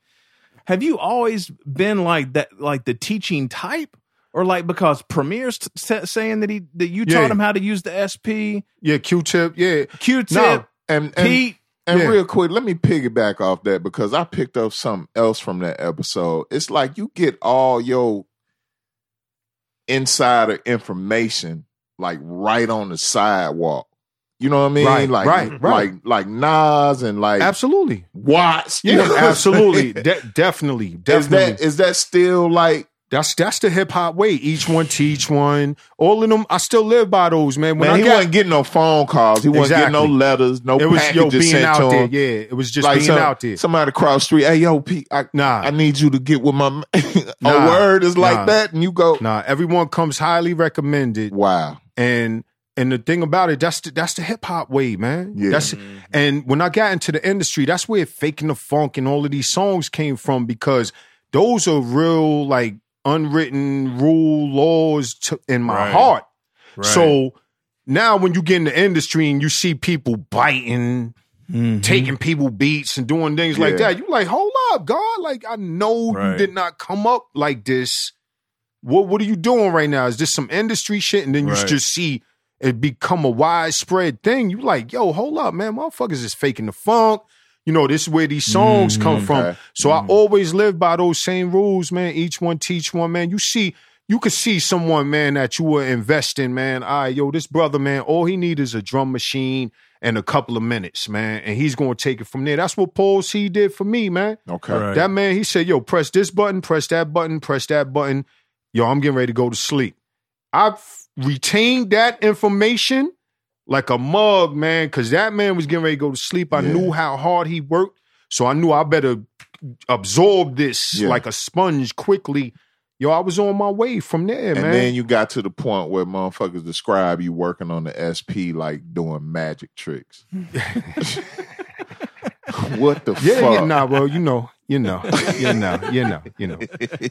[SPEAKER 1] Have you always been like that, like the teaching type, or like because Premier's t- sa- saying that he that you
[SPEAKER 4] Yeah.
[SPEAKER 1] taught him how to use the SP,
[SPEAKER 4] yeah, Q tip. Yeah.
[SPEAKER 1] Q-tip,
[SPEAKER 4] No,
[SPEAKER 2] And, and
[SPEAKER 1] Pete,
[SPEAKER 2] And
[SPEAKER 4] Yeah.
[SPEAKER 2] real quick, let me piggyback off that because I picked up something else from that episode. It's like you get all your insider information like right on the sidewalk. You know what I mean?
[SPEAKER 4] Right,
[SPEAKER 2] like,
[SPEAKER 4] right, right.
[SPEAKER 2] like like Nas and like
[SPEAKER 4] Absolutely.
[SPEAKER 2] Watts. You know
[SPEAKER 4] Yeah,
[SPEAKER 2] what I'm
[SPEAKER 4] absolutely.
[SPEAKER 2] saying?
[SPEAKER 4] De- definitely.
[SPEAKER 2] Is
[SPEAKER 4] Definitely.
[SPEAKER 2] that is that still like
[SPEAKER 4] that's that's the hip hop way. Each one teach one. All of them. I still live by those, man. When
[SPEAKER 2] man?
[SPEAKER 4] I
[SPEAKER 2] he
[SPEAKER 4] got,
[SPEAKER 2] wasn't getting no phone calls. He wasn't
[SPEAKER 4] Exactly.
[SPEAKER 2] getting no letters. No
[SPEAKER 4] it was
[SPEAKER 2] packages
[SPEAKER 4] yo being
[SPEAKER 2] sent
[SPEAKER 4] out
[SPEAKER 2] to
[SPEAKER 4] there.
[SPEAKER 2] him.
[SPEAKER 4] Yeah, it was just
[SPEAKER 2] Like
[SPEAKER 4] being
[SPEAKER 2] some-
[SPEAKER 4] out there.
[SPEAKER 2] somebody across the street. Hey yo, Pete, I,
[SPEAKER 4] nah,
[SPEAKER 2] I need you to get with my. a
[SPEAKER 4] Nah,
[SPEAKER 2] word is like
[SPEAKER 4] nah.
[SPEAKER 2] that, and you go,
[SPEAKER 4] nah. Everyone comes highly recommended,
[SPEAKER 2] wow.
[SPEAKER 4] and and the thing about it, that's the, that's the hip hop way, man.
[SPEAKER 2] Yeah.
[SPEAKER 4] That's and when I got into the industry, that's where faking the funk and all of these songs came from because those are real like unwritten rule laws to, in my
[SPEAKER 3] Right.
[SPEAKER 4] heart.
[SPEAKER 3] Right.
[SPEAKER 4] So now when you get in the industry and you see people biting,
[SPEAKER 1] Oh,
[SPEAKER 4] taking people beats and doing things like
[SPEAKER 2] Yeah.
[SPEAKER 4] that, you like, hold up, God. Like, I know you
[SPEAKER 1] Right.
[SPEAKER 4] did not come up like this. What what are you doing right now? Is this some industry shit? And then you
[SPEAKER 3] Right.
[SPEAKER 4] just see it become a widespread thing. You like, yo, hold up, man. Motherfuckers is faking the funk. You know, this is where these songs come
[SPEAKER 2] Mhm.
[SPEAKER 4] from.
[SPEAKER 2] Okay.
[SPEAKER 4] So I always live by those same rules, man. Each one teach one, man. You see, you could see someone, man, that you were investing, man. All right, yo, this brother, man, all he need is a drum machine and a couple of minutes, man. And he's gonna take it from there. That's what Paul C did for me, man.
[SPEAKER 2] Okay.
[SPEAKER 3] Right.
[SPEAKER 4] That man, he said, yo, press this button, press that button, press that button. Yo, I'm getting ready to go to sleep. I've retained that information like a mug, man, because that man was getting ready to go to sleep. I
[SPEAKER 2] Yeah.
[SPEAKER 4] knew how hard he worked. So I knew I better absorb this
[SPEAKER 2] Yeah.
[SPEAKER 4] like a sponge quickly. Yo, I was on my way from there,
[SPEAKER 2] And
[SPEAKER 4] man.
[SPEAKER 2] then you got to the point where motherfuckers describe you working on the SP like doing magic tricks. what the
[SPEAKER 4] yeah,
[SPEAKER 2] fuck?
[SPEAKER 4] yeah, nah, bro, you know, you know, you know, you know, you know.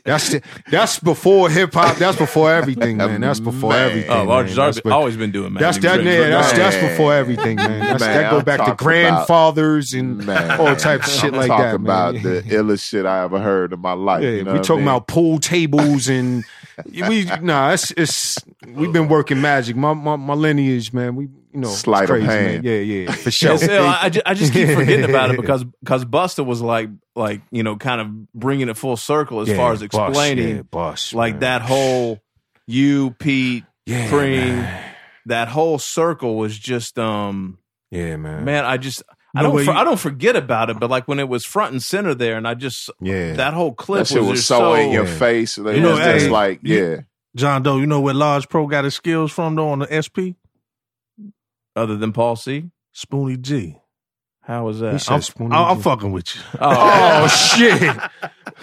[SPEAKER 4] That's the, that's before hip hop. That's before everything, man. That's before
[SPEAKER 2] Man.
[SPEAKER 4] everything.
[SPEAKER 1] Oh, Large has
[SPEAKER 4] man. That's
[SPEAKER 1] always,
[SPEAKER 4] be-
[SPEAKER 1] always been doing
[SPEAKER 4] That's
[SPEAKER 1] magic
[SPEAKER 4] that.
[SPEAKER 1] tricks.
[SPEAKER 4] Yeah, that's
[SPEAKER 2] Man.
[SPEAKER 4] that's before everything, man. That's,
[SPEAKER 2] Man,
[SPEAKER 4] that go
[SPEAKER 2] I'm
[SPEAKER 4] back to
[SPEAKER 2] talking
[SPEAKER 4] grandfathers and
[SPEAKER 2] Man,
[SPEAKER 4] all types of shit
[SPEAKER 2] I'm
[SPEAKER 4] like
[SPEAKER 2] talking
[SPEAKER 4] that. man.
[SPEAKER 2] about
[SPEAKER 4] Yeah.
[SPEAKER 2] the illest shit I ever heard in my life.
[SPEAKER 4] yeah,
[SPEAKER 2] you know
[SPEAKER 4] we
[SPEAKER 2] what I
[SPEAKER 4] talking
[SPEAKER 2] mean?
[SPEAKER 4] about pool tables and we nah. It's, it's we've been working magic. My my, my lineage, man. We you know it's
[SPEAKER 2] Sleight of
[SPEAKER 4] crazy, man.
[SPEAKER 2] hand.
[SPEAKER 4] Yeah, yeah, for sure.
[SPEAKER 1] Yeah, so uh, I, I ju- I just keep forgetting about it because because Buster was like like you know kind of bringing it full circle as far as explaining like that whole you Pete
[SPEAKER 4] yeah,
[SPEAKER 1] Cream,
[SPEAKER 4] man.
[SPEAKER 1] that whole circle was just um
[SPEAKER 4] Yeah, man.
[SPEAKER 1] man I just I
[SPEAKER 3] No
[SPEAKER 1] don't
[SPEAKER 3] way
[SPEAKER 1] for,
[SPEAKER 3] you-
[SPEAKER 1] I don't forget about it but like when it was front and center there and I just
[SPEAKER 4] Yeah,
[SPEAKER 1] that whole clip
[SPEAKER 2] That shit was
[SPEAKER 1] just
[SPEAKER 2] so,
[SPEAKER 1] so
[SPEAKER 2] in your face. It
[SPEAKER 1] You
[SPEAKER 3] know,
[SPEAKER 2] was just
[SPEAKER 3] hey,
[SPEAKER 2] like,
[SPEAKER 3] you-
[SPEAKER 2] yeah.
[SPEAKER 3] John Doe, you know where Large Pro got his skills from though on the SP?
[SPEAKER 1] other than Paul C
[SPEAKER 3] Spoonie G.
[SPEAKER 1] How was
[SPEAKER 4] He
[SPEAKER 1] that?
[SPEAKER 4] said,
[SPEAKER 1] I'm-
[SPEAKER 4] "Spoonie,
[SPEAKER 3] I, I'm
[SPEAKER 4] you-
[SPEAKER 3] fucking with you.
[SPEAKER 1] oh,
[SPEAKER 4] Oh shit!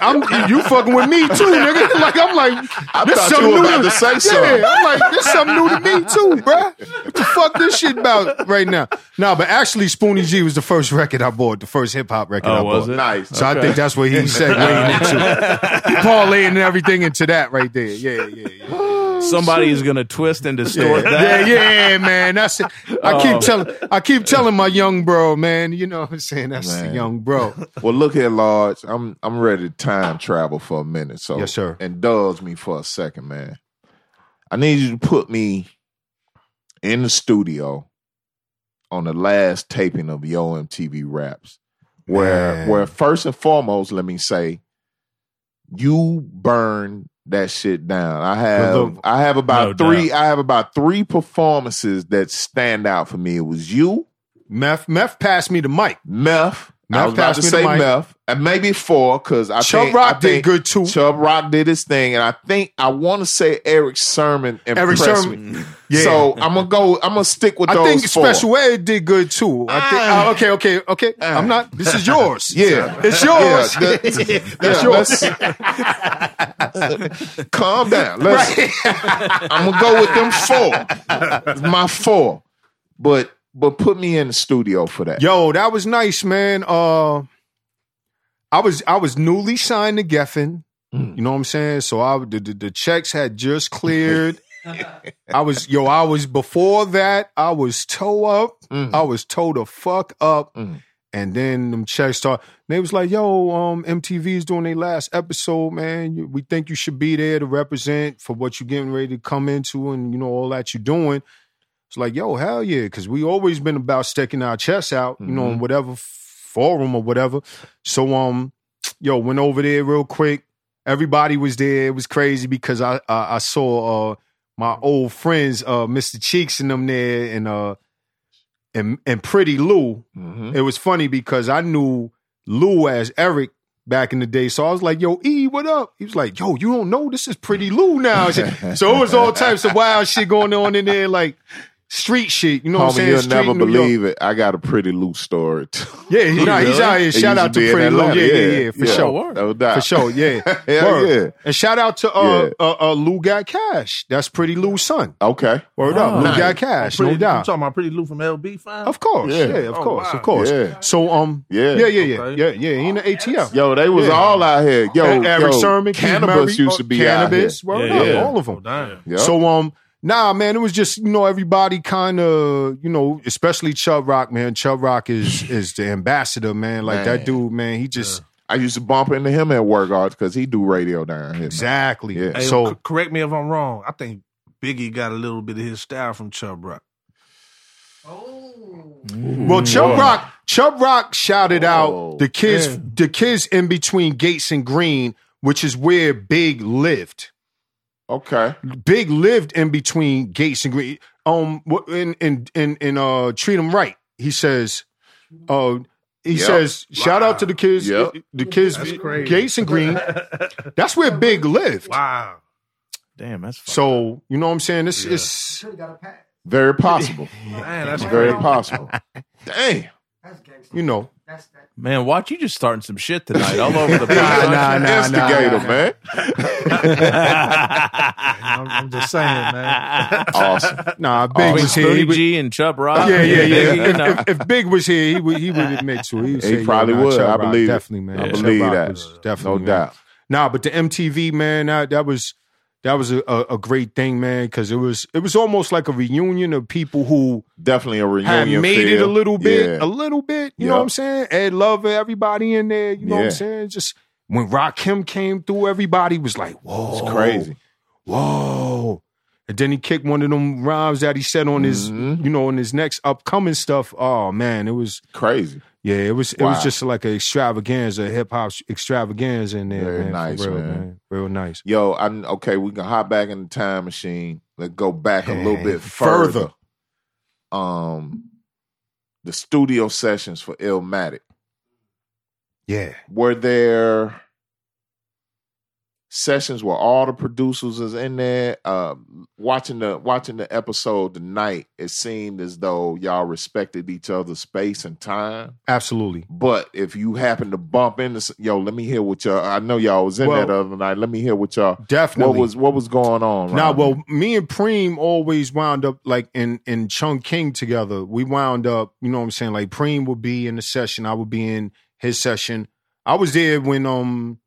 [SPEAKER 4] I'm you fucking with me too, nigga. Like I'm like
[SPEAKER 2] I
[SPEAKER 4] this
[SPEAKER 2] thought
[SPEAKER 4] something
[SPEAKER 2] you were
[SPEAKER 4] new
[SPEAKER 2] about to say
[SPEAKER 4] yeah.
[SPEAKER 2] something.
[SPEAKER 4] I'm like this something new to me too, bruh. What the fuck this shit about right now? No, but actually, Spoonie G was the first record I bought, the first hip hop record
[SPEAKER 1] Oh,
[SPEAKER 4] I bought.
[SPEAKER 1] was it?
[SPEAKER 2] Nice.
[SPEAKER 4] So I think that's what he segueing into. He parlaying everything into that right there. Yeah, yeah, yeah.
[SPEAKER 1] somebody is going to twist and distort
[SPEAKER 4] Oh, Yeah,
[SPEAKER 1] that. Oh,
[SPEAKER 4] yeah, yeah, man. That's it. I keep telling I keep telling my young bro, man, you know what I'm saying? That's the
[SPEAKER 2] Man.
[SPEAKER 4] young bro.
[SPEAKER 2] Well, look here, Large. I'm I'm ready to time travel for a minute.
[SPEAKER 1] Oh.
[SPEAKER 2] So
[SPEAKER 4] Yes, sir.
[SPEAKER 2] Indulge me for a second, man. I need you to put me in the studio on the last taping of Yo MTV Raps, where
[SPEAKER 4] Man.
[SPEAKER 2] where first and foremost, let me say, you burn that shit down. I have
[SPEAKER 4] Look, look,
[SPEAKER 2] I have about
[SPEAKER 3] no
[SPEAKER 2] three I have about three performances that stand out for me. It was you.
[SPEAKER 4] Meth Meth passed me the mic.
[SPEAKER 2] Meth.
[SPEAKER 4] Meth
[SPEAKER 2] I was about
[SPEAKER 4] passed
[SPEAKER 2] to
[SPEAKER 4] me the
[SPEAKER 2] say
[SPEAKER 4] mic.
[SPEAKER 2] Meth, and maybe four because I
[SPEAKER 4] Chubb
[SPEAKER 2] think, I
[SPEAKER 4] Rock did
[SPEAKER 2] think
[SPEAKER 4] good too.
[SPEAKER 2] Chubb Rock did his thing, and I think I want to say Eric Sermon
[SPEAKER 4] Eric
[SPEAKER 2] impressed
[SPEAKER 4] Sermon.
[SPEAKER 2] me.
[SPEAKER 4] Yeah.
[SPEAKER 2] So I'm gonna go. I'm gonna stick with
[SPEAKER 4] I
[SPEAKER 2] those
[SPEAKER 4] think
[SPEAKER 2] four.
[SPEAKER 4] Special Ed did good too. I think
[SPEAKER 2] Ah.
[SPEAKER 4] oh, okay, okay, okay. I'm not this is yours.
[SPEAKER 2] Yeah.
[SPEAKER 4] It's yours.
[SPEAKER 2] Yeah, that- yeah,
[SPEAKER 4] That's yours.
[SPEAKER 2] let's- calm down. Let's, I'm gonna go with them four. It's My four, but but put me in the studio for that.
[SPEAKER 4] Yo, that was nice, man. Uh, I was I was newly signed to Geffen.
[SPEAKER 2] Hmm.
[SPEAKER 4] You know what I'm saying? So I the, the, the checks had just cleared. I was yo, I was before that. I was toe up.
[SPEAKER 2] Mm.
[SPEAKER 4] I was toe the fuck up.
[SPEAKER 2] Mm.
[SPEAKER 4] And then them checks start. They was like, "Yo, um, MTV is doing their last episode, man. You- We think you should be there to represent for what you're getting ready to come into, and you know all that you're doing." It's like, yo, hell yeah, because we always been about sticking our chests out, you know, in whatever forum or whatever. So, um, yo, went over there real quick. Everybody was there. It was crazy because I I, I saw uh my old friends, uh Mr. Cheeks and them there, and uh and and Pretty Lou.
[SPEAKER 2] Mhm.
[SPEAKER 4] It was funny because I knew Lou as Eric back in the day. So I was like, yo, E, what up? He was like, yo, you don't know this is pretty Lou now. So it was all types of wild shit going on in there, like street shit. You know what I'm
[SPEAKER 2] Homie,
[SPEAKER 4] saying?
[SPEAKER 2] you'll
[SPEAKER 4] Street
[SPEAKER 2] never
[SPEAKER 4] New York.
[SPEAKER 2] believe it. I got a pretty loose story. too.
[SPEAKER 4] Yeah, he, nah, he's
[SPEAKER 1] Really?
[SPEAKER 4] out here.
[SPEAKER 2] It
[SPEAKER 4] Shout
[SPEAKER 2] used
[SPEAKER 4] out to
[SPEAKER 2] be in
[SPEAKER 4] Pretty Lou. Yeah,
[SPEAKER 2] Atlanta.
[SPEAKER 4] yeah, yeah, for
[SPEAKER 1] Yeah.
[SPEAKER 4] sure.
[SPEAKER 1] word.
[SPEAKER 2] No doubt.
[SPEAKER 4] For sure, yeah.
[SPEAKER 2] Hell
[SPEAKER 4] Word.
[SPEAKER 2] yeah.
[SPEAKER 4] And shout out to uh, uh, uh, Lou Got Cash. That's Pretty Lou's son.
[SPEAKER 2] Okay.
[SPEAKER 4] Word
[SPEAKER 1] Oh,
[SPEAKER 4] up. Lou
[SPEAKER 2] nice.
[SPEAKER 4] Got Cash,
[SPEAKER 3] Pretty,
[SPEAKER 4] no doubt.
[SPEAKER 3] You talking about Pretty Lou from LB? Fine.
[SPEAKER 4] Of course, yeah,
[SPEAKER 2] Yeah.
[SPEAKER 4] of
[SPEAKER 3] Oh,
[SPEAKER 4] course,
[SPEAKER 3] wow.
[SPEAKER 4] of course.
[SPEAKER 2] Yeah.
[SPEAKER 4] So, um,
[SPEAKER 2] Yeah.
[SPEAKER 4] yeah, yeah, yeah,
[SPEAKER 3] Okay.
[SPEAKER 4] yeah, yeah. He in the ATL.
[SPEAKER 2] Yo, they was
[SPEAKER 4] Yeah.
[SPEAKER 2] all out here. Yo,
[SPEAKER 4] E- Eric
[SPEAKER 2] yo,
[SPEAKER 4] Sermon, Keith
[SPEAKER 2] cannabis
[SPEAKER 4] Murray,
[SPEAKER 2] used to be
[SPEAKER 4] cannabis,
[SPEAKER 2] out
[SPEAKER 4] word
[SPEAKER 3] Yeah,
[SPEAKER 4] up,
[SPEAKER 2] yeah.
[SPEAKER 4] all of
[SPEAKER 3] Oh,
[SPEAKER 4] them.
[SPEAKER 3] damn.
[SPEAKER 2] here. Yep.
[SPEAKER 4] So um, nah, man, it was just you know everybody kind of you know especially Chubb Rock, man. Chubb Rock is is the ambassador, man. Like that
[SPEAKER 2] Man.
[SPEAKER 4] dude, man. He just
[SPEAKER 2] I used to bump into him at work arts because he do radio down here.
[SPEAKER 4] exactly.
[SPEAKER 2] Yeah.
[SPEAKER 3] Hey,
[SPEAKER 4] So
[SPEAKER 3] c- correct me if I'm wrong. I think Biggie got a little bit of his style from Chubb Rock.
[SPEAKER 4] well, Chubb Rock, Chubb Rock shouted
[SPEAKER 2] Oh,
[SPEAKER 4] out the kids,
[SPEAKER 3] yeah.
[SPEAKER 4] the kids in between Gates and Green, which is where Big lived.
[SPEAKER 2] Okay.
[SPEAKER 4] Big lived in between Gates and Green. Um, what- in in in in uh, treat them right. He says, uh, he
[SPEAKER 2] Yep.
[SPEAKER 4] says, shout out to the kids, uh,
[SPEAKER 2] Yep.
[SPEAKER 4] the kids,
[SPEAKER 3] That's crazy.
[SPEAKER 4] Gates and Green. That's where Big lived.
[SPEAKER 3] Wow.
[SPEAKER 1] Damn, that's fucked up.
[SPEAKER 4] So you know what I'm saying? It's it's
[SPEAKER 2] Very possible.
[SPEAKER 3] Man, that's
[SPEAKER 2] Very
[SPEAKER 3] crazy.
[SPEAKER 2] possible. Damn.
[SPEAKER 4] you know.
[SPEAKER 1] man. Watch you just starting some shit tonight all over the place. aren't
[SPEAKER 4] nah,
[SPEAKER 1] you?
[SPEAKER 4] nah,
[SPEAKER 2] Instigator,
[SPEAKER 4] nah.
[SPEAKER 2] man.
[SPEAKER 3] I'm, I'm just saying, man.
[SPEAKER 2] Awesome.
[SPEAKER 4] Nah,
[SPEAKER 2] Oh,
[SPEAKER 4] Big
[SPEAKER 1] Between
[SPEAKER 4] was here. He
[SPEAKER 1] Spoonie
[SPEAKER 4] would,
[SPEAKER 1] G and Chubb Rock.
[SPEAKER 4] yeah, yeah, yeah.
[SPEAKER 1] Biggie,
[SPEAKER 4] If,
[SPEAKER 1] no.
[SPEAKER 4] if, if Big was here, he would he would admit to it. He, would
[SPEAKER 2] He
[SPEAKER 4] say, yo,
[SPEAKER 2] probably
[SPEAKER 4] nah,
[SPEAKER 2] would.
[SPEAKER 4] Chubb
[SPEAKER 2] I
[SPEAKER 4] Rock,
[SPEAKER 2] believe it.
[SPEAKER 4] definitely, man.
[SPEAKER 2] I
[SPEAKER 4] Chubb
[SPEAKER 2] believe
[SPEAKER 4] Rock
[SPEAKER 2] that.
[SPEAKER 4] was
[SPEAKER 2] No
[SPEAKER 4] Definitely, man.
[SPEAKER 2] doubt.
[SPEAKER 4] Nah, but the MTV man, that that was that was a, a, a great thing, man, because it was it was almost like a reunion of people who
[SPEAKER 2] Definitely a
[SPEAKER 4] had
[SPEAKER 2] reunion.
[SPEAKER 4] made it
[SPEAKER 2] feel.
[SPEAKER 4] a little bit,
[SPEAKER 2] Yeah.
[SPEAKER 4] a little bit. You know
[SPEAKER 2] Yup.
[SPEAKER 4] what I'm saying? Ed Lover, everybody in there. You know what
[SPEAKER 2] Yeah.
[SPEAKER 4] I'm saying? Just when Rakim came through, everybody was like, "Whoa,
[SPEAKER 2] It's crazy.
[SPEAKER 4] whoa!" And then he kicked one of them rhymes that he said on his,
[SPEAKER 2] Mhm.
[SPEAKER 4] you know, on his next upcoming stuff. Oh man, it was
[SPEAKER 2] Crazy.
[SPEAKER 4] yeah, it was it
[SPEAKER 2] Wow.
[SPEAKER 4] was just like a extravaganza, hip hop extravaganza in there.
[SPEAKER 2] Very
[SPEAKER 4] man, for
[SPEAKER 2] nice,
[SPEAKER 4] real,
[SPEAKER 2] man.
[SPEAKER 4] real nice.
[SPEAKER 2] Yo, I okay, we can hop back in the time machine. Let's go back a little bit
[SPEAKER 4] And
[SPEAKER 2] further. Um the studio sessions for Illmatic.
[SPEAKER 4] Yeah.
[SPEAKER 2] were there sessions where all the producers is in there. Um, watching the watching the episode tonight, it seemed as though y'all respected each other's space and time.
[SPEAKER 4] Absolutely.
[SPEAKER 2] But if you happen to bump into s- yo, let me hear what y'all. I know y'all was in
[SPEAKER 4] Well,
[SPEAKER 2] there the other night. Let me hear what y'all.
[SPEAKER 4] Definitely.
[SPEAKER 2] What was what was going on?
[SPEAKER 4] Nah,
[SPEAKER 2] Ron?
[SPEAKER 4] well, me and Preem always wound up like in in Chung King together. We wound up, you know what I'm saying? Like Preem would be in the session, I would be in his session. I was there when um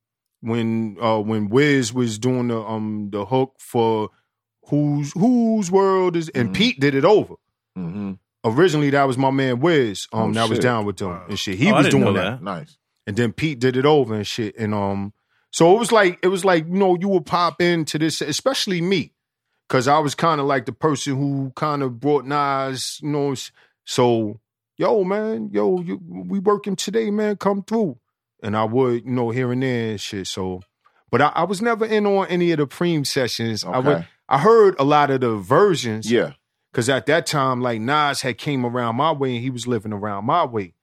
[SPEAKER 4] when uh when Wiz was doing the um the hook for whose whose world is and
[SPEAKER 2] Mhm.
[SPEAKER 4] Pete did it over.
[SPEAKER 2] Mhm.
[SPEAKER 4] Originally that was my man Wiz. Um
[SPEAKER 2] Oh,
[SPEAKER 4] that was
[SPEAKER 2] shit.
[SPEAKER 4] down with them and shit. He
[SPEAKER 1] Oh, I
[SPEAKER 4] was
[SPEAKER 1] didn't
[SPEAKER 4] doing
[SPEAKER 1] know
[SPEAKER 4] that
[SPEAKER 2] nice.
[SPEAKER 4] and then Pete did it over and shit. And um, so it was like it was like you know you would pop into this, especially me, because I was kind of like the person who kind of brought Nas, you know. s- So yo man, yo you, we working today, man, come through. And I would you know here and there and shit. So, but I, I was never in on any of the preem sessions. I
[SPEAKER 2] Okay.
[SPEAKER 4] would I heard a lot of the versions.
[SPEAKER 2] Yeah.
[SPEAKER 4] Cause at that time, like Nas had came around my way and he was living around my way.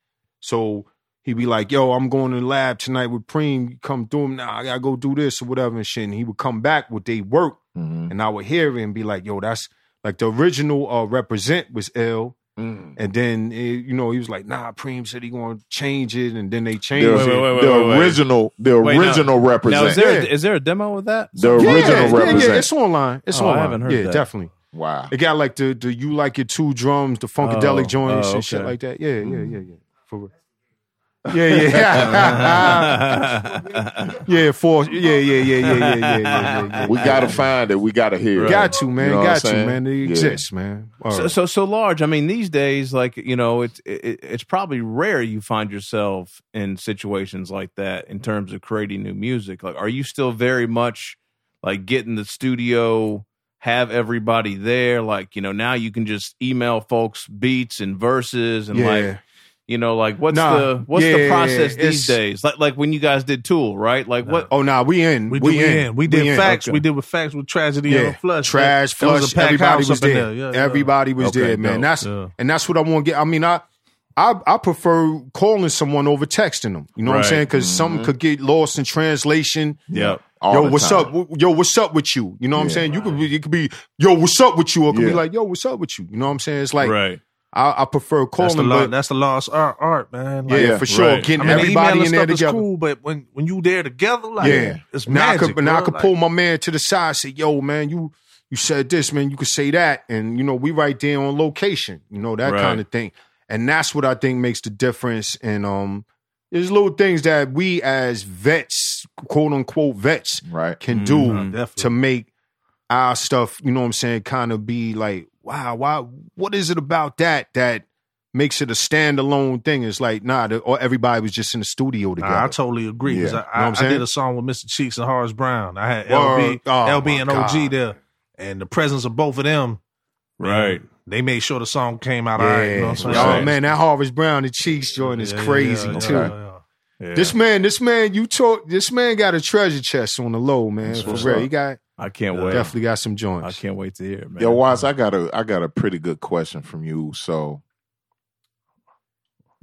[SPEAKER 4] So he'd be like, yo, I'm going to the lab tonight with Preem. You Come through him. Nah, I gotta go do this or whatever and shit. And he would come back with they work
[SPEAKER 2] Mhm.
[SPEAKER 4] and I would hear it and be like, yo, that's like the original uh, represent was ill.
[SPEAKER 2] Mm.
[SPEAKER 4] And then, it, you know, he was like, nah, Preem said he gonna change it. And then they changed
[SPEAKER 2] The,
[SPEAKER 1] Wait, wait,
[SPEAKER 4] it.
[SPEAKER 1] wait,
[SPEAKER 2] the
[SPEAKER 1] wait, wait.
[SPEAKER 2] original, the
[SPEAKER 1] Wait, now-
[SPEAKER 2] original represent.
[SPEAKER 1] Now, is there
[SPEAKER 4] Yeah.
[SPEAKER 1] is there a demo of that?
[SPEAKER 2] the original represent.
[SPEAKER 4] Yeah, yeah, it's online. It's
[SPEAKER 1] Oh, I
[SPEAKER 4] online.
[SPEAKER 1] haven't heard
[SPEAKER 4] yeah,
[SPEAKER 1] that.
[SPEAKER 4] definitely.
[SPEAKER 2] Wow.
[SPEAKER 4] It got like the the you like your two drums, the
[SPEAKER 1] Oh,
[SPEAKER 4] funkadelic joints
[SPEAKER 1] oh,
[SPEAKER 4] and shit
[SPEAKER 1] okay.
[SPEAKER 4] like that. Yeah, yeah,
[SPEAKER 3] Mm.
[SPEAKER 4] yeah, yeah. For real. Yeah, yeah, yeah, for yeah, yeah, yeah, yeah, yeah, yeah, yeah, yeah.
[SPEAKER 2] We gotta find it. We gotta hear. it.
[SPEAKER 4] got to man,
[SPEAKER 2] You know what I'm
[SPEAKER 4] got to
[SPEAKER 2] saying?
[SPEAKER 4] man. They
[SPEAKER 2] Yeah.
[SPEAKER 4] exist, man. All
[SPEAKER 1] so,
[SPEAKER 4] right.
[SPEAKER 1] so so large. I mean, these days, like you know, it's it, it's probably rare you find yourself in situations like that in terms of creating new music. Like, are you still very much like get in the studio, have everybody there? Like, you know, now you can just email folks beats and verses and
[SPEAKER 4] yeah,
[SPEAKER 1] like you know, like what's
[SPEAKER 4] Nah,
[SPEAKER 1] the what's the
[SPEAKER 4] yeah,
[SPEAKER 1] process
[SPEAKER 4] it's-
[SPEAKER 1] these days? Like like when you guys did Tool, right? Like what?
[SPEAKER 4] oh nah, we in,
[SPEAKER 3] We, did, we in. We did facts.
[SPEAKER 1] Okay.
[SPEAKER 3] We did with facts with tragedy
[SPEAKER 4] Yeah.
[SPEAKER 3] and flush.
[SPEAKER 4] trash,
[SPEAKER 3] That was a
[SPEAKER 4] flush.
[SPEAKER 3] packed
[SPEAKER 4] Everybody
[SPEAKER 3] house
[SPEAKER 4] was
[SPEAKER 3] up in
[SPEAKER 4] there.
[SPEAKER 3] there. Yeah, yeah.
[SPEAKER 4] Everybody was
[SPEAKER 2] Okay,
[SPEAKER 4] there, man.
[SPEAKER 2] dope.
[SPEAKER 4] That's
[SPEAKER 3] Yeah.
[SPEAKER 4] and that's what I want to get. I mean, I. I, I prefer calling someone over texting them. You know what I'm
[SPEAKER 1] Right.
[SPEAKER 4] saying?
[SPEAKER 3] Mm-hmm.
[SPEAKER 4] Because something could get lost in translation.
[SPEAKER 1] Yeah.
[SPEAKER 2] All
[SPEAKER 4] yo,
[SPEAKER 2] the
[SPEAKER 4] what's
[SPEAKER 2] time.
[SPEAKER 4] up? W- Yo, what's up with you? You know what I'm
[SPEAKER 2] Yeah.
[SPEAKER 4] saying? You could be, it could be, yo, what's up with you? Or it could be
[SPEAKER 2] Yeah.
[SPEAKER 4] like, yo, what's up with you? You know what I'm saying? It's like
[SPEAKER 1] right.
[SPEAKER 4] I, I prefer
[SPEAKER 3] That's the,
[SPEAKER 4] calling,
[SPEAKER 3] lo-
[SPEAKER 4] but
[SPEAKER 3] that's the lost art, art man.
[SPEAKER 4] yeah,
[SPEAKER 3] Like,
[SPEAKER 2] Yeah,
[SPEAKER 4] for sure,
[SPEAKER 1] right.
[SPEAKER 4] getting
[SPEAKER 3] I mean,
[SPEAKER 4] everybody in there
[SPEAKER 3] stuff
[SPEAKER 4] together.
[SPEAKER 3] Is cool, but when when you there together, like
[SPEAKER 4] Yeah.
[SPEAKER 3] it's
[SPEAKER 4] Now I
[SPEAKER 3] magic.
[SPEAKER 4] could, now I
[SPEAKER 3] bro.
[SPEAKER 4] could
[SPEAKER 3] Like,
[SPEAKER 4] pull my man to the side, and say, yo, man, you you said this, man, you could say that, and you know, we right there on location, you know, that
[SPEAKER 1] Right.
[SPEAKER 4] kind of thing, and that's what I think makes the difference. And um, there's little things that we as vets, quote unquote vets,
[SPEAKER 2] Right.
[SPEAKER 4] can do
[SPEAKER 1] Mhm.
[SPEAKER 3] Definitely.
[SPEAKER 4] to make our stuff, you know what I'm saying, kind of be like, wow, why what is it about that that makes it a standalone thing? It's like, nah, the, or everybody was just in the studio together.
[SPEAKER 3] Nah, I totally agree. 'cause
[SPEAKER 2] Yeah.
[SPEAKER 3] I, I,
[SPEAKER 4] Know what I'm
[SPEAKER 3] I
[SPEAKER 4] saying?
[SPEAKER 3] did a song with Mr. Cheeks and Horace Brown. I had
[SPEAKER 4] Word.
[SPEAKER 3] LB,
[SPEAKER 4] Oh, my
[SPEAKER 3] LB and OG
[SPEAKER 4] God.
[SPEAKER 3] there, and the presence of both of them.
[SPEAKER 1] Right.
[SPEAKER 3] They made sure the song came out.
[SPEAKER 4] yeah.
[SPEAKER 3] all right, you know what I'm saying?
[SPEAKER 4] oh man, that Harvest Brown and Cheeks joint is
[SPEAKER 3] Yeah, yeah,
[SPEAKER 4] crazy
[SPEAKER 3] yeah,
[SPEAKER 4] too.
[SPEAKER 3] yeah, yeah.
[SPEAKER 1] Yeah.
[SPEAKER 4] This man, this man, you talk. This man got a treasure chest on the low, man.
[SPEAKER 2] That's
[SPEAKER 4] For
[SPEAKER 2] what's
[SPEAKER 4] real,
[SPEAKER 2] up.
[SPEAKER 4] he got
[SPEAKER 1] I can't wait.
[SPEAKER 4] definitely got some
[SPEAKER 1] I
[SPEAKER 4] joints.
[SPEAKER 1] can't wait to hear, it, man.
[SPEAKER 2] Yo, Wise, I got a I got a pretty good question from you. So,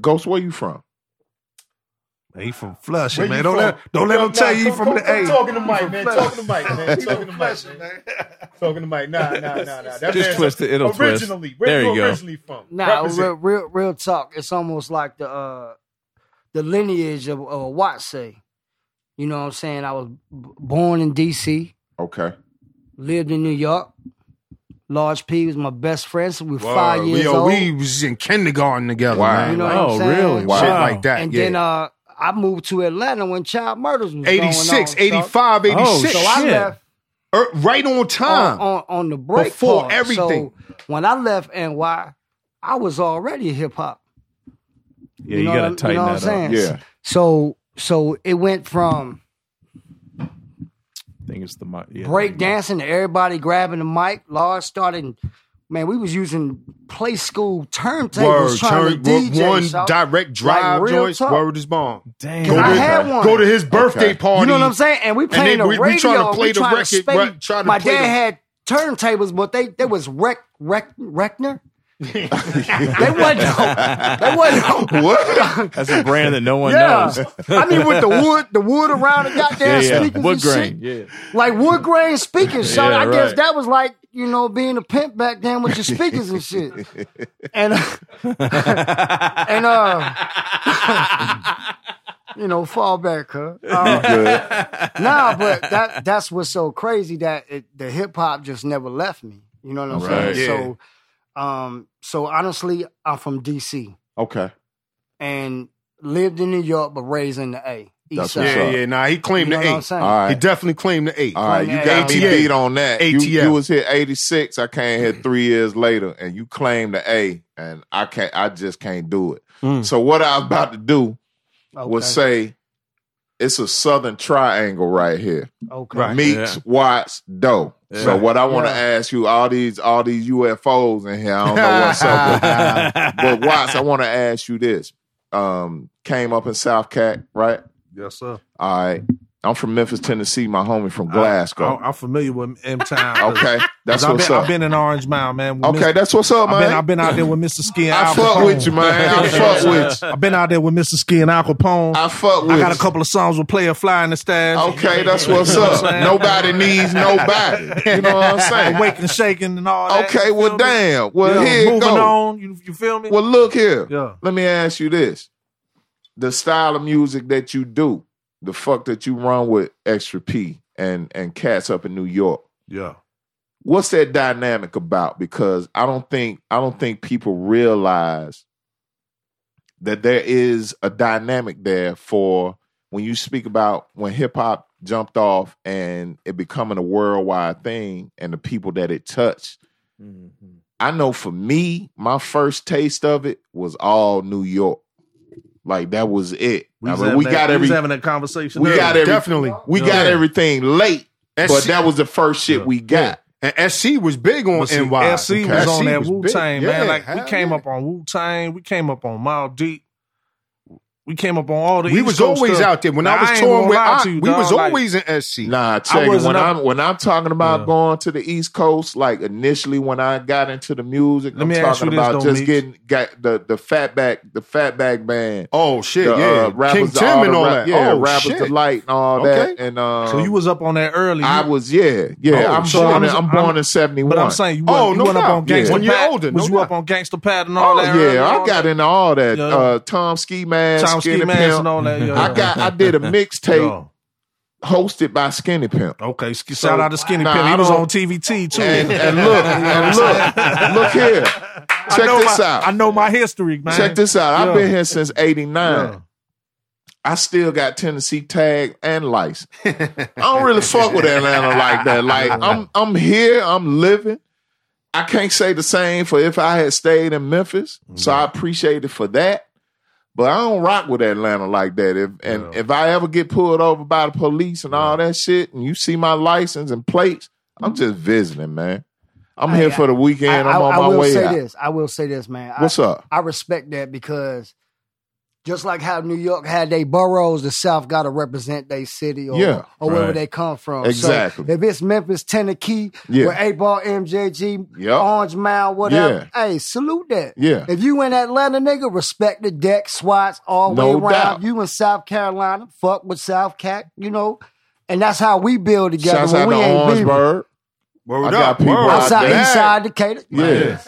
[SPEAKER 2] Ghost, where you from?
[SPEAKER 3] Man, He from Flushing,
[SPEAKER 4] Where you
[SPEAKER 3] man. Don't
[SPEAKER 4] from?
[SPEAKER 3] let don't let him tell you he from the A.
[SPEAKER 4] to Mike, man. Talking to Mike, man. Talking to Mike, man. Talking to Mike. Nah, nah, nah, nah. That
[SPEAKER 1] Just twist it. It'll twist. There you go.
[SPEAKER 4] from?
[SPEAKER 5] Nah, real, real real talk. It's almost like the uh, the lineage of uh, Watson. You know what I'm saying? I was b- born in D.C.,
[SPEAKER 2] Okay.
[SPEAKER 5] lived in New York. Large P was my best friend since we were
[SPEAKER 4] Word.
[SPEAKER 5] five years
[SPEAKER 4] Yo,
[SPEAKER 5] old.
[SPEAKER 4] we was in kindergarten together,
[SPEAKER 2] Wow.
[SPEAKER 4] man.
[SPEAKER 5] you know
[SPEAKER 4] Like,
[SPEAKER 5] what
[SPEAKER 1] Oh,
[SPEAKER 5] I'm saying?
[SPEAKER 1] really? Wow.
[SPEAKER 4] Shit like that.
[SPEAKER 5] And
[SPEAKER 4] yeah.
[SPEAKER 5] then uh, I moved to Atlanta when child murders was going
[SPEAKER 4] 86,
[SPEAKER 5] on, so-
[SPEAKER 4] 85, 86.
[SPEAKER 5] So I
[SPEAKER 1] Oh, Shit.
[SPEAKER 5] left
[SPEAKER 4] Er, right on time.
[SPEAKER 5] on, on, on the break
[SPEAKER 4] Uh. Before
[SPEAKER 5] part.
[SPEAKER 4] everything.
[SPEAKER 5] So when I left NY, I was already hip hop.
[SPEAKER 1] Yeah, you,
[SPEAKER 5] what
[SPEAKER 1] gotta
[SPEAKER 5] I'm-
[SPEAKER 1] tighten
[SPEAKER 5] know what I'm
[SPEAKER 1] that up.
[SPEAKER 5] saying?
[SPEAKER 2] Yeah.
[SPEAKER 5] So so it went from
[SPEAKER 1] I think it's the mic. Yeah,
[SPEAKER 5] break
[SPEAKER 1] there you
[SPEAKER 5] dancing to everybody grabbing the mic. Lars started. Man, we was using play school turntables
[SPEAKER 4] Word,
[SPEAKER 5] trying
[SPEAKER 4] turn,
[SPEAKER 5] to DJ.
[SPEAKER 4] one
[SPEAKER 5] so-
[SPEAKER 4] direct drive
[SPEAKER 5] real
[SPEAKER 4] joints.
[SPEAKER 5] talk.
[SPEAKER 4] Word is bomb.
[SPEAKER 1] go. Damn.
[SPEAKER 5] Cause I
[SPEAKER 4] to-
[SPEAKER 5] had one.
[SPEAKER 4] Go to his birthday
[SPEAKER 2] Okay.
[SPEAKER 4] party.
[SPEAKER 5] You know what I'm saying? And we playing
[SPEAKER 4] they-
[SPEAKER 5] the
[SPEAKER 4] we- we
[SPEAKER 5] radio.
[SPEAKER 4] trying to play the
[SPEAKER 5] trying to
[SPEAKER 4] record,
[SPEAKER 5] spade-
[SPEAKER 4] right, trying to
[SPEAKER 5] My
[SPEAKER 4] play
[SPEAKER 5] dad
[SPEAKER 4] the-
[SPEAKER 5] had turntables, but they there was Rec Rec Reckner. They wasn't. They wasn't.
[SPEAKER 2] what?
[SPEAKER 1] That's a brand that no one
[SPEAKER 5] Yeah,
[SPEAKER 1] knows.
[SPEAKER 5] I mean with the wood, the wood around the goddamn speakers
[SPEAKER 1] Wood
[SPEAKER 5] and
[SPEAKER 1] grain.
[SPEAKER 5] shit.
[SPEAKER 1] Yeah.
[SPEAKER 5] like wood grain speakers. So
[SPEAKER 1] Yeah,
[SPEAKER 5] I guess
[SPEAKER 1] right.
[SPEAKER 5] that was like you know being a pimp back then with your speakers and shit. And and uh, you know, fall back, huh? Uh,
[SPEAKER 2] Good.
[SPEAKER 5] nah, but that that's what's so crazy that it, the hip hop just never left me. You know what I'm
[SPEAKER 2] Right.
[SPEAKER 5] saying? So, um, so honestly, I'm from DC
[SPEAKER 2] Okay.
[SPEAKER 5] and lived in New York, but raised in the A. East
[SPEAKER 2] That's
[SPEAKER 5] Side.
[SPEAKER 2] what's
[SPEAKER 4] Yeah,
[SPEAKER 2] up.
[SPEAKER 4] yeah. Nah, he
[SPEAKER 5] You
[SPEAKER 4] claimed
[SPEAKER 5] know
[SPEAKER 4] the
[SPEAKER 5] what I'm
[SPEAKER 4] eight.
[SPEAKER 5] saying?
[SPEAKER 2] All right.
[SPEAKER 4] He definitely claimed the eight.
[SPEAKER 2] All right, you got me
[SPEAKER 4] ATL.
[SPEAKER 2] beat on that. You,
[SPEAKER 4] ATL.
[SPEAKER 2] you was here '86. I came here three years later, and you claimed the A, and I can't. I just can't do it.
[SPEAKER 3] Mm.
[SPEAKER 2] So what I was about to do
[SPEAKER 5] Okay.
[SPEAKER 2] was say it's a Southern triangle right here.
[SPEAKER 5] okay.
[SPEAKER 3] Right.
[SPEAKER 2] Meeks,
[SPEAKER 1] Yeah.
[SPEAKER 2] Watts, Doe.
[SPEAKER 1] Yeah.
[SPEAKER 2] So what I want to
[SPEAKER 5] Yeah.
[SPEAKER 2] ask you, all these all these UFOs in here. I don't know what's up with but Watts, I want to ask you this. Um, came up in South Cat, right?
[SPEAKER 3] Yes, sir.
[SPEAKER 2] All right. I'm from Memphis, Tennessee. My homie from Glasgow.
[SPEAKER 3] I, am familiar with M Town.
[SPEAKER 2] okay, that's
[SPEAKER 3] I've
[SPEAKER 2] what's
[SPEAKER 3] been,
[SPEAKER 2] up.
[SPEAKER 3] I've been in Orange Mile, man. with
[SPEAKER 2] okay,
[SPEAKER 3] Mr.
[SPEAKER 2] that's what's up,
[SPEAKER 3] I've been,
[SPEAKER 2] man.
[SPEAKER 3] I've been out there with Mr. Ski and
[SPEAKER 2] I
[SPEAKER 3] Al
[SPEAKER 2] fuck
[SPEAKER 3] Capone.
[SPEAKER 2] with you, man. I fuck with you.
[SPEAKER 3] I've been out there with Mr. Ski and Al Capone. I,
[SPEAKER 2] I fuck with.
[SPEAKER 3] got a
[SPEAKER 2] you.
[SPEAKER 3] couple of songs with Player Fly in the stash.
[SPEAKER 2] Okay, that's what's up.
[SPEAKER 3] saying?
[SPEAKER 2] Nobody needs nobody. You know what I'm saying?
[SPEAKER 3] Awake and shaking and all that.
[SPEAKER 2] Okay,
[SPEAKER 3] you
[SPEAKER 2] well,
[SPEAKER 3] feel me?
[SPEAKER 2] damn. Well,
[SPEAKER 3] Yeah,
[SPEAKER 2] here it
[SPEAKER 3] moving
[SPEAKER 2] go.
[SPEAKER 3] on. You, you feel me?
[SPEAKER 2] Well, look here.
[SPEAKER 3] Yeah.
[SPEAKER 2] Let me ask you this: the style of music that you do, the fuck that you run with Extra P and and Cats up in New York.
[SPEAKER 3] yeah.
[SPEAKER 2] What's that dynamic about? Because I don't think I don't think people realize that there is a dynamic there for when you speak about when hip hop jumped off and it becoming a worldwide thing and the people that it touched Mm-hmm. I know for me, my first taste of it was all New York. Like that was it. I
[SPEAKER 3] was
[SPEAKER 2] mean,
[SPEAKER 3] having
[SPEAKER 2] we
[SPEAKER 3] that-
[SPEAKER 2] got every
[SPEAKER 3] was having that conversation.
[SPEAKER 2] We
[SPEAKER 3] earlier.
[SPEAKER 2] got every-
[SPEAKER 4] Definitely.
[SPEAKER 2] we got
[SPEAKER 3] Yeah.
[SPEAKER 2] everything late, but
[SPEAKER 4] SC
[SPEAKER 2] that was the first shit
[SPEAKER 3] Yeah.
[SPEAKER 2] we got.
[SPEAKER 4] And SC was big on
[SPEAKER 3] But see,
[SPEAKER 4] NY.
[SPEAKER 3] FC was
[SPEAKER 4] SC
[SPEAKER 3] on that
[SPEAKER 4] was
[SPEAKER 3] Wu
[SPEAKER 4] big.
[SPEAKER 3] Tang,
[SPEAKER 4] Yeah,
[SPEAKER 3] man. Like we
[SPEAKER 4] hell
[SPEAKER 3] came
[SPEAKER 4] yeah.
[SPEAKER 3] up on Wu Tang, we came up on Mile Deep, we came up on all the.
[SPEAKER 4] We
[SPEAKER 3] East
[SPEAKER 4] was
[SPEAKER 3] Coast
[SPEAKER 4] always
[SPEAKER 3] stuff.
[SPEAKER 4] out there. When
[SPEAKER 3] Now,
[SPEAKER 4] I was
[SPEAKER 3] ain't
[SPEAKER 4] touring
[SPEAKER 3] gonna
[SPEAKER 4] with
[SPEAKER 3] lie
[SPEAKER 4] Ock,
[SPEAKER 3] to
[SPEAKER 4] we
[SPEAKER 3] you,
[SPEAKER 4] was
[SPEAKER 3] dog, like,
[SPEAKER 4] always in SC.
[SPEAKER 2] Nah, I tell
[SPEAKER 3] I
[SPEAKER 2] you,
[SPEAKER 3] wasn't
[SPEAKER 2] when
[SPEAKER 3] up-
[SPEAKER 2] I'm when I'm talking about
[SPEAKER 3] Yeah.
[SPEAKER 2] going to the East Coast, like initially when I got into the music,
[SPEAKER 3] Let
[SPEAKER 2] I'm
[SPEAKER 3] me
[SPEAKER 2] talking
[SPEAKER 3] ask you this,
[SPEAKER 2] about
[SPEAKER 3] though,
[SPEAKER 2] just
[SPEAKER 3] Meeks.
[SPEAKER 2] getting got the the fatback the fatback band.
[SPEAKER 4] Oh shit,
[SPEAKER 2] the,
[SPEAKER 4] yeah.
[SPEAKER 2] uh, rappers
[SPEAKER 4] King
[SPEAKER 2] the-
[SPEAKER 4] Tim
[SPEAKER 2] the
[SPEAKER 4] and all
[SPEAKER 2] rap-
[SPEAKER 4] that.
[SPEAKER 2] Yeah,
[SPEAKER 4] oh
[SPEAKER 2] rappers
[SPEAKER 4] shit.
[SPEAKER 2] delight and all that.
[SPEAKER 4] Okay.
[SPEAKER 2] And um,
[SPEAKER 3] So you was up on that early.
[SPEAKER 2] I
[SPEAKER 3] You-
[SPEAKER 2] was yeah yeah.
[SPEAKER 4] Oh,
[SPEAKER 2] I'm
[SPEAKER 4] so
[SPEAKER 2] born
[SPEAKER 4] I'm
[SPEAKER 2] in,
[SPEAKER 3] just-
[SPEAKER 2] I'm
[SPEAKER 3] I'm-
[SPEAKER 2] born in seventy one.
[SPEAKER 3] but I'm saying you
[SPEAKER 4] Oh,
[SPEAKER 3] wasn't, you
[SPEAKER 4] no
[SPEAKER 3] wasn't up
[SPEAKER 4] doubt.
[SPEAKER 3] on Gangsta
[SPEAKER 2] Yeah.
[SPEAKER 4] When you're
[SPEAKER 3] Pat.
[SPEAKER 4] older,
[SPEAKER 3] was
[SPEAKER 4] no
[SPEAKER 3] you up
[SPEAKER 4] doubt.
[SPEAKER 3] on Gangsta Pat and all
[SPEAKER 2] Oh
[SPEAKER 3] that? early uh,
[SPEAKER 2] yeah, I
[SPEAKER 3] on?
[SPEAKER 2] got into all that.
[SPEAKER 3] Yeah.
[SPEAKER 2] Uh, Tom Ski Man,
[SPEAKER 3] Tom
[SPEAKER 2] Skinny
[SPEAKER 3] Ski
[SPEAKER 2] Pimp.
[SPEAKER 3] Mans and all that. Yeah.
[SPEAKER 2] I got I did a mixtape
[SPEAKER 3] Yeah.
[SPEAKER 2] hosted by Skinny Pimp.
[SPEAKER 3] Okay, sk- shout out to Skinny
[SPEAKER 2] Nah,
[SPEAKER 3] Pimp.
[SPEAKER 2] I
[SPEAKER 3] He was
[SPEAKER 2] don't-
[SPEAKER 3] on TVT too.
[SPEAKER 2] And, and look, and look, look here. Check
[SPEAKER 3] I know
[SPEAKER 2] this
[SPEAKER 3] my,
[SPEAKER 2] out.
[SPEAKER 3] I know my history, man.
[SPEAKER 2] Check this out. I've
[SPEAKER 3] Yeah.
[SPEAKER 2] been here since '89.
[SPEAKER 3] Yeah.
[SPEAKER 2] I still got Tennessee tag and license. I don't really fuck with Atlanta like that. Like I'm I'm here, I'm living. I can't say the same for if I had stayed in Memphis. So I appreciate it for that. But I don't rock with Atlanta like that. If and
[SPEAKER 3] Yeah.
[SPEAKER 2] if I ever get pulled over by the police and all that shit, and you see my license and plates, I'm just visiting, man. I'm here
[SPEAKER 5] Mm-hmm. I-
[SPEAKER 2] for the weekend. I, am
[SPEAKER 5] I,
[SPEAKER 2] on
[SPEAKER 5] I- I
[SPEAKER 2] my
[SPEAKER 5] will
[SPEAKER 2] way
[SPEAKER 5] say
[SPEAKER 2] out.
[SPEAKER 5] this. I will say this, man. I-
[SPEAKER 2] What's up?
[SPEAKER 5] I respect that because just like how New York had they boroughs, the South got to represent their city or,
[SPEAKER 2] Yeah.
[SPEAKER 5] or wherever
[SPEAKER 1] Right.
[SPEAKER 5] they come from.
[SPEAKER 2] Exactly.
[SPEAKER 5] So if it's Memphis, Tennessee,
[SPEAKER 2] Yeah.
[SPEAKER 5] where A Ball, MJG,
[SPEAKER 2] Yep.
[SPEAKER 5] Orange Mound, whatever, hey, salute that.
[SPEAKER 2] Yeah.
[SPEAKER 5] If you in Atlanta, nigga, respect the deck, swats all the
[SPEAKER 2] No
[SPEAKER 5] way around.
[SPEAKER 2] doubt.
[SPEAKER 5] You in South Carolina, fuck with South Cat, you know. And that's how we build together.
[SPEAKER 2] Shouts
[SPEAKER 5] when
[SPEAKER 2] out to
[SPEAKER 5] we ain't beefing.
[SPEAKER 2] Orangeburg.
[SPEAKER 4] Word
[SPEAKER 2] I got
[SPEAKER 4] up.
[SPEAKER 2] people
[SPEAKER 4] Word.
[SPEAKER 2] out
[SPEAKER 5] Outside,
[SPEAKER 2] there.
[SPEAKER 5] east side, Decatur.
[SPEAKER 2] Yeah.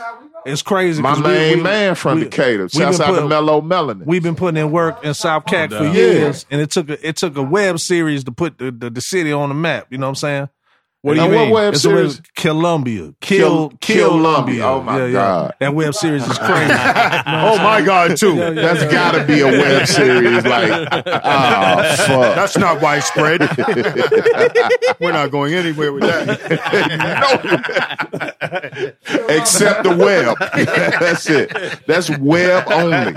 [SPEAKER 3] It's crazy.
[SPEAKER 2] My
[SPEAKER 3] 'cause we-
[SPEAKER 2] main
[SPEAKER 3] we-
[SPEAKER 2] man from
[SPEAKER 3] we-
[SPEAKER 2] Decatur.
[SPEAKER 3] we
[SPEAKER 2] Shouts
[SPEAKER 3] been
[SPEAKER 2] out to
[SPEAKER 3] put-
[SPEAKER 2] Mellow Melanin.
[SPEAKER 3] We've been putting in work in South Cac for
[SPEAKER 1] Yeah.
[SPEAKER 3] years, and it took a, it took a web series to put the, the, the city on the map. You know what I'm saying?
[SPEAKER 1] What do
[SPEAKER 2] Now,
[SPEAKER 1] you
[SPEAKER 2] what
[SPEAKER 1] mean?
[SPEAKER 2] web
[SPEAKER 3] It's a web,
[SPEAKER 2] series?
[SPEAKER 3] Columbia,
[SPEAKER 2] Kill-
[SPEAKER 3] kill kill
[SPEAKER 2] Killumbia. Oh, my God.
[SPEAKER 3] that web series is crazy.
[SPEAKER 4] Oh my god, too.
[SPEAKER 2] That's gotta be a web series. Like, oh fuck.
[SPEAKER 4] ah, That's not widespread. We're not going anywhere with that.
[SPEAKER 2] Except the web. That's it. That's web only.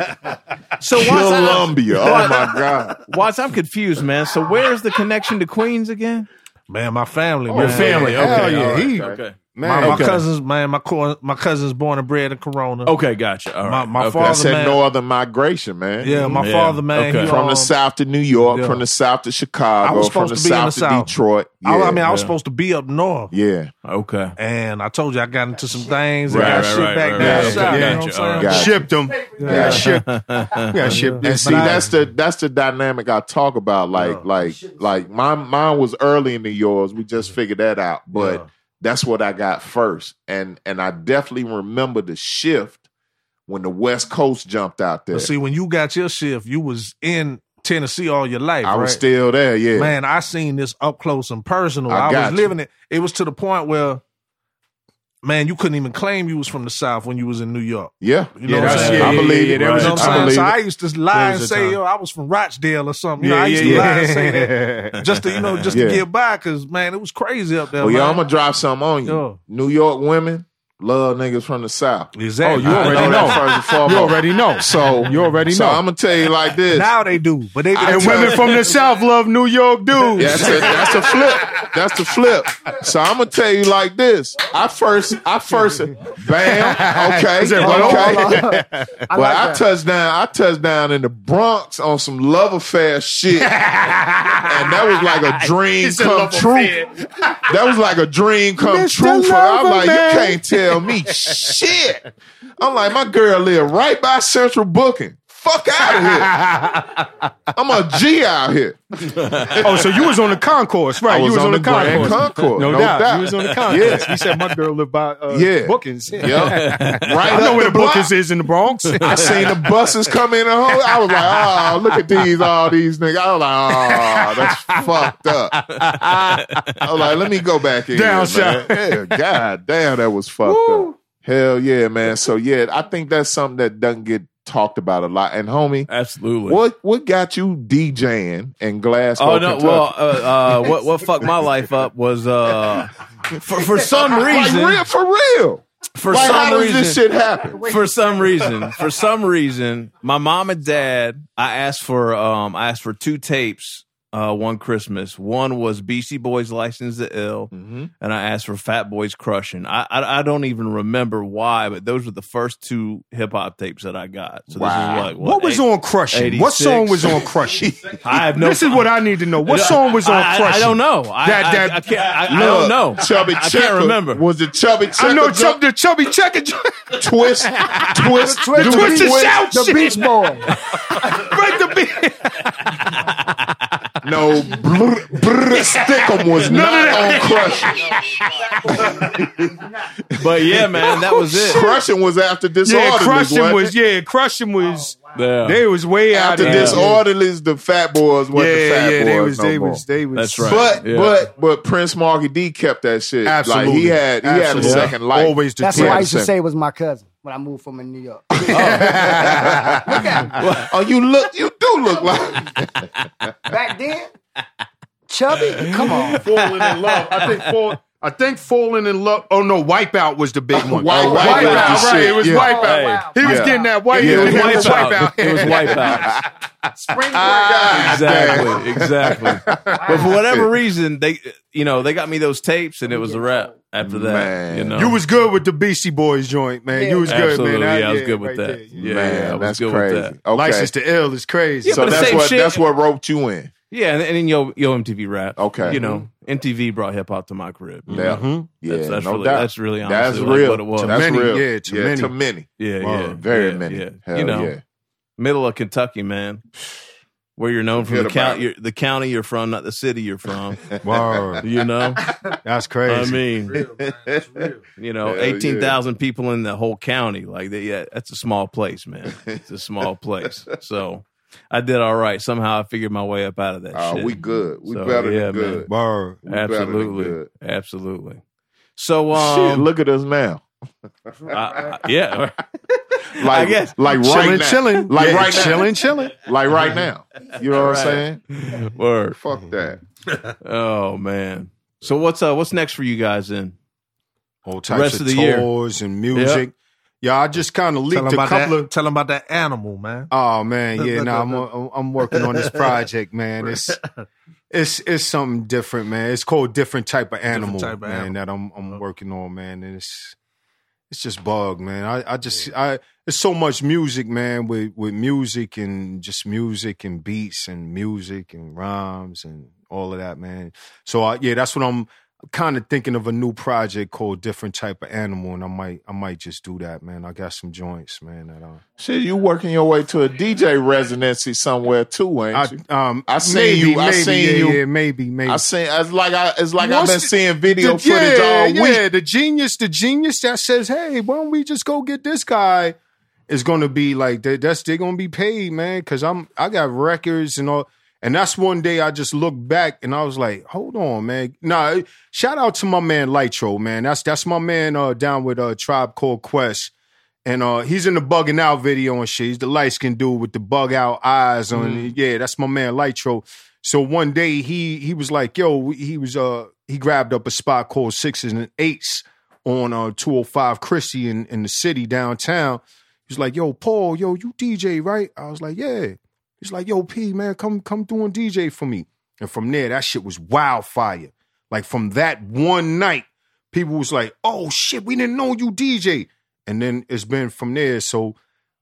[SPEAKER 1] So Watts, I,
[SPEAKER 2] Columbia. Oh my God.
[SPEAKER 1] Watts, I'm confused, man. So where's the connection to Queens again?
[SPEAKER 3] man, my family, man.
[SPEAKER 4] family, okay,
[SPEAKER 2] Oh, Hell
[SPEAKER 4] all right,
[SPEAKER 2] He-
[SPEAKER 1] Okay.
[SPEAKER 3] My,
[SPEAKER 4] man.
[SPEAKER 3] my
[SPEAKER 2] Okay.
[SPEAKER 3] cousins, man, my co- my cousins born and bred in Corona.
[SPEAKER 1] Okay, gotcha. All right.
[SPEAKER 3] My- my
[SPEAKER 1] okay.
[SPEAKER 2] I
[SPEAKER 3] father-
[SPEAKER 2] said
[SPEAKER 3] man-
[SPEAKER 2] northern migration, man.
[SPEAKER 3] Yeah, my
[SPEAKER 1] Yeah.
[SPEAKER 3] father, man,
[SPEAKER 1] Okay.
[SPEAKER 3] he,
[SPEAKER 2] From the
[SPEAKER 3] um,
[SPEAKER 2] south to New York,
[SPEAKER 3] yeah.
[SPEAKER 2] from the south to Chicago,
[SPEAKER 3] I was
[SPEAKER 2] from the
[SPEAKER 3] supposed to be in
[SPEAKER 2] south
[SPEAKER 3] the South.
[SPEAKER 2] to Detroit.
[SPEAKER 3] I, I mean, I was
[SPEAKER 1] yeah.
[SPEAKER 3] supposed to be up north,
[SPEAKER 2] yeah.
[SPEAKER 1] Okay.
[SPEAKER 3] and I told you I got into some things
[SPEAKER 2] Right,
[SPEAKER 3] and
[SPEAKER 2] right,
[SPEAKER 3] got shit
[SPEAKER 1] right,
[SPEAKER 3] back
[SPEAKER 1] right,
[SPEAKER 3] down
[SPEAKER 4] right.
[SPEAKER 3] south.
[SPEAKER 4] Yeah,
[SPEAKER 3] you know what I'm
[SPEAKER 1] gotcha,
[SPEAKER 3] saying?
[SPEAKER 1] all right.
[SPEAKER 4] shipped them. Yeah, shipped. Yeah, shipped.
[SPEAKER 2] And
[SPEAKER 4] them.
[SPEAKER 2] see, that's the that's the dynamic I talk about. Like,
[SPEAKER 3] Yeah.
[SPEAKER 2] like, like my mine was early into yours. We just figured that out, but
[SPEAKER 3] Yeah.
[SPEAKER 2] that's what I got first, and and I definitely remember the shift when the West Coast jumped out there.
[SPEAKER 3] But see, when you got your shift, you was in Tennessee all your life.
[SPEAKER 2] I was
[SPEAKER 3] right?
[SPEAKER 2] still there. Yeah,
[SPEAKER 3] Man, I seen this up close and personal.
[SPEAKER 2] I
[SPEAKER 3] I,
[SPEAKER 2] got
[SPEAKER 3] was
[SPEAKER 2] you.
[SPEAKER 3] living it. It was to the point where, man, you couldn't even claim you was from the South when you was in New York.
[SPEAKER 2] yeah,
[SPEAKER 3] You know
[SPEAKER 4] Yeah,
[SPEAKER 3] what I'm
[SPEAKER 4] that's-
[SPEAKER 3] saying?
[SPEAKER 4] yeah,
[SPEAKER 2] I
[SPEAKER 4] yeah,
[SPEAKER 2] believe
[SPEAKER 4] yeah,
[SPEAKER 2] it.
[SPEAKER 4] that
[SPEAKER 3] You
[SPEAKER 2] man.
[SPEAKER 3] know what
[SPEAKER 1] was
[SPEAKER 2] I
[SPEAKER 1] a
[SPEAKER 3] I'm
[SPEAKER 2] believe
[SPEAKER 3] saying? So
[SPEAKER 2] it.
[SPEAKER 3] I used to lie
[SPEAKER 4] There
[SPEAKER 3] and
[SPEAKER 4] was a
[SPEAKER 3] say,
[SPEAKER 4] time.
[SPEAKER 3] yo, I was from Rochdale or something. You know, I used to lie and say that just to, you know, just
[SPEAKER 2] Yeah.
[SPEAKER 3] to get by because, man, it was crazy up there.
[SPEAKER 2] Well, yeah, I'm
[SPEAKER 3] man.
[SPEAKER 2] gonna drop something on you.
[SPEAKER 3] Yo.
[SPEAKER 2] New York women love niggas from the South.
[SPEAKER 3] Exactly.
[SPEAKER 4] Oh, you
[SPEAKER 2] I
[SPEAKER 4] already
[SPEAKER 2] know,
[SPEAKER 4] know.
[SPEAKER 2] that first and foremost.
[SPEAKER 4] You already know.
[SPEAKER 2] So
[SPEAKER 4] You already
[SPEAKER 2] So
[SPEAKER 4] know.
[SPEAKER 2] I'm gonna tell you like this.
[SPEAKER 3] now they do, but they
[SPEAKER 4] and women from the south love New York dudes.
[SPEAKER 2] Yeah, that's a, that's a flip. That's the flip. So I'm gonna tell you like this. I first, I first, bam. Okay,
[SPEAKER 4] Is it
[SPEAKER 2] okay.
[SPEAKER 4] right
[SPEAKER 5] on? I
[SPEAKER 2] Well,
[SPEAKER 5] like
[SPEAKER 2] I
[SPEAKER 5] that.
[SPEAKER 2] touched down. I touched down in the Bronx on some love affair shit, and that was like a dream come true. That was like a dream come true for. I'm like, you can't tell me shit. I'm like, my girl live right by Central Booking. Fuck out of here. I'm a G out here.
[SPEAKER 4] Oh, so you was on the concourse,
[SPEAKER 2] I
[SPEAKER 4] right? you
[SPEAKER 2] was
[SPEAKER 4] was on,
[SPEAKER 2] on
[SPEAKER 4] the,
[SPEAKER 2] the Grand
[SPEAKER 4] concourse.
[SPEAKER 2] Concourse,
[SPEAKER 4] No,
[SPEAKER 2] no
[SPEAKER 4] doubt.
[SPEAKER 2] doubt.
[SPEAKER 4] You was on the concourse.
[SPEAKER 2] Yeah.
[SPEAKER 4] He said my girl lived by uh,
[SPEAKER 2] Yeah.
[SPEAKER 4] bookings.
[SPEAKER 2] Yep. Right
[SPEAKER 4] I
[SPEAKER 2] up
[SPEAKER 4] know where
[SPEAKER 2] the
[SPEAKER 4] the
[SPEAKER 2] block.
[SPEAKER 4] bookings is in the Bronx.
[SPEAKER 2] I seen the buses come in the home. I was like, oh, look at these, all these niggas. I was like, oh, that's fucked up. I was like, let me go back in.
[SPEAKER 4] Down
[SPEAKER 2] here, man. Yeah, God damn, that was fucked up. Hell yeah, man. So yeah, I think that's something that doesn't get talked about a lot. And homie,
[SPEAKER 1] Absolutely.
[SPEAKER 2] what what got you DJing in Glasgow?
[SPEAKER 1] Oh no!
[SPEAKER 2] Kentucky?
[SPEAKER 1] Well, uh, uh, what what fucked my life up was uh, for for some
[SPEAKER 2] like
[SPEAKER 1] reason
[SPEAKER 2] real for real.
[SPEAKER 1] for
[SPEAKER 2] like,
[SPEAKER 1] some
[SPEAKER 2] how
[SPEAKER 1] reason
[SPEAKER 2] does this shit happen?
[SPEAKER 1] for some reason, for some reason, my mom and dad, I asked for um I asked for two tapes uh one Christmas. One was BC Boys License to Ill
[SPEAKER 2] Mhm.
[SPEAKER 1] and I asked for Fat Boys Crushing. I I, I don't even remember why, but those were the first two hip hop tapes that I got. So
[SPEAKER 2] Wow.
[SPEAKER 1] this is like
[SPEAKER 4] what was
[SPEAKER 1] eight-
[SPEAKER 4] on Crushing? What
[SPEAKER 1] 86.
[SPEAKER 4] song was on Crushing?
[SPEAKER 1] I have no
[SPEAKER 4] this is what I need to know. What
[SPEAKER 1] I-
[SPEAKER 4] song was on
[SPEAKER 1] I, I-
[SPEAKER 4] Crushing?
[SPEAKER 1] I don't know. I,
[SPEAKER 4] That-
[SPEAKER 1] I-
[SPEAKER 4] that-
[SPEAKER 1] I, can't I, I don't know.
[SPEAKER 2] Chubby
[SPEAKER 1] I can't
[SPEAKER 2] Checker
[SPEAKER 1] remember.
[SPEAKER 2] Was the Chubby Checker?
[SPEAKER 4] I know
[SPEAKER 2] jump-
[SPEAKER 4] Chub, the chubby checker. Right
[SPEAKER 2] twist, twist,
[SPEAKER 5] Twist,
[SPEAKER 2] do
[SPEAKER 4] twist and shout
[SPEAKER 5] The
[SPEAKER 4] shit.
[SPEAKER 5] Beach Boy.
[SPEAKER 4] the beat.
[SPEAKER 2] No, brr, brr, stickum was not on crushing.
[SPEAKER 1] But yeah, man, that was it.
[SPEAKER 2] Crushing was after disorderlies.
[SPEAKER 4] Yeah, Crushing
[SPEAKER 2] wasn't
[SPEAKER 4] was.
[SPEAKER 2] it?
[SPEAKER 4] Yeah, Crushing was.
[SPEAKER 1] Yeah.
[SPEAKER 4] They was way out
[SPEAKER 2] after
[SPEAKER 4] of
[SPEAKER 2] disorderlies. The Fat Boys
[SPEAKER 4] Yeah,
[SPEAKER 2] was the Fat
[SPEAKER 4] yeah,
[SPEAKER 2] Boys
[SPEAKER 4] they was.
[SPEAKER 2] no
[SPEAKER 4] They
[SPEAKER 2] more.
[SPEAKER 4] was. They was.
[SPEAKER 1] That's right.
[SPEAKER 2] But
[SPEAKER 1] Yeah.
[SPEAKER 2] but but Prince Margie D kept that shit.
[SPEAKER 4] Absolutely.
[SPEAKER 2] like he had he had a
[SPEAKER 4] Absolutely.
[SPEAKER 2] second life.
[SPEAKER 4] Always the
[SPEAKER 5] That's what I
[SPEAKER 4] twist.
[SPEAKER 5] used to
[SPEAKER 2] Same.
[SPEAKER 5] say was my cousin when I moved from New York.
[SPEAKER 2] Oh, you look, you do look like.
[SPEAKER 5] Back then, chubby, come on.
[SPEAKER 4] falling in love. I think fall, I think falling in love. Oh no, Wipeout was the big one.
[SPEAKER 2] Wipeout
[SPEAKER 4] Oh,
[SPEAKER 2] was the
[SPEAKER 4] Wipeout, right?
[SPEAKER 2] shit,
[SPEAKER 4] It was
[SPEAKER 2] yeah.
[SPEAKER 4] Wipeout.
[SPEAKER 1] Hey.
[SPEAKER 4] He was
[SPEAKER 2] Yeah.
[SPEAKER 4] getting that white.
[SPEAKER 2] Yeah,
[SPEAKER 1] It was
[SPEAKER 4] he was
[SPEAKER 1] wipeout. It was wipeout.
[SPEAKER 5] Spring
[SPEAKER 2] Ah,
[SPEAKER 1] exactly, exactly. But for whatever reason, they you know they got me those tapes, and it was a wrap after that.
[SPEAKER 2] Man.
[SPEAKER 1] You know,
[SPEAKER 4] You was good with the BC Boys joint, man.
[SPEAKER 5] Yeah.
[SPEAKER 4] You was good,
[SPEAKER 1] Oh. absolutely.
[SPEAKER 4] man.
[SPEAKER 1] yeah, I was good with
[SPEAKER 4] right
[SPEAKER 1] that.
[SPEAKER 4] there.
[SPEAKER 1] Yeah,
[SPEAKER 2] Man,
[SPEAKER 1] yeah, I was
[SPEAKER 2] that's
[SPEAKER 1] good
[SPEAKER 2] crazy.
[SPEAKER 1] with that.
[SPEAKER 2] Okay.
[SPEAKER 4] License to Ill is crazy.
[SPEAKER 1] Yeah,
[SPEAKER 2] so
[SPEAKER 1] but the
[SPEAKER 2] that's
[SPEAKER 1] same
[SPEAKER 2] what
[SPEAKER 1] shit-
[SPEAKER 2] that's what roped you in.
[SPEAKER 1] Yeah, and, and then yo yo MTV rap.
[SPEAKER 2] Okay.
[SPEAKER 1] you know MTV brought hip hop to my crib.
[SPEAKER 2] Yeah, yeah,
[SPEAKER 1] That's, that's
[SPEAKER 2] no
[SPEAKER 1] really
[SPEAKER 2] doubt.
[SPEAKER 1] that's really honestly
[SPEAKER 2] That's
[SPEAKER 1] like
[SPEAKER 2] real.
[SPEAKER 1] what it was.
[SPEAKER 2] That's
[SPEAKER 4] Mm-hmm. many,
[SPEAKER 2] real.
[SPEAKER 4] yeah, to many.
[SPEAKER 2] to many.
[SPEAKER 1] yeah,
[SPEAKER 4] Wow,
[SPEAKER 1] yeah,
[SPEAKER 2] Very
[SPEAKER 1] yeah,
[SPEAKER 2] many.
[SPEAKER 1] Yeah,
[SPEAKER 2] Hell
[SPEAKER 1] you know,
[SPEAKER 2] yeah.
[SPEAKER 1] middle of Kentucky, man, where you're known from the,
[SPEAKER 2] Forget about
[SPEAKER 1] count,
[SPEAKER 2] it.
[SPEAKER 1] your, the county you're from, not the city you're from.
[SPEAKER 4] Word.
[SPEAKER 1] you know,
[SPEAKER 4] That's
[SPEAKER 1] I
[SPEAKER 4] crazy.
[SPEAKER 1] mean, you know,
[SPEAKER 2] Hell
[SPEAKER 1] eighteen thousand people in the whole county. Like, that, yeah, that's a small place, man. It's a small place. So, I did all right. Somehow, I figured my way up out of that.
[SPEAKER 2] Oh,
[SPEAKER 1] shit.
[SPEAKER 2] we good. We
[SPEAKER 1] So,
[SPEAKER 2] better
[SPEAKER 1] yeah,
[SPEAKER 2] than good.
[SPEAKER 4] Word.
[SPEAKER 2] We better than
[SPEAKER 1] absolutely,
[SPEAKER 2] good.
[SPEAKER 1] absolutely. So,
[SPEAKER 2] Shit,
[SPEAKER 1] um,
[SPEAKER 2] look at us now.
[SPEAKER 1] I- I- yeah,
[SPEAKER 2] Like
[SPEAKER 1] guess.
[SPEAKER 2] like right
[SPEAKER 4] Chilling,
[SPEAKER 2] now.
[SPEAKER 4] chilling.
[SPEAKER 2] Like
[SPEAKER 4] Yeah,
[SPEAKER 2] right now.
[SPEAKER 4] chilling, chilling.
[SPEAKER 2] Like right now. You know what I'm
[SPEAKER 1] Mm-hmm. Right.
[SPEAKER 2] saying?
[SPEAKER 1] word.
[SPEAKER 2] Fuck that.
[SPEAKER 1] Oh man. So what's uh what's next for you guys then?
[SPEAKER 4] All
[SPEAKER 1] Rest
[SPEAKER 4] types
[SPEAKER 1] of
[SPEAKER 4] of,
[SPEAKER 1] the year.
[SPEAKER 4] tours and music. Yeah, I just kind of
[SPEAKER 3] Tell
[SPEAKER 4] leaked
[SPEAKER 3] them,
[SPEAKER 4] a
[SPEAKER 3] about
[SPEAKER 4] couple of
[SPEAKER 3] that, tell them about that animal, man.
[SPEAKER 4] Oh man, yeah. Now I'm I'm working on this project, man. It's It's it's something different, man. It's called different type of animal,
[SPEAKER 3] type of
[SPEAKER 4] man.
[SPEAKER 3] animal. Oh.
[SPEAKER 4] That I'm I'm working on, man. And it's it's just bug, man. I I just I it's so much music, man. With with music and just music and beats and music and rhymes and all of that, man. So I, yeah, that's what I'm kind of thinking of a new project called different type of animal, and I might I might just do that, man. I got some joints, man. That uh, I
[SPEAKER 2] Shit, you working your way to a DJ residency somewhere too, ain't you?
[SPEAKER 4] I um
[SPEAKER 2] I seen you- I seen
[SPEAKER 4] yeah,
[SPEAKER 2] you-
[SPEAKER 4] yeah, maybe maybe
[SPEAKER 2] I seen it's like I it's like I've
[SPEAKER 4] Once
[SPEAKER 2] been
[SPEAKER 4] the-
[SPEAKER 2] seeing video
[SPEAKER 4] The-
[SPEAKER 2] footage all week.
[SPEAKER 4] Yeah, the genius, the genius that says, "Hey, why don't we just go get this guy?" Is going to be like that. That's they're going to be paid, man. Because I'm I got records and all, and that's one day I just looked back and I was like, "Hold on, man." Nah, shout out to my man Lightro, man. That's that's my man uh, down with uh, Tribe Called Quest. And uh, he's in the bugging out video and shit. He's the light skinned dude with the bug out eyes on. Yeah, that's my man Lightro. So one day he he was like, yo, he was uh he grabbed up a spot called Sixes and Eights on uh 205 Christie in, in the city downtown. He's like, yo, Paul, yo, you DJ, right? I was like, yeah. He's like, yo, P, man, come come through and DJ for me. And from there, that shit was wildfire. Like from that one night, people was like, oh shit, we didn't know you DJ. And then it's been from there. So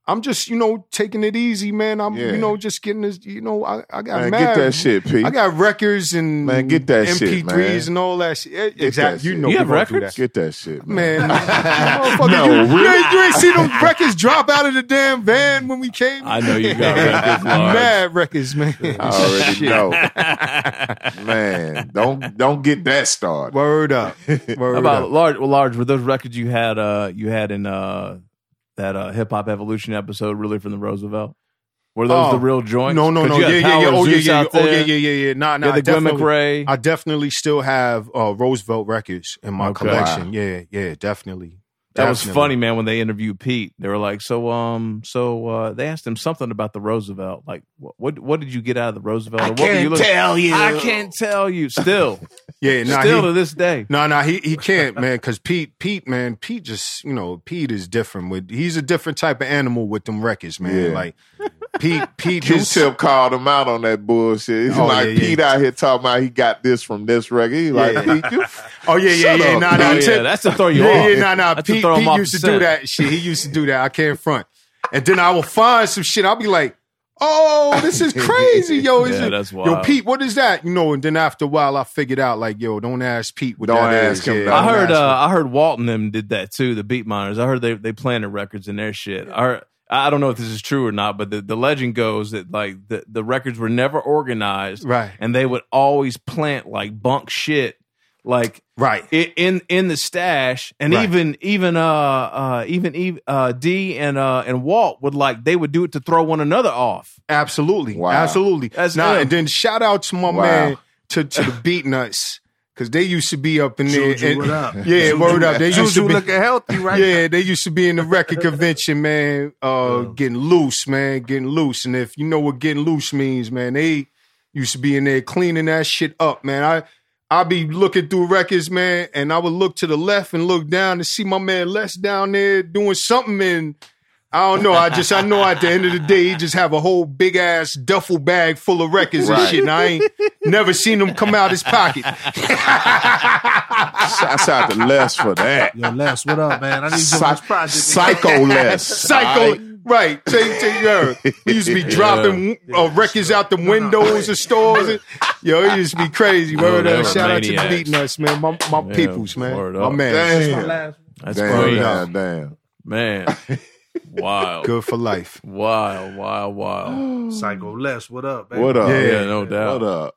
[SPEAKER 4] I'm just, you know, taking it easy, man. I'm,
[SPEAKER 2] Yeah.
[SPEAKER 4] you know, just getting this, you know, I, I got
[SPEAKER 2] Man,
[SPEAKER 4] married.
[SPEAKER 2] get that shit, Pete.
[SPEAKER 4] I got records and
[SPEAKER 2] Man, get that shit,
[SPEAKER 4] MP3s
[SPEAKER 2] man.
[SPEAKER 4] and all that shit.
[SPEAKER 2] that
[SPEAKER 4] exactly.
[SPEAKER 2] shit.
[SPEAKER 4] You know
[SPEAKER 1] You
[SPEAKER 4] we
[SPEAKER 1] have
[SPEAKER 4] gonna do
[SPEAKER 1] records?
[SPEAKER 4] that.
[SPEAKER 2] Get that shit, man.
[SPEAKER 4] Man, motherfucker,
[SPEAKER 2] No,
[SPEAKER 4] you,
[SPEAKER 2] really?
[SPEAKER 4] you ain't, you ain't see them records drop out of the damn van when we came.
[SPEAKER 1] I know you got records, Lars.
[SPEAKER 4] mad records, man.
[SPEAKER 2] I already know. man, don't don't get that started.
[SPEAKER 4] Word up,
[SPEAKER 1] How
[SPEAKER 4] word
[SPEAKER 1] about
[SPEAKER 4] up.
[SPEAKER 1] large? Well, large were those records you had? Uh, you had in uh that uh hip hop evolution episode, really from the Roosevelt. Were those
[SPEAKER 4] Oh,
[SPEAKER 1] the real joints?
[SPEAKER 4] No, no,
[SPEAKER 1] 'Cause
[SPEAKER 4] no.
[SPEAKER 1] you
[SPEAKER 4] Yeah,
[SPEAKER 1] had
[SPEAKER 4] yeah, yeah.
[SPEAKER 1] Power
[SPEAKER 4] Oh, yeah,
[SPEAKER 1] Zeus
[SPEAKER 4] yeah, yeah.
[SPEAKER 1] out
[SPEAKER 4] Oh, yeah,
[SPEAKER 1] there.
[SPEAKER 4] yeah, yeah, yeah. Nah,
[SPEAKER 1] You
[SPEAKER 4] nah.
[SPEAKER 1] had the Gwen
[SPEAKER 4] definitely.
[SPEAKER 1] McRae.
[SPEAKER 4] I definitely still have uh, Roosevelt records in my
[SPEAKER 1] Okay.
[SPEAKER 4] collection. Yeah, yeah, definitely.
[SPEAKER 1] That was
[SPEAKER 4] Definitely.
[SPEAKER 1] funny, man. When they interviewed Pete, they were like, "So, um, so uh, they asked him something about the Roosevelt. Like, wh- what, what did you get out of the Roosevelt? Or what were you looking-
[SPEAKER 2] tell you.
[SPEAKER 1] I can't tell you. Still,
[SPEAKER 4] Yeah, nah,
[SPEAKER 1] still
[SPEAKER 4] he-
[SPEAKER 1] to this day,
[SPEAKER 4] No, no, he he can't, man, because Pete, Pete, man, Pete just, you know, Pete is different with he's a different type of animal with them records, man.
[SPEAKER 2] Yeah.
[SPEAKER 4] Like Pete, Pete his-
[SPEAKER 2] Q-Tip called him out on that bullshit. He's
[SPEAKER 4] Oh,
[SPEAKER 2] like,
[SPEAKER 4] yeah, yeah.
[SPEAKER 2] Pete out here talking about he got this from this record. He's like,
[SPEAKER 4] Yeah.
[SPEAKER 2] Pete, you
[SPEAKER 4] Oh yeah, yeah,
[SPEAKER 2] Shut
[SPEAKER 4] yeah.
[SPEAKER 2] up,
[SPEAKER 4] Nah,
[SPEAKER 2] Pete.
[SPEAKER 4] nah,
[SPEAKER 1] oh,
[SPEAKER 4] Tip-
[SPEAKER 1] yeah, that's to throw you
[SPEAKER 4] yeah,
[SPEAKER 1] off.
[SPEAKER 4] yeah, nah, nah.
[SPEAKER 1] That's to
[SPEAKER 4] Pete,
[SPEAKER 1] throw 'em
[SPEAKER 4] Pete
[SPEAKER 1] off
[SPEAKER 4] used to
[SPEAKER 1] the
[SPEAKER 4] do
[SPEAKER 1] scent.
[SPEAKER 4] that shit. He used to do that. I can't front. And then I will find some shit. I'll be like, oh, this is crazy, yo. Is
[SPEAKER 1] Yeah,
[SPEAKER 4] it-
[SPEAKER 1] that's
[SPEAKER 4] Yo,
[SPEAKER 1] wild.
[SPEAKER 4] Pete, what is that? You know, and then after a while, I figured out, like, yo, don't ask Pete what
[SPEAKER 2] Don't
[SPEAKER 4] that
[SPEAKER 2] ask
[SPEAKER 4] is.
[SPEAKER 2] him
[SPEAKER 4] Yeah,
[SPEAKER 2] that.
[SPEAKER 1] I
[SPEAKER 4] don't
[SPEAKER 1] heard,
[SPEAKER 4] ask
[SPEAKER 1] uh, I heard Walton them did that too. The Beat Miners. I heard they they planted records in their shit. I heard- I don't know if this is true or not, but the, the legend goes that like the, the records were never organized,
[SPEAKER 4] him. Right,
[SPEAKER 1] and they would always plant like bunk shit, like
[SPEAKER 4] right.
[SPEAKER 1] i- in in the stash and
[SPEAKER 4] Right.
[SPEAKER 1] even even uh uh even Eve- uh d and uh and walt would like they would do it to throw one another off
[SPEAKER 4] Absolutely.
[SPEAKER 2] Wow.
[SPEAKER 4] Absolutely.
[SPEAKER 1] That's
[SPEAKER 4] nah,
[SPEAKER 1] ill.
[SPEAKER 4] and then shout out to my
[SPEAKER 2] Wow.
[SPEAKER 4] man to, to the beat nuts. Cause they used to be up in there.
[SPEAKER 3] Juju,
[SPEAKER 4] and-
[SPEAKER 3] what up?
[SPEAKER 4] Yeah, word up. They used
[SPEAKER 6] Juju
[SPEAKER 4] to be,
[SPEAKER 6] looking healthy right
[SPEAKER 4] yeah, they used to be in the record convention, man. Uh, getting loose, man, getting loose. And if you know what getting loose means, man, they used to be in there cleaning that shit up, man. I I be looking through records, man, and I would look to the left and look down and see my man Les down there doing something and I don't know. I just I know at the end of the day he just have a whole big ass duffel bag full of records and
[SPEAKER 2] Right.
[SPEAKER 4] shit. And I ain't never seen them come out his pocket.
[SPEAKER 2] shouts out to Les for that.
[SPEAKER 3] Yo, Les, what up, man? I need you on this
[SPEAKER 2] Psy-
[SPEAKER 3] project.
[SPEAKER 2] Psycho Les.
[SPEAKER 4] Psycho,
[SPEAKER 2] All right.
[SPEAKER 4] right? Take, take, yeah. He used to be dropping uh, records out the windows of stores. And, yo, he used to be crazy. Word
[SPEAKER 1] they
[SPEAKER 4] up.
[SPEAKER 1] were
[SPEAKER 4] Shout out to the
[SPEAKER 1] maniacs.
[SPEAKER 4] beat nuts, man. My my peoples, man.
[SPEAKER 1] word
[SPEAKER 4] My
[SPEAKER 1] up.
[SPEAKER 4] man.
[SPEAKER 2] Damn.
[SPEAKER 1] that's
[SPEAKER 2] Damn,
[SPEAKER 1] crazy
[SPEAKER 2] damn, damn.
[SPEAKER 1] man wild
[SPEAKER 4] Good for life.
[SPEAKER 1] wild wild wild
[SPEAKER 3] Psycho Les, what up, man?
[SPEAKER 2] What up?
[SPEAKER 1] yeah,
[SPEAKER 4] Yeah.
[SPEAKER 1] no doubt
[SPEAKER 2] What up?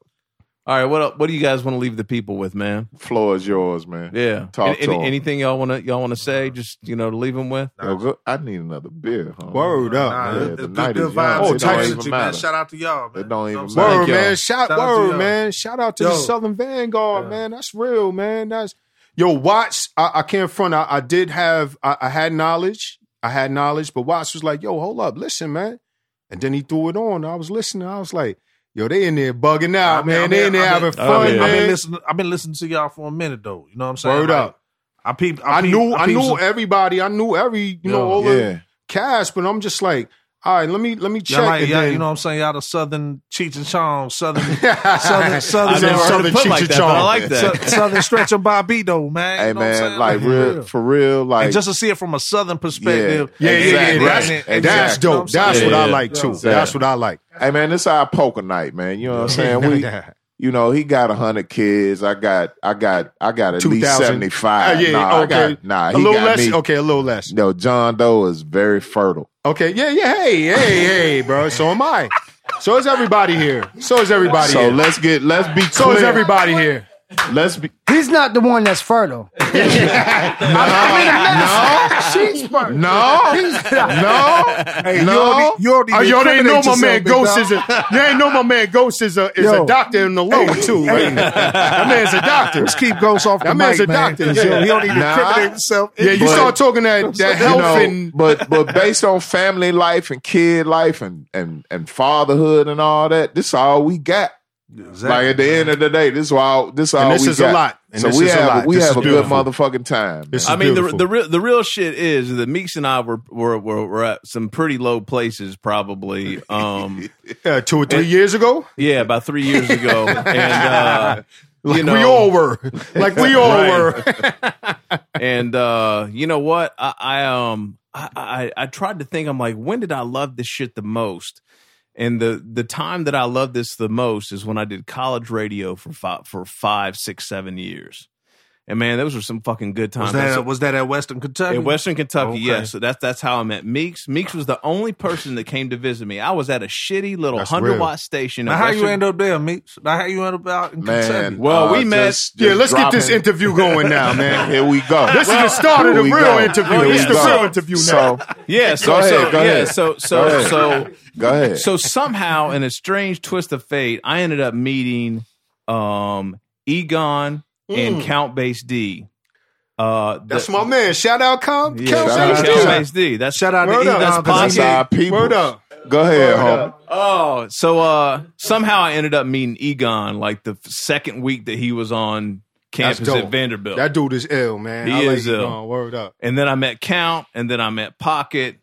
[SPEAKER 1] all right what up what do you guys want to leave the people with man
[SPEAKER 2] Floor is yours, man.
[SPEAKER 1] yeah
[SPEAKER 2] Talk to 'em.
[SPEAKER 1] anything y'all want to y'all want to say just you know to leave them with
[SPEAKER 2] Yo, go- I need another beer. homie.
[SPEAKER 4] Word up,
[SPEAKER 3] Nah,
[SPEAKER 2] Yeah,
[SPEAKER 4] man.
[SPEAKER 3] it's
[SPEAKER 2] the
[SPEAKER 3] good,
[SPEAKER 2] night
[SPEAKER 3] good
[SPEAKER 2] is
[SPEAKER 3] vibes.
[SPEAKER 2] young.
[SPEAKER 4] Oh,
[SPEAKER 3] and
[SPEAKER 4] tight.
[SPEAKER 3] energy,
[SPEAKER 2] It don't
[SPEAKER 3] man.
[SPEAKER 2] matter.
[SPEAKER 3] Shout out to y'all, man.
[SPEAKER 2] It don't even
[SPEAKER 3] You know what I'm
[SPEAKER 2] matter.
[SPEAKER 4] Word,
[SPEAKER 1] y'all.
[SPEAKER 4] man. Shout,
[SPEAKER 3] Shout out to
[SPEAKER 4] word,
[SPEAKER 3] y'all.
[SPEAKER 4] man. Shout out to the
[SPEAKER 3] Yo.
[SPEAKER 4] Southern Vanguard, man. That's real, man. That's yo, Watts. I, I can't front. I, I did have I, I had knowledge. I had knowledge, but Watts was like, yo, hold up, listen, man. And then he threw it on. I was listening. I was like, yo, they in there bugging out,
[SPEAKER 3] I've been-
[SPEAKER 4] man.
[SPEAKER 3] I've
[SPEAKER 4] they
[SPEAKER 3] been-
[SPEAKER 4] in there
[SPEAKER 3] I've
[SPEAKER 4] having
[SPEAKER 3] been-
[SPEAKER 1] I've
[SPEAKER 4] fun,
[SPEAKER 1] been-
[SPEAKER 3] I've been
[SPEAKER 4] man.
[SPEAKER 3] listening. I've been listening to y'all for a minute though. You know what I'm saying?
[SPEAKER 4] Word
[SPEAKER 3] Like,
[SPEAKER 4] up.
[SPEAKER 3] I peep.
[SPEAKER 4] I
[SPEAKER 3] peep-
[SPEAKER 4] knew I
[SPEAKER 3] peep
[SPEAKER 4] knew
[SPEAKER 3] some-
[SPEAKER 4] everybody. I knew every, you know,
[SPEAKER 3] Yo.
[SPEAKER 4] all the
[SPEAKER 2] Yeah.
[SPEAKER 4] cast, but I'm just like, All right, let me let me check.
[SPEAKER 3] Y'all like,
[SPEAKER 4] and
[SPEAKER 3] y'all,
[SPEAKER 4] then-
[SPEAKER 3] you know what I'm saying? Y'all the Southern Cheech and Chong, Southern Southern
[SPEAKER 1] I
[SPEAKER 3] Southern
[SPEAKER 1] never
[SPEAKER 4] Southern
[SPEAKER 1] heard it put
[SPEAKER 4] Cheech
[SPEAKER 1] like
[SPEAKER 4] and
[SPEAKER 1] that, but I
[SPEAKER 4] Chong.
[SPEAKER 1] like that.
[SPEAKER 3] Sou- Southern Stretch and Bobbito, man.
[SPEAKER 2] Hey
[SPEAKER 3] you know what I'm
[SPEAKER 2] man,
[SPEAKER 3] saying?
[SPEAKER 2] like real for real, like
[SPEAKER 3] and just to see it from a Southern perspective.
[SPEAKER 2] Yeah,
[SPEAKER 4] yeah, yeah,
[SPEAKER 2] Exactly.
[SPEAKER 4] yeah. That's,
[SPEAKER 2] Right.
[SPEAKER 4] that's
[SPEAKER 2] Exactly.
[SPEAKER 4] dope. That's
[SPEAKER 1] Yeah,
[SPEAKER 4] what I
[SPEAKER 1] yeah.
[SPEAKER 4] like too.
[SPEAKER 2] Exactly.
[SPEAKER 4] That's what I like.
[SPEAKER 2] hey man, this our poker night, man. You know what I'm saying? We you know, he got a hundred kids. I got I got I got at least
[SPEAKER 4] 2,000.
[SPEAKER 2] seventy five.
[SPEAKER 4] Ah, yeah,
[SPEAKER 2] nah, I
[SPEAKER 4] okay.
[SPEAKER 2] got, nah, he
[SPEAKER 4] a little
[SPEAKER 2] got
[SPEAKER 4] less.
[SPEAKER 2] me.
[SPEAKER 4] Okay, a little less.
[SPEAKER 2] No, John Doe is very fertile.
[SPEAKER 4] Okay, yeah, yeah. Hey, hey, hey, bro. So am I. So is everybody here. So is everybody
[SPEAKER 2] So
[SPEAKER 4] here.
[SPEAKER 2] let's get let's be clear.
[SPEAKER 4] so is everybody here.
[SPEAKER 2] Let's be
[SPEAKER 5] He's not the one that's fertile. I mean, no, she's fertile.
[SPEAKER 2] no, no, no.
[SPEAKER 3] You already
[SPEAKER 4] Oh, yo, they know
[SPEAKER 3] incriminate yourself,
[SPEAKER 4] my man
[SPEAKER 3] big
[SPEAKER 4] Ghost
[SPEAKER 3] dog.
[SPEAKER 4] is a. You ain't know my man Ghost is a is
[SPEAKER 5] Yo.
[SPEAKER 4] a doctor in the low too. Right? That man's a doctor.
[SPEAKER 3] Let's keep Ghost off the
[SPEAKER 4] That man's
[SPEAKER 3] mic,
[SPEAKER 4] a doctor.
[SPEAKER 3] Man. 'cause,
[SPEAKER 4] Yeah.
[SPEAKER 3] yo, he don't even
[SPEAKER 2] Nah.
[SPEAKER 3] incriminate himself.
[SPEAKER 4] Yeah, you
[SPEAKER 2] But-
[SPEAKER 4] start talking that that
[SPEAKER 2] You
[SPEAKER 4] health
[SPEAKER 2] know,
[SPEAKER 4] and
[SPEAKER 2] but but based on family life and kid life and and and fatherhood and all that, this all we got. Like at the end of the day, this all this all
[SPEAKER 4] And this
[SPEAKER 2] we
[SPEAKER 4] is a
[SPEAKER 2] got.
[SPEAKER 4] lot. And
[SPEAKER 2] so
[SPEAKER 4] this
[SPEAKER 2] we
[SPEAKER 4] is a
[SPEAKER 2] have
[SPEAKER 4] lot.
[SPEAKER 2] we
[SPEAKER 4] This
[SPEAKER 2] have
[SPEAKER 4] is
[SPEAKER 2] a
[SPEAKER 4] beautiful.
[SPEAKER 2] good motherfucking time. man.
[SPEAKER 4] This is
[SPEAKER 1] I mean, the,
[SPEAKER 4] beautiful.
[SPEAKER 1] the real the real shit is that Meeks and I were were were, were at some pretty low places, probably. Um,
[SPEAKER 4] uh, two or three years ago.
[SPEAKER 1] yeah, about three years ago, and uh,
[SPEAKER 4] Like
[SPEAKER 1] you know,
[SPEAKER 4] we all were. Like we all
[SPEAKER 1] Right.
[SPEAKER 4] were.
[SPEAKER 1] and uh, you know what? I, I um I, I I tried to think. I'm like, when did I love this shit the most? And the the time that I loved this the most is when I did college radio for five for five, six, seven years. And man, those were some fucking good times.
[SPEAKER 3] Was that,
[SPEAKER 1] That's-
[SPEAKER 3] was that at Western Kentucky?
[SPEAKER 1] in Western Kentucky,
[SPEAKER 3] Okay.
[SPEAKER 1] yes. So that's that's how I met Meeks. Meeks was the only person that came to visit me. I was at a shitty little
[SPEAKER 4] That's
[SPEAKER 1] hundred
[SPEAKER 4] real.
[SPEAKER 1] watt station. in
[SPEAKER 3] now, how you
[SPEAKER 1] Western-
[SPEAKER 3] end up there, Meeks? Now, how you end up out in Kentucky?
[SPEAKER 2] man. uh,
[SPEAKER 1] Well, we met-
[SPEAKER 4] Yeah, let's get this
[SPEAKER 2] dropping-
[SPEAKER 4] interview going now, man.
[SPEAKER 2] Here we go.
[SPEAKER 4] This is the start of
[SPEAKER 2] Here
[SPEAKER 4] the
[SPEAKER 2] we
[SPEAKER 4] real
[SPEAKER 2] go.
[SPEAKER 4] interview.
[SPEAKER 2] Here
[SPEAKER 4] This
[SPEAKER 2] we
[SPEAKER 4] is the
[SPEAKER 2] go.
[SPEAKER 4] real interview now.
[SPEAKER 2] So
[SPEAKER 1] Yeah, so
[SPEAKER 2] Go ahead,
[SPEAKER 1] so
[SPEAKER 2] go
[SPEAKER 1] yeah,
[SPEAKER 2] ahead.
[SPEAKER 1] so
[SPEAKER 2] Go
[SPEAKER 1] so
[SPEAKER 2] ahead.
[SPEAKER 1] so
[SPEAKER 2] go ahead.
[SPEAKER 1] so somehow in a strange twist of fate, I ended up meeting um Egon and Count Base D. Uh the-
[SPEAKER 4] That's my man. Shout out, Com.
[SPEAKER 1] yeah,
[SPEAKER 4] Count
[SPEAKER 1] shout out
[SPEAKER 2] Base D.
[SPEAKER 4] Safety.
[SPEAKER 1] Count Base D. That's
[SPEAKER 3] Shout out to
[SPEAKER 4] Word up.
[SPEAKER 3] Egon.
[SPEAKER 1] That's
[SPEAKER 3] because
[SPEAKER 2] That's
[SPEAKER 3] he-
[SPEAKER 1] pocket.
[SPEAKER 2] our people.
[SPEAKER 4] Word up.
[SPEAKER 2] Go ahead, homie.
[SPEAKER 1] Oh, so uh somehow I ended up meeting Egon like the second week that he was on campus
[SPEAKER 4] dope.
[SPEAKER 1] at Vanderbilt.
[SPEAKER 4] That dude is ill, man.
[SPEAKER 1] He
[SPEAKER 4] I like
[SPEAKER 1] is
[SPEAKER 4] you,
[SPEAKER 1] ill.
[SPEAKER 4] Gon. Word up.
[SPEAKER 1] and then I met Count, and then I met Pocket,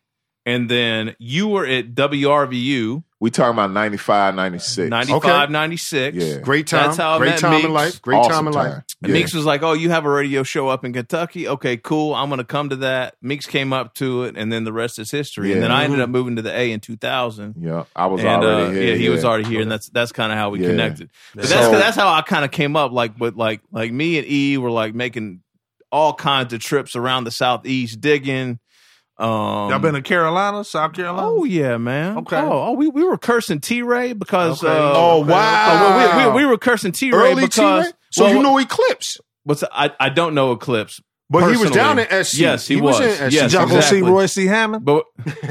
[SPEAKER 1] and then you were at WRVU
[SPEAKER 2] We talking about 95, 96.
[SPEAKER 1] 95, 96.
[SPEAKER 2] Yeah.
[SPEAKER 4] Great time.
[SPEAKER 1] That's how I
[SPEAKER 4] Great
[SPEAKER 1] met
[SPEAKER 4] time
[SPEAKER 1] Meeks.
[SPEAKER 4] in life. Great
[SPEAKER 2] Awesome
[SPEAKER 4] time in life.
[SPEAKER 1] And
[SPEAKER 2] Yeah.
[SPEAKER 1] Meeks was like, "Oh, you have a radio show up in Kentucky? Okay, cool. I'm going to come to that." Meeks came up to it, and then the rest is history.
[SPEAKER 2] Yeah.
[SPEAKER 1] And then I ended up moving to the A in 2000.
[SPEAKER 2] Yeah, I was
[SPEAKER 1] and
[SPEAKER 2] already
[SPEAKER 1] uh,
[SPEAKER 2] here.
[SPEAKER 1] yeah, he was already here, and that's that's kind of how we
[SPEAKER 2] Yeah.
[SPEAKER 1] connected. But that's
[SPEAKER 2] So-
[SPEAKER 1] that's how I kind of came up. Like, but like like me and E were like making all kinds of trips around the southeast digging. Um,
[SPEAKER 3] Y'all been to Carolina, South Carolina?
[SPEAKER 1] oh yeah, man.
[SPEAKER 3] Okay.
[SPEAKER 1] Oh, oh we, we were cursing T Ray because
[SPEAKER 3] Okay.
[SPEAKER 1] uh,
[SPEAKER 4] Oh,
[SPEAKER 3] Okay,
[SPEAKER 4] wow.
[SPEAKER 1] oh, we, we, we were cursing T Ray
[SPEAKER 4] Early
[SPEAKER 1] because
[SPEAKER 4] T Ray? So
[SPEAKER 1] well,
[SPEAKER 4] you know Eclipse.
[SPEAKER 1] what's I I don't know Eclipse.
[SPEAKER 4] But he was
[SPEAKER 1] personally.
[SPEAKER 4] down in SC.
[SPEAKER 1] Yes, he was.
[SPEAKER 4] in SC.
[SPEAKER 1] Yes,
[SPEAKER 3] Did y'all go
[SPEAKER 1] exactly.
[SPEAKER 3] see Roy C. Hammond?
[SPEAKER 1] But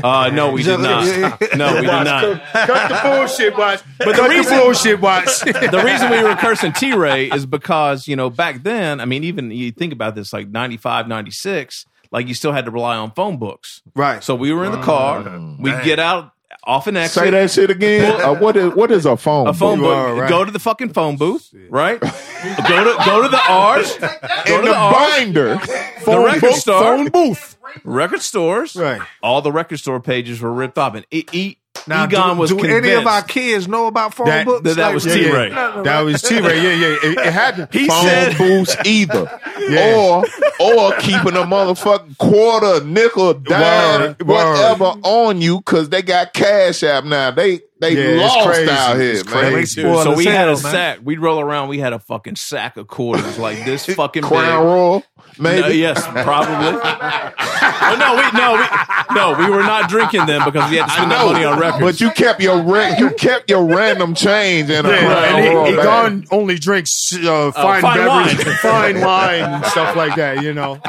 [SPEAKER 1] uh, no, we did not. No, we did not.
[SPEAKER 4] Cut the bullshit, watch. But
[SPEAKER 1] the
[SPEAKER 4] Cut
[SPEAKER 1] reason-
[SPEAKER 4] the bullshit, watch.
[SPEAKER 1] The reason we were cursing T Ray is because, you know, back then, I mean, even you think about this, like 95, 96, like you still had to rely on phone books.
[SPEAKER 4] right.
[SPEAKER 1] So we were in the car. We get out off an exit.
[SPEAKER 2] Say that shit again.
[SPEAKER 1] Well-
[SPEAKER 2] Uh, what is what is a phone?
[SPEAKER 1] A phone
[SPEAKER 4] You
[SPEAKER 1] book.
[SPEAKER 4] are right.
[SPEAKER 1] Go to the fucking phone booth, right? go to go to the R's. Go
[SPEAKER 2] in
[SPEAKER 1] to
[SPEAKER 2] the
[SPEAKER 1] the R's.
[SPEAKER 2] binder.
[SPEAKER 1] The record store.
[SPEAKER 4] phone booth.
[SPEAKER 1] Record stores.
[SPEAKER 4] Right.
[SPEAKER 1] All the record store pages were ripped off. And e- e-
[SPEAKER 3] Now,
[SPEAKER 1] Egon
[SPEAKER 3] do,
[SPEAKER 1] was
[SPEAKER 3] do
[SPEAKER 1] convinced.
[SPEAKER 3] any of our kids know about phone
[SPEAKER 4] That-
[SPEAKER 3] books?
[SPEAKER 1] that, that was
[SPEAKER 4] Yeah,
[SPEAKER 1] T
[SPEAKER 4] yeah.
[SPEAKER 1] Ray.
[SPEAKER 4] That was T Ray. Yeah, yeah. It, it had
[SPEAKER 1] He
[SPEAKER 2] phone
[SPEAKER 1] said,
[SPEAKER 2] booths either,
[SPEAKER 4] Yeah.
[SPEAKER 2] or or keeping a motherfucking quarter, nickel, dime,
[SPEAKER 4] Word, word.
[SPEAKER 2] whatever on you because they got cash app now. They they
[SPEAKER 4] Yeah, it's
[SPEAKER 2] lost
[SPEAKER 4] crazy.
[SPEAKER 2] out here,
[SPEAKER 4] It's
[SPEAKER 2] man.
[SPEAKER 4] crazy.
[SPEAKER 1] Dude, so
[SPEAKER 3] Spoilers
[SPEAKER 1] we had a
[SPEAKER 3] hell, man.
[SPEAKER 1] sack. We'd roll around. We had a fucking sack of quarters like this fucking
[SPEAKER 2] Crown
[SPEAKER 1] big.
[SPEAKER 2] Royal, maybe.
[SPEAKER 1] No, yes, probably. Oh, no, we no we no we were not drinking them because we had to
[SPEAKER 2] I
[SPEAKER 1] spend that money on
[SPEAKER 2] know,
[SPEAKER 1] records.
[SPEAKER 2] Oh, but you kept your ra- you kept your random change in a
[SPEAKER 4] Yeah,
[SPEAKER 2] Crown
[SPEAKER 4] and
[SPEAKER 2] Royal
[SPEAKER 4] he, he
[SPEAKER 2] bag.
[SPEAKER 4] gone only drinks uh, fine,
[SPEAKER 1] Oh, fine
[SPEAKER 4] beverage,
[SPEAKER 1] wine.
[SPEAKER 4] fine wine, and stuff like that. You know,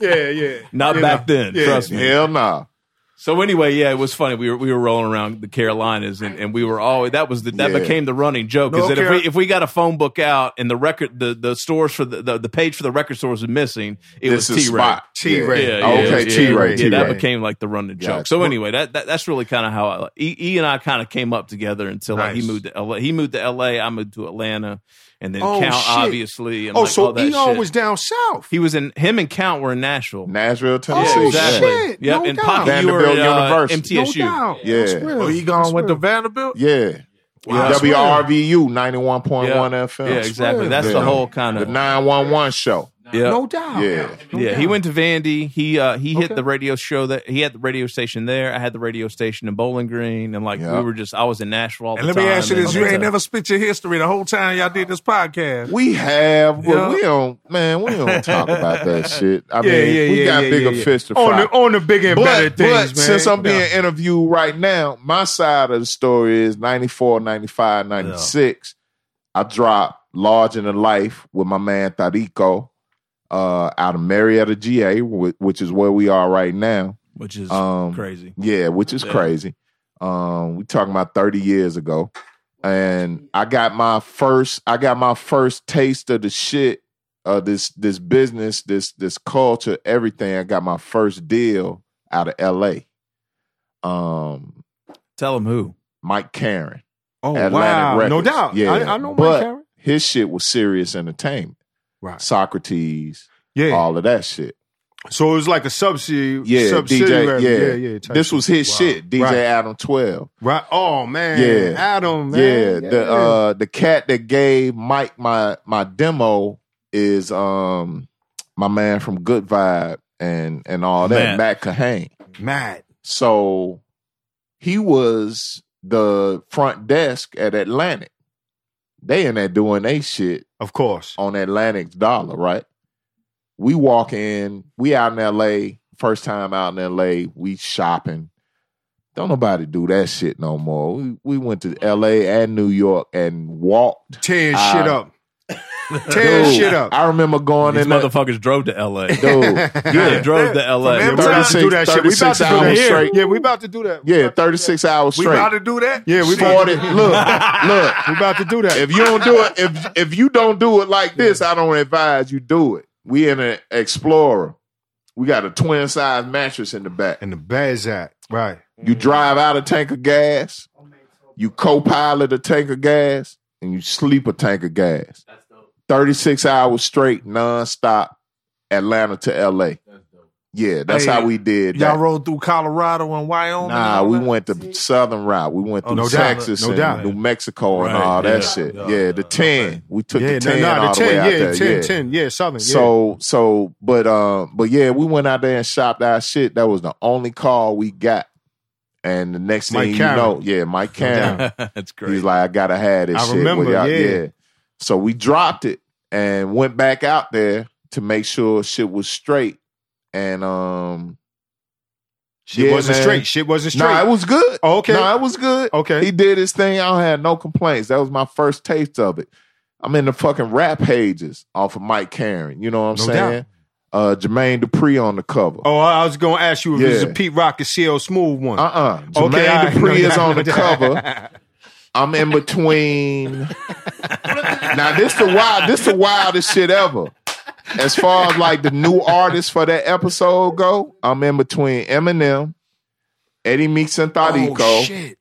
[SPEAKER 4] yeah, yeah.
[SPEAKER 1] not
[SPEAKER 4] you
[SPEAKER 1] back
[SPEAKER 4] know.
[SPEAKER 1] then. Trust me.
[SPEAKER 2] Hell nah.
[SPEAKER 1] So anyway, yeah, it was funny. We were we were rolling around the Carolinas, and, and we were always that was the that
[SPEAKER 2] Yeah.
[SPEAKER 1] became the running joke is
[SPEAKER 4] No
[SPEAKER 1] that if
[SPEAKER 4] Car-
[SPEAKER 1] we if we got a phone book out and the record the, the stores for the, the the page for the record stores was missing, it
[SPEAKER 2] This
[SPEAKER 1] was
[SPEAKER 2] is
[SPEAKER 1] T Ray.
[SPEAKER 2] spot.
[SPEAKER 4] T-Ray.
[SPEAKER 1] Yeah,
[SPEAKER 2] Oh,
[SPEAKER 1] yeah,
[SPEAKER 2] okay,
[SPEAKER 1] yeah,
[SPEAKER 2] T-Ray,
[SPEAKER 1] Yeah, that
[SPEAKER 2] T-Ray.
[SPEAKER 1] became like the running
[SPEAKER 2] Gotcha.
[SPEAKER 1] joke. So anyway, that, that that's really kind of how I, E, e and I kind of came up together until like, he
[SPEAKER 3] Nice.
[SPEAKER 1] moved to LA. He moved to LA. I moved to Atlanta, and then
[SPEAKER 4] Oh,
[SPEAKER 1] Count
[SPEAKER 4] shit.
[SPEAKER 1] obviously. And
[SPEAKER 4] Oh,
[SPEAKER 1] like, all
[SPEAKER 4] so
[SPEAKER 1] that
[SPEAKER 4] Eon
[SPEAKER 1] shit.
[SPEAKER 4] was down south.
[SPEAKER 1] he was in him and Count were in Nashville.
[SPEAKER 2] Nashville,
[SPEAKER 4] Oh,
[SPEAKER 2] Tennessee.
[SPEAKER 1] Yep,
[SPEAKER 4] shit. No
[SPEAKER 1] and
[SPEAKER 4] doubt.
[SPEAKER 1] Pocket, you were started
[SPEAKER 2] Vanderbilt
[SPEAKER 1] uh,
[SPEAKER 2] University.
[SPEAKER 1] MTSU.
[SPEAKER 4] doubt.
[SPEAKER 2] Yeah.
[SPEAKER 4] That's real.
[SPEAKER 3] Oh, he gone
[SPEAKER 4] That's
[SPEAKER 3] with the
[SPEAKER 4] real.
[SPEAKER 3] Vanderbilt?
[SPEAKER 2] Yeah.
[SPEAKER 3] Wow.
[SPEAKER 1] that's
[SPEAKER 2] WRVU 91.1 FM.
[SPEAKER 1] Yeah, exactly.
[SPEAKER 4] real.
[SPEAKER 1] That's the
[SPEAKER 2] Yeah.
[SPEAKER 1] whole kind
[SPEAKER 2] The
[SPEAKER 1] of.
[SPEAKER 2] 911 show.
[SPEAKER 1] Yeah.
[SPEAKER 4] No doubt.
[SPEAKER 2] Yeah.
[SPEAKER 4] No
[SPEAKER 1] yeah, he
[SPEAKER 4] doubt.
[SPEAKER 1] went to Vandy. He uh, he hit
[SPEAKER 4] Okay.
[SPEAKER 1] the radio show that he had the radio station there. I had the radio station in Bowling Green, and like
[SPEAKER 2] Yeah.
[SPEAKER 1] we were just I was in Nashville. All
[SPEAKER 3] And
[SPEAKER 1] the
[SPEAKER 3] let me
[SPEAKER 1] time,
[SPEAKER 3] ask you
[SPEAKER 1] and-
[SPEAKER 3] this: You
[SPEAKER 1] and,
[SPEAKER 3] ain't
[SPEAKER 1] uh,
[SPEAKER 3] never spit your history the whole time y'all did this podcast.
[SPEAKER 2] We have, but
[SPEAKER 3] Yeah.
[SPEAKER 2] we don't, man, we don't talk about that shit. I
[SPEAKER 4] Yeah,
[SPEAKER 2] mean,
[SPEAKER 4] yeah,
[SPEAKER 2] we
[SPEAKER 4] yeah,
[SPEAKER 2] got
[SPEAKER 4] yeah,
[SPEAKER 2] bigger
[SPEAKER 4] yeah, yeah.
[SPEAKER 2] fish to fry.
[SPEAKER 4] on the on the big and better
[SPEAKER 2] but,
[SPEAKER 4] things,
[SPEAKER 2] but
[SPEAKER 4] man.
[SPEAKER 2] since I'm being
[SPEAKER 4] Yeah.
[SPEAKER 2] interviewed right now, my side of the story is 94, 95, 96. I dropped Large in the Life with my man Tarico uh, out of Marietta, GA, wh- which is where we are right now.
[SPEAKER 1] which is
[SPEAKER 2] Um,
[SPEAKER 1] crazy.
[SPEAKER 2] Yeah, which is
[SPEAKER 1] Yeah.
[SPEAKER 2] crazy. Um, we talking about 30 years ago. And I got my first I got my first taste of the shit, uh this this business, this this culture, everything. I got my first deal out of LA. Um
[SPEAKER 1] Tell him who.
[SPEAKER 2] Mike Karen.
[SPEAKER 4] oh
[SPEAKER 2] Atlantic
[SPEAKER 4] wow, no
[SPEAKER 2] Records.
[SPEAKER 4] doubt.
[SPEAKER 2] Yeah.
[SPEAKER 4] I, I know
[SPEAKER 2] But-
[SPEAKER 4] Mike Karen.
[SPEAKER 2] His shit was serious entertainment.
[SPEAKER 4] Right.
[SPEAKER 2] Socrates,
[SPEAKER 4] Yeah.
[SPEAKER 2] all of that shit.
[SPEAKER 4] so it was like a subsidy.
[SPEAKER 2] uh, Yeah,
[SPEAKER 4] subsidiary.
[SPEAKER 2] DJ, yeah.
[SPEAKER 4] yeah, yeah. type
[SPEAKER 2] This was
[SPEAKER 4] shit.
[SPEAKER 2] his
[SPEAKER 4] Wow.
[SPEAKER 2] shit, DJ
[SPEAKER 4] Right.
[SPEAKER 2] Adam 12.
[SPEAKER 4] Right. Oh man.
[SPEAKER 2] Yeah.
[SPEAKER 4] Adam. Man.
[SPEAKER 2] Yeah, the uh the cat that gave Mike my my demo is um my man from Good Vibe and and all that, Matt Kahane.
[SPEAKER 4] Matt.
[SPEAKER 2] So he was the front desk at Atlantic. They in there doing they shit
[SPEAKER 4] Of course.
[SPEAKER 2] on Atlantic's dollar, right? We walk in, we out in LA, first time out in LA, we shopping. Don't nobody do that shit no more. We we went to LA and New York and walked.
[SPEAKER 4] Tearing
[SPEAKER 2] Uh,
[SPEAKER 4] shit up. Tearing
[SPEAKER 2] Dude,
[SPEAKER 4] shit up.
[SPEAKER 2] I remember going
[SPEAKER 1] These
[SPEAKER 2] in there.
[SPEAKER 1] motherfuckers drove to L.A.
[SPEAKER 2] Dude,
[SPEAKER 1] They drove to L.A.
[SPEAKER 3] From
[SPEAKER 1] Remember?
[SPEAKER 4] We about to do that shit. We about
[SPEAKER 2] 36
[SPEAKER 4] to do that
[SPEAKER 2] hours
[SPEAKER 4] here.
[SPEAKER 2] straight.
[SPEAKER 4] Yeah, we about to do that. We
[SPEAKER 2] yeah,
[SPEAKER 4] about to do
[SPEAKER 2] 36 hours
[SPEAKER 3] We
[SPEAKER 2] straight.
[SPEAKER 3] about to do that?
[SPEAKER 4] Yeah, we about
[SPEAKER 2] 40.
[SPEAKER 4] to do
[SPEAKER 2] Look,
[SPEAKER 4] that.
[SPEAKER 2] look.
[SPEAKER 4] We about to do that.
[SPEAKER 2] If you don't do it, if if you don't do it like this, I don't advise you do it. We in an Explorer. We got a twin size mattress in the back.
[SPEAKER 4] and the bad's at right.
[SPEAKER 2] You drive out a tank of gas, you co pilot a tank of gas, and you sleep a tank of gas. 36 hours straight, nonstop, Atlanta to LA. Yeah, that's
[SPEAKER 3] Hey,
[SPEAKER 2] how we did
[SPEAKER 3] Y'all
[SPEAKER 2] that.
[SPEAKER 3] rode through Colorado and Wyoming.
[SPEAKER 2] Nah,
[SPEAKER 3] and all
[SPEAKER 2] we
[SPEAKER 3] that?
[SPEAKER 2] went the southern route. We went
[SPEAKER 3] Oh,
[SPEAKER 2] through
[SPEAKER 3] no doubt.
[SPEAKER 2] Texas
[SPEAKER 4] No
[SPEAKER 2] and
[SPEAKER 4] doubt.
[SPEAKER 2] New Mexico and
[SPEAKER 1] Right,
[SPEAKER 2] all that
[SPEAKER 1] yeah.
[SPEAKER 2] shit.
[SPEAKER 3] Yeah,
[SPEAKER 2] Yeah,
[SPEAKER 3] yeah,
[SPEAKER 2] the 10.
[SPEAKER 3] okay.
[SPEAKER 2] We took
[SPEAKER 4] yeah,
[SPEAKER 2] the 10
[SPEAKER 4] no, no,
[SPEAKER 2] all
[SPEAKER 4] the
[SPEAKER 2] the, way
[SPEAKER 4] ten,
[SPEAKER 2] out
[SPEAKER 4] yeah,
[SPEAKER 2] there.
[SPEAKER 4] ten,
[SPEAKER 2] yeah.
[SPEAKER 4] ten, yeah, southern.
[SPEAKER 2] So so but um but yeah, we went out there and shopped our shit. That was the only call we got. And the next
[SPEAKER 4] Mike
[SPEAKER 2] thing you
[SPEAKER 4] Cameron.
[SPEAKER 2] know, yeah, Mike Cameron.
[SPEAKER 1] That's
[SPEAKER 2] He's
[SPEAKER 1] crazy.
[SPEAKER 2] like, I gotta have this
[SPEAKER 4] I
[SPEAKER 2] shit.
[SPEAKER 4] remember,
[SPEAKER 2] with y'all."
[SPEAKER 4] yeah.
[SPEAKER 2] So we dropped it and went back out there to make sure shit was straight. And um
[SPEAKER 4] shit
[SPEAKER 2] yeah,
[SPEAKER 4] wasn't
[SPEAKER 2] man.
[SPEAKER 4] straight. Shit wasn't straight.
[SPEAKER 2] no, it was good.
[SPEAKER 4] Oh, okay,
[SPEAKER 2] No, it was good.
[SPEAKER 4] okay.
[SPEAKER 2] He did his thing. I don't have no complaints. That was my first taste of it. I'm in the fucking rap pages off of Mike Karen. You know what I'm
[SPEAKER 4] No
[SPEAKER 2] saying? Uh Jermaine Dupri on the cover.
[SPEAKER 4] oh, I I was gonna ask you if it was
[SPEAKER 2] Yeah.
[SPEAKER 4] a Pete Rock and CL Smooth one.
[SPEAKER 2] Uh-uh. Jermaine
[SPEAKER 4] okay, all right.
[SPEAKER 2] Dupri
[SPEAKER 4] No
[SPEAKER 2] is
[SPEAKER 4] doubt,
[SPEAKER 2] on
[SPEAKER 4] no
[SPEAKER 2] the
[SPEAKER 4] doubt.
[SPEAKER 2] cover. I'm in between. now this the wild, this the wildest shit ever. As far as like the new artists for that episode go, I'm in between Eminem, Eddie Meeks and Todico,
[SPEAKER 4] Oh shit!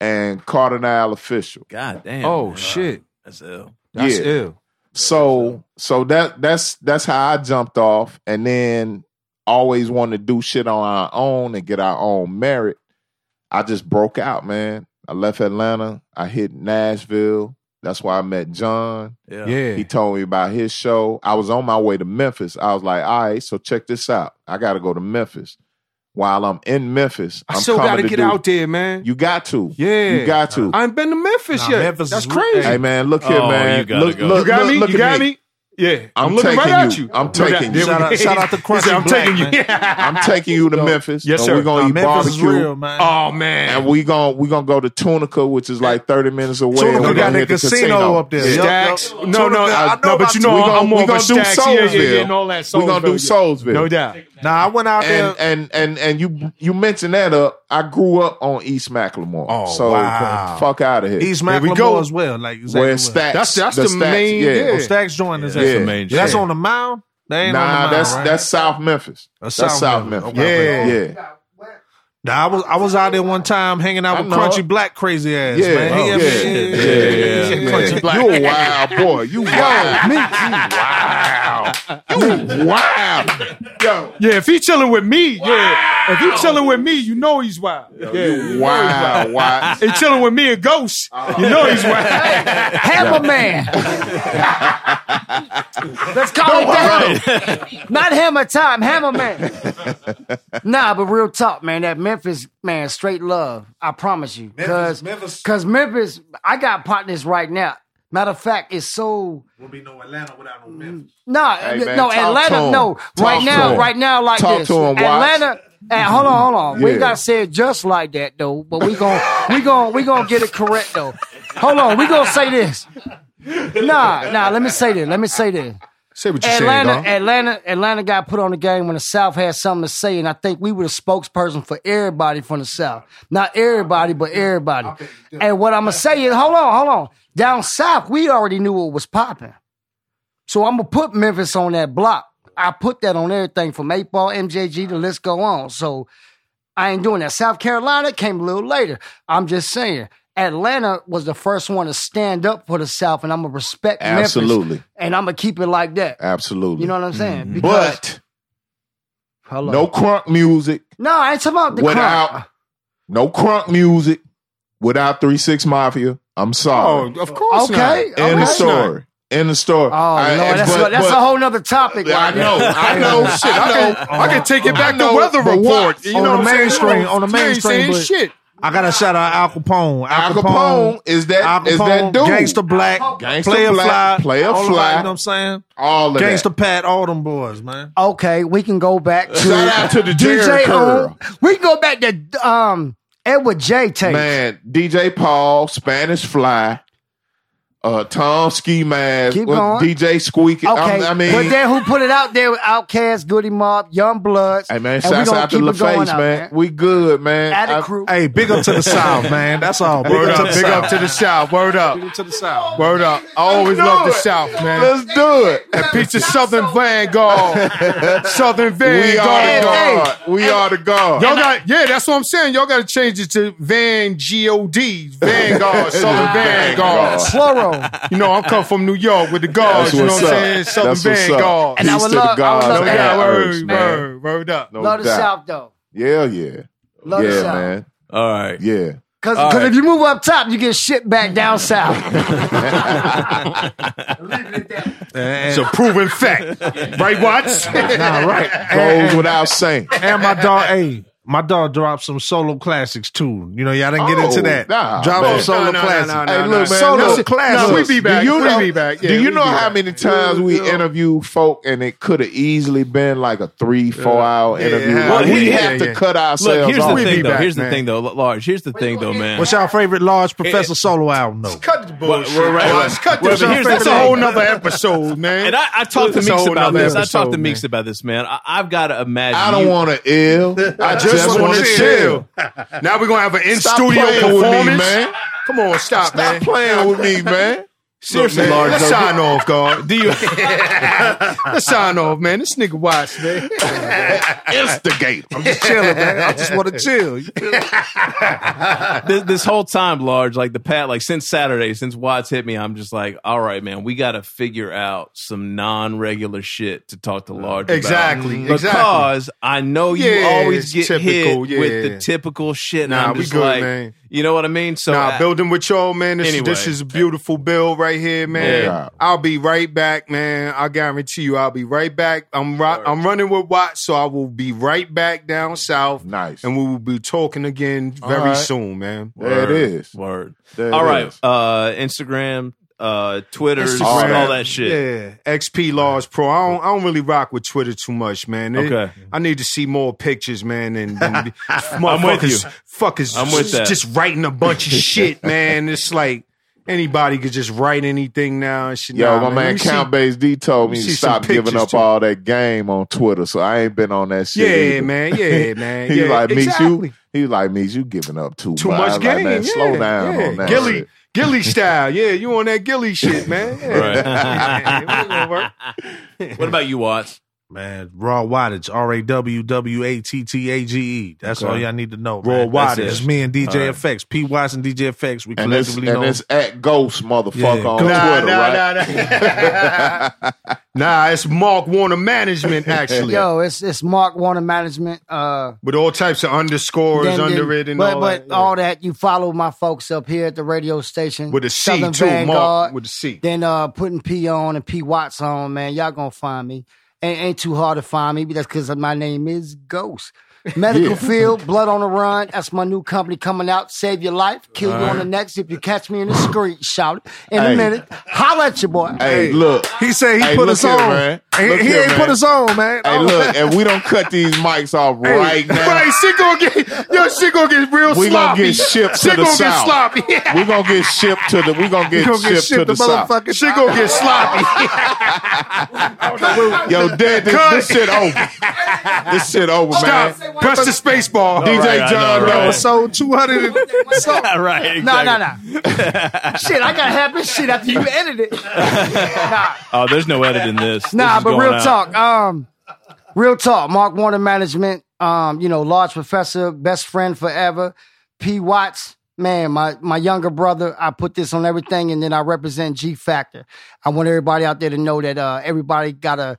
[SPEAKER 2] and Carter Nile official.
[SPEAKER 1] God damn.
[SPEAKER 4] Oh
[SPEAKER 1] man.
[SPEAKER 4] shit!
[SPEAKER 1] That's ill.
[SPEAKER 4] That's
[SPEAKER 2] yeah.
[SPEAKER 4] ill.
[SPEAKER 2] So so that that's that's how I jumped off, and then always wanted to do shit on our own and get our own merit. I just broke out, man. I left Atlanta. I hit Nashville. That's why I met John.
[SPEAKER 1] Yeah.
[SPEAKER 4] Yeah,
[SPEAKER 2] He told me about his show. I was on my way to Memphis. I was like, all right, so check this out. I got to go to Memphis. While I'm in Memphis,
[SPEAKER 4] I
[SPEAKER 2] I'm
[SPEAKER 4] still
[SPEAKER 2] coming
[SPEAKER 4] gotta
[SPEAKER 2] to
[SPEAKER 4] get
[SPEAKER 2] do-
[SPEAKER 4] out there, man.
[SPEAKER 2] You got to.
[SPEAKER 4] yeah,
[SPEAKER 2] You got to.
[SPEAKER 4] I ain't been to Memphis
[SPEAKER 3] Nah,
[SPEAKER 4] yet.
[SPEAKER 3] Memphis
[SPEAKER 4] That's
[SPEAKER 3] is-
[SPEAKER 4] crazy.
[SPEAKER 2] hey, man, look here,
[SPEAKER 1] Oh,
[SPEAKER 2] man.
[SPEAKER 1] you gotta
[SPEAKER 2] look,
[SPEAKER 1] go.
[SPEAKER 2] Look,
[SPEAKER 4] you got
[SPEAKER 2] look,
[SPEAKER 4] me.
[SPEAKER 2] look
[SPEAKER 4] you
[SPEAKER 2] at
[SPEAKER 4] got me. Yeah,
[SPEAKER 2] I'm
[SPEAKER 4] looking right
[SPEAKER 2] taking
[SPEAKER 4] at
[SPEAKER 2] you.
[SPEAKER 4] you.
[SPEAKER 2] I'm
[SPEAKER 4] No doubt.
[SPEAKER 2] taking you.
[SPEAKER 4] There we
[SPEAKER 3] Shout out-
[SPEAKER 4] go.
[SPEAKER 3] shout out to
[SPEAKER 4] He said,
[SPEAKER 3] Crunchy
[SPEAKER 4] I'm
[SPEAKER 3] Black,
[SPEAKER 4] taking you.
[SPEAKER 2] I'm taking you to Memphis.
[SPEAKER 4] Yes,
[SPEAKER 2] and
[SPEAKER 4] sir.
[SPEAKER 2] We're gonna
[SPEAKER 3] Nah,
[SPEAKER 2] eat
[SPEAKER 3] Memphis is
[SPEAKER 2] barbecue, Uh,
[SPEAKER 3] real, man.
[SPEAKER 4] Oh man,
[SPEAKER 2] and we gonna we gonna go to Tunica, which is like thirty minutes away.
[SPEAKER 3] Tunica
[SPEAKER 2] and we
[SPEAKER 3] got
[SPEAKER 2] gonna
[SPEAKER 3] a
[SPEAKER 2] hit the
[SPEAKER 3] casino up there.
[SPEAKER 2] Yeah.
[SPEAKER 3] Yup,
[SPEAKER 4] Stacks.
[SPEAKER 3] yup.
[SPEAKER 4] No, no,
[SPEAKER 3] Tunica, I know
[SPEAKER 4] I, no,
[SPEAKER 3] about
[SPEAKER 4] but you know,
[SPEAKER 2] We gonna-
[SPEAKER 4] I'm
[SPEAKER 2] we
[SPEAKER 4] more of a
[SPEAKER 2] gonna do
[SPEAKER 4] Stax. Yeah, yeah,
[SPEAKER 2] Soulsville.
[SPEAKER 4] yeah, and all that.
[SPEAKER 2] We're gonna do
[SPEAKER 4] Soulsville,
[SPEAKER 2] Soulsville.
[SPEAKER 4] yeah. No doubt.
[SPEAKER 3] Nah, I went out there.
[SPEAKER 2] and and and and you you mentioned that up. I grew up on East Macklemore.
[SPEAKER 3] Oh,
[SPEAKER 2] so
[SPEAKER 3] wow.
[SPEAKER 2] fuck out of here.
[SPEAKER 3] East
[SPEAKER 4] There we
[SPEAKER 3] Macklemore
[SPEAKER 4] go.
[SPEAKER 3] as well. Like exactly
[SPEAKER 2] where
[SPEAKER 3] where-
[SPEAKER 2] Stacks.
[SPEAKER 4] That's- that's the
[SPEAKER 2] Stacks,
[SPEAKER 4] main-
[SPEAKER 3] Oh,
[SPEAKER 4] yeah.
[SPEAKER 3] Stacks joined us.
[SPEAKER 1] That's
[SPEAKER 3] at-
[SPEAKER 1] the
[SPEAKER 2] Yeah.
[SPEAKER 1] main
[SPEAKER 4] Yeah.
[SPEAKER 3] That's
[SPEAKER 1] shit.
[SPEAKER 3] on the mound. They ain't on the
[SPEAKER 2] Nah,
[SPEAKER 3] mound,
[SPEAKER 2] that's
[SPEAKER 3] right?
[SPEAKER 2] that's South Memphis.
[SPEAKER 3] That's
[SPEAKER 2] that's South Memphis.
[SPEAKER 4] Yeah.
[SPEAKER 2] Yeah.
[SPEAKER 3] Nah, I was I was out there one time hanging out
[SPEAKER 2] I
[SPEAKER 3] with
[SPEAKER 2] know.
[SPEAKER 3] Crunchy Black crazy ass.
[SPEAKER 2] Yeah,
[SPEAKER 3] man. He
[SPEAKER 2] oh,
[SPEAKER 3] had me-
[SPEAKER 2] yeah,
[SPEAKER 1] yeah, yeah,
[SPEAKER 3] He said
[SPEAKER 1] yeah.
[SPEAKER 3] Crunchy Black.
[SPEAKER 2] You a wild boy. You wild. me. You wild. wow. Yo,
[SPEAKER 6] Yeah, if he chilling with me, yeah. If he chilling with me, you know he's wild. yeah.
[SPEAKER 2] wow, wow.
[SPEAKER 6] He chilling with me and Ghost. You know he's wild.
[SPEAKER 5] Hammer Man. Let's call it that. Not Hammer Time, Hammer Man. nah, but real talk, man. That Memphis, man, straight love. I promise you. Because
[SPEAKER 3] Memphis.
[SPEAKER 5] Memphis. I got partners right now. Matter of fact, it's so
[SPEAKER 3] Will be no Atlanta without no Memphis.
[SPEAKER 5] nah,
[SPEAKER 2] Hey, man,
[SPEAKER 5] no
[SPEAKER 2] talk to
[SPEAKER 5] Atlanta,
[SPEAKER 2] 'em.
[SPEAKER 5] no
[SPEAKER 2] Talk
[SPEAKER 5] right
[SPEAKER 2] to
[SPEAKER 5] now,
[SPEAKER 2] 'em.
[SPEAKER 5] right now like
[SPEAKER 2] Talk
[SPEAKER 5] this.
[SPEAKER 2] to 'em, Watts.
[SPEAKER 5] Atlanta, eh, hold on, hold on. We
[SPEAKER 2] Yeah.
[SPEAKER 5] got said just like that though, but we gon' we gon' we gonna get it correct though. Hold on, we gonna say this. Nah, nah. Let me say this. Let me say this.
[SPEAKER 4] Say what you
[SPEAKER 5] Atlanta,
[SPEAKER 4] said, dog.
[SPEAKER 5] Atlanta, Atlanta got put on the game when the South had something to say, and I think we were the spokesperson for everybody from the South. Not everybody, but everybody. And what I'm gonna say is, hold on, hold on. Down south, we already knew what was popping. So I'm gonna put Memphis on that block. I put that on everything from 8 Ball, MJG, the list go on. So I ain't doing that. South Carolina came a little later. I'm just saying. Atlanta was the first one to stand up for the South, and I'm gonna respect Memphis,
[SPEAKER 2] Absolutely.
[SPEAKER 5] and I'm gonna keep it like that.
[SPEAKER 2] Absolutely.
[SPEAKER 5] You know what I'm saying? Because-
[SPEAKER 2] Mm-hmm. but
[SPEAKER 5] Hello.
[SPEAKER 2] no crunk music
[SPEAKER 5] no, I ain't talking about the
[SPEAKER 2] without
[SPEAKER 5] crowd.
[SPEAKER 2] no crunk music without 3 Six Mafia. I'm sorry.
[SPEAKER 4] Oh, of course
[SPEAKER 5] Okay.
[SPEAKER 4] not.
[SPEAKER 2] In
[SPEAKER 5] okay.
[SPEAKER 2] the story. In the story.
[SPEAKER 5] Oh Lord, that's, a, that's a whole nother topic.
[SPEAKER 2] I
[SPEAKER 5] right
[SPEAKER 2] know,
[SPEAKER 5] there.
[SPEAKER 2] I know, shit, I know.
[SPEAKER 6] I can take it back to
[SPEAKER 2] I know,
[SPEAKER 6] weather
[SPEAKER 2] but
[SPEAKER 6] report.
[SPEAKER 2] what?
[SPEAKER 6] You
[SPEAKER 2] On
[SPEAKER 6] know what
[SPEAKER 2] the
[SPEAKER 6] I'm saying?
[SPEAKER 4] mainstream,
[SPEAKER 6] You know,
[SPEAKER 4] on the
[SPEAKER 6] you ain't
[SPEAKER 4] mainstream,
[SPEAKER 6] saying
[SPEAKER 4] but-
[SPEAKER 6] shit.
[SPEAKER 3] I gotta shout out Al Capone.
[SPEAKER 2] Al Capone is that
[SPEAKER 3] Al
[SPEAKER 2] is that
[SPEAKER 3] Capone,
[SPEAKER 2] dude?
[SPEAKER 3] Gangsta Black,
[SPEAKER 2] Gangsta
[SPEAKER 3] Player
[SPEAKER 2] Black,
[SPEAKER 3] Fly,
[SPEAKER 2] Player
[SPEAKER 3] all of
[SPEAKER 2] Fly.
[SPEAKER 3] that, You know what I'm saying?
[SPEAKER 2] All of that.
[SPEAKER 3] Gangsta Pat, all them boys, man.
[SPEAKER 5] okay, we can go back to
[SPEAKER 2] Shout out to the
[SPEAKER 5] DJ
[SPEAKER 2] Jerry Curl.
[SPEAKER 5] Ohm. We can go back to um Edward J. Tape.
[SPEAKER 2] Man, DJ Paul, Spanish Fly, uh, Tom Ski Mask,
[SPEAKER 5] Keep
[SPEAKER 2] what-
[SPEAKER 5] going.
[SPEAKER 2] DJ Squeaky.
[SPEAKER 5] Okay,
[SPEAKER 2] I'm- I mean,
[SPEAKER 5] but then who put it out there? with Outkast, Goody Mob, Young Bloods.
[SPEAKER 2] hey man,
[SPEAKER 5] and we
[SPEAKER 2] shout
[SPEAKER 5] gonna
[SPEAKER 2] out to
[SPEAKER 5] keep it going
[SPEAKER 2] LaFace,
[SPEAKER 5] out,
[SPEAKER 2] man. We good, man.
[SPEAKER 5] Atta
[SPEAKER 2] I-
[SPEAKER 5] crew.
[SPEAKER 3] Hey, big up to the South, man. That's all. Big,
[SPEAKER 4] Word
[SPEAKER 3] up, to the
[SPEAKER 4] up, big
[SPEAKER 3] South.
[SPEAKER 4] up to the South. Word up.
[SPEAKER 3] to the South.
[SPEAKER 4] Word up. I always
[SPEAKER 2] Let's do
[SPEAKER 4] love the
[SPEAKER 2] it.
[SPEAKER 4] South, man.
[SPEAKER 2] Let's do it.
[SPEAKER 4] And pizza Southern Vanguard. Southern
[SPEAKER 2] We are
[SPEAKER 4] Vanguard.
[SPEAKER 2] the
[SPEAKER 5] Hey,
[SPEAKER 2] guard. We are the guard.
[SPEAKER 4] Y'all got yeah, that's what I'm saying. Y'all got to change it to Van God Vanguard, Southern Vanguard.
[SPEAKER 5] Plural.
[SPEAKER 4] You know, I'm coming from New York with the guards.
[SPEAKER 2] That's
[SPEAKER 4] You know
[SPEAKER 2] what's
[SPEAKER 4] what I'm
[SPEAKER 2] up.
[SPEAKER 4] saying? Southern
[SPEAKER 2] That's what's
[SPEAKER 4] Vanguard.
[SPEAKER 2] up.
[SPEAKER 5] And I
[SPEAKER 2] Peace
[SPEAKER 5] would
[SPEAKER 2] to
[SPEAKER 5] love-
[SPEAKER 2] the
[SPEAKER 5] I would
[SPEAKER 2] gods.
[SPEAKER 5] love
[SPEAKER 4] No
[SPEAKER 5] Okay.
[SPEAKER 2] and
[SPEAKER 4] doubt,
[SPEAKER 2] earths,
[SPEAKER 4] word,
[SPEAKER 2] man.
[SPEAKER 4] word, word up.
[SPEAKER 2] No
[SPEAKER 5] Love the
[SPEAKER 2] doubt.
[SPEAKER 5] South though.
[SPEAKER 2] Yeah, yeah,
[SPEAKER 5] Love the
[SPEAKER 2] yeah,
[SPEAKER 5] South.
[SPEAKER 2] man.
[SPEAKER 1] All right.
[SPEAKER 2] Yeah.
[SPEAKER 5] Cause,
[SPEAKER 1] All
[SPEAKER 5] 'cause
[SPEAKER 1] right.
[SPEAKER 5] if you move up top, you get shit back down south.
[SPEAKER 4] It's a proven fact, right? Watts?
[SPEAKER 3] All right.
[SPEAKER 2] Goes without saying.
[SPEAKER 3] And my dog, hey, my dog dropped some solo classics too. You know, y'all didn't get into
[SPEAKER 2] Oh,
[SPEAKER 3] that.
[SPEAKER 2] nah,
[SPEAKER 3] Drop
[SPEAKER 2] man.
[SPEAKER 3] some solo classics.
[SPEAKER 2] Hey, look, man.
[SPEAKER 3] Solo
[SPEAKER 2] listen,
[SPEAKER 3] classics.
[SPEAKER 2] look,
[SPEAKER 4] No, we be back.
[SPEAKER 2] Do you
[SPEAKER 4] we
[SPEAKER 2] know,
[SPEAKER 4] be back. Yeah,
[SPEAKER 2] do you
[SPEAKER 4] we
[SPEAKER 2] know
[SPEAKER 4] be
[SPEAKER 2] how
[SPEAKER 4] back.
[SPEAKER 2] many times we interview folk and it could have easily been like a three, four hour interview?
[SPEAKER 4] yeah,
[SPEAKER 2] Like,
[SPEAKER 1] yeah,
[SPEAKER 2] we
[SPEAKER 1] yeah,
[SPEAKER 2] have to
[SPEAKER 4] yeah.
[SPEAKER 2] cut ourselves
[SPEAKER 1] Look, here's
[SPEAKER 2] off.
[SPEAKER 1] the
[SPEAKER 4] We
[SPEAKER 1] thing
[SPEAKER 4] be
[SPEAKER 1] though.
[SPEAKER 4] back,
[SPEAKER 1] Here's the
[SPEAKER 4] man.
[SPEAKER 1] thing though, Large. Here's the thing though, man.
[SPEAKER 3] What's your favorite large Professor Solo album though?
[SPEAKER 4] Cut the bullshit.
[SPEAKER 1] Well, right, right.
[SPEAKER 4] Let's cut
[SPEAKER 1] Well,
[SPEAKER 4] this
[SPEAKER 1] but
[SPEAKER 4] off.
[SPEAKER 1] here's the
[SPEAKER 4] That's a
[SPEAKER 1] thing.
[SPEAKER 4] whole nother episode, man.
[SPEAKER 1] And I, I talked to
[SPEAKER 4] It's a
[SPEAKER 1] Meeks
[SPEAKER 4] whole
[SPEAKER 1] about
[SPEAKER 4] nother
[SPEAKER 1] this. I talked
[SPEAKER 4] episode,
[SPEAKER 1] to Meeks
[SPEAKER 4] man.
[SPEAKER 1] about this, man. I, I've got to imagine.
[SPEAKER 2] I don't
[SPEAKER 1] you-
[SPEAKER 2] want to ill. I just, want to chill.
[SPEAKER 4] now we're gonna have an in
[SPEAKER 2] Stop
[SPEAKER 4] studio
[SPEAKER 2] playing with me,
[SPEAKER 4] performance,
[SPEAKER 2] man.
[SPEAKER 4] Come on, stop,
[SPEAKER 2] Stop
[SPEAKER 4] man.
[SPEAKER 2] playing with me, man.
[SPEAKER 1] seriously,
[SPEAKER 4] Man,
[SPEAKER 1] Large.
[SPEAKER 4] let's
[SPEAKER 1] though,
[SPEAKER 4] sign off, God.
[SPEAKER 1] Do you?
[SPEAKER 4] Let's sign off, man. This nigga watch, man.
[SPEAKER 2] Instigate.
[SPEAKER 3] I'm just chilling, man. I just want to chill. You feel me?
[SPEAKER 1] this, this whole time, large, like the pat, like since Saturday, since Watts hit me, I'm just like, all right, man, we got to figure out some non-regular shit to talk to large about.
[SPEAKER 4] Exactly,
[SPEAKER 1] because
[SPEAKER 4] exactly.
[SPEAKER 1] I know you
[SPEAKER 4] Yeah,
[SPEAKER 1] always
[SPEAKER 4] it's
[SPEAKER 1] get
[SPEAKER 4] typical,
[SPEAKER 1] hit with the
[SPEAKER 4] yeah.
[SPEAKER 1] typical shit. And
[SPEAKER 4] Nah,
[SPEAKER 1] I'm
[SPEAKER 4] we
[SPEAKER 1] just
[SPEAKER 4] good,
[SPEAKER 1] like,
[SPEAKER 4] man.
[SPEAKER 1] you know what I mean? So
[SPEAKER 4] Nah,
[SPEAKER 1] I-
[SPEAKER 4] building with y'all, man. This,
[SPEAKER 1] Anyway.
[SPEAKER 4] this is a beautiful bill right here, man.
[SPEAKER 2] Yeah.
[SPEAKER 4] I'll be right back, man. I guarantee you, I'll be right back. I'm ri- I'm running with Watts, so I will be right back down south,
[SPEAKER 2] Nice.
[SPEAKER 4] and we will be talking again very
[SPEAKER 2] right.
[SPEAKER 4] soon, man.
[SPEAKER 2] There it is.
[SPEAKER 1] word.
[SPEAKER 2] There it
[SPEAKER 1] all right,
[SPEAKER 2] is.
[SPEAKER 1] uh, Instagram, uh, Twitter, all
[SPEAKER 4] Instagram.
[SPEAKER 1] that shit.
[SPEAKER 4] Yeah, XP Laws Pro. I don't, I don't really rock with Twitter too much, man. It-
[SPEAKER 1] Okay.
[SPEAKER 4] I need to see more pictures, man. And, and
[SPEAKER 1] I'm with you.
[SPEAKER 4] motherfuckers- Fuckers
[SPEAKER 1] I'm with
[SPEAKER 4] just,
[SPEAKER 1] that.
[SPEAKER 4] just writing a bunch of shit, man. It's like anybody could just write anything now. And shit.
[SPEAKER 2] Yo,
[SPEAKER 4] Nah,
[SPEAKER 2] my
[SPEAKER 4] let
[SPEAKER 2] man
[SPEAKER 4] me
[SPEAKER 2] Count
[SPEAKER 4] see-
[SPEAKER 2] Bass D told me
[SPEAKER 4] let
[SPEAKER 2] to
[SPEAKER 4] me see some
[SPEAKER 2] stop giving
[SPEAKER 4] pictures,
[SPEAKER 2] up
[SPEAKER 4] too.
[SPEAKER 2] all that game on Twitter, so I ain't been on that shit.
[SPEAKER 4] Yeah,
[SPEAKER 2] either.
[SPEAKER 4] man. Yeah, man.
[SPEAKER 2] He
[SPEAKER 4] yeah,
[SPEAKER 2] like Meeks,
[SPEAKER 4] exactly.
[SPEAKER 2] you. He like Meeks, you giving up too,
[SPEAKER 4] Too
[SPEAKER 2] much. I
[SPEAKER 4] much
[SPEAKER 2] was like,
[SPEAKER 4] game.
[SPEAKER 2] man,
[SPEAKER 4] yeah,
[SPEAKER 2] slow down
[SPEAKER 4] yeah.
[SPEAKER 2] on that.
[SPEAKER 4] Gilly,
[SPEAKER 2] shit.
[SPEAKER 4] Gilly style. Yeah, you on that Gilly shit, man. Yeah.
[SPEAKER 1] Right.
[SPEAKER 4] Yeah, we gonna work.
[SPEAKER 1] What about you, Watts?
[SPEAKER 3] Man, raw wattage, R A W W A T T A G E. That's all y'all need to know.
[SPEAKER 4] Raw
[SPEAKER 3] man. That's
[SPEAKER 1] wattage.
[SPEAKER 3] it. It's me and DJ
[SPEAKER 1] All right.
[SPEAKER 3] Effects. P Watts and DJ Effects. We
[SPEAKER 2] And it's,
[SPEAKER 3] collectively know.
[SPEAKER 2] and it's at Ghost motherfucker
[SPEAKER 3] Yeah,
[SPEAKER 2] on
[SPEAKER 3] Ghost.
[SPEAKER 2] Twitter,
[SPEAKER 4] Nah,
[SPEAKER 2] right?
[SPEAKER 4] nah, nah, nah. Nah, it's Mark Warner Management, actually.
[SPEAKER 5] Yo, it's it's Mark Warner Management. Uh,
[SPEAKER 4] With all types of underscores
[SPEAKER 5] then- then-
[SPEAKER 4] under it and
[SPEAKER 5] but
[SPEAKER 4] all that.
[SPEAKER 5] but
[SPEAKER 4] yeah.
[SPEAKER 5] all that you follow my folks up here at the radio station
[SPEAKER 4] With a C,
[SPEAKER 5] Southern
[SPEAKER 4] too, Mark,
[SPEAKER 5] Vanguard,
[SPEAKER 4] with a C.
[SPEAKER 5] Then uh, putting P on and P Watts on, man. Y'all gonna find me. Ain't, ain't too hard to find me. but That's because my name is Ghost. Medical Field, Blood on the Run. That's my new company coming out. Save your life, kill you on the next. If you catch me in the street, shout it in
[SPEAKER 2] Hey.
[SPEAKER 5] a minute. Holla at your boy.
[SPEAKER 2] Hey, look.
[SPEAKER 3] He said he
[SPEAKER 2] Hey,
[SPEAKER 3] put
[SPEAKER 2] look
[SPEAKER 3] us
[SPEAKER 2] here,
[SPEAKER 3] on.
[SPEAKER 2] man.
[SPEAKER 3] He,
[SPEAKER 2] Look
[SPEAKER 3] he
[SPEAKER 2] here,
[SPEAKER 3] ain't
[SPEAKER 2] man.
[SPEAKER 3] put us on, man. Oh,
[SPEAKER 2] Hey,
[SPEAKER 4] "Oh."
[SPEAKER 2] look, if we don't cut these mics off right now,
[SPEAKER 4] Right, shit gonna get yo, shit gonna get real
[SPEAKER 2] we gonna
[SPEAKER 4] sloppy.
[SPEAKER 2] get shipped to
[SPEAKER 4] Shit
[SPEAKER 2] the
[SPEAKER 4] gonna
[SPEAKER 2] south.
[SPEAKER 4] get sloppy.
[SPEAKER 2] we gonna get shipped to the. We gonna get,
[SPEAKER 3] gonna get
[SPEAKER 2] shipped, to
[SPEAKER 3] shipped
[SPEAKER 2] the
[SPEAKER 3] to
[SPEAKER 2] south.
[SPEAKER 3] motherfucking-
[SPEAKER 4] shit gonna get sloppy.
[SPEAKER 2] Yo, Dad, this, this shit over. this shit over, man.
[SPEAKER 4] Stop. Press the space bar.
[SPEAKER 2] DJ
[SPEAKER 1] Right, I
[SPEAKER 2] John
[SPEAKER 1] know, right.
[SPEAKER 2] Doe.
[SPEAKER 3] Episode 200. and-
[SPEAKER 1] right. Exactly.
[SPEAKER 5] No, no, no. Shit, I gotta have this shit after you edit it. Nah.
[SPEAKER 1] Oh, there's no editing this.
[SPEAKER 5] Nah,
[SPEAKER 1] This is
[SPEAKER 5] but
[SPEAKER 1] going
[SPEAKER 5] real
[SPEAKER 1] out.
[SPEAKER 5] talk. Um, real talk. Mark Warner Management. Um, you know, large professor, best friend forever. P. Watts, man, my my younger brother. I put this on everything, and then I represent G Factor. I want everybody out there to know that uh, everybody gotta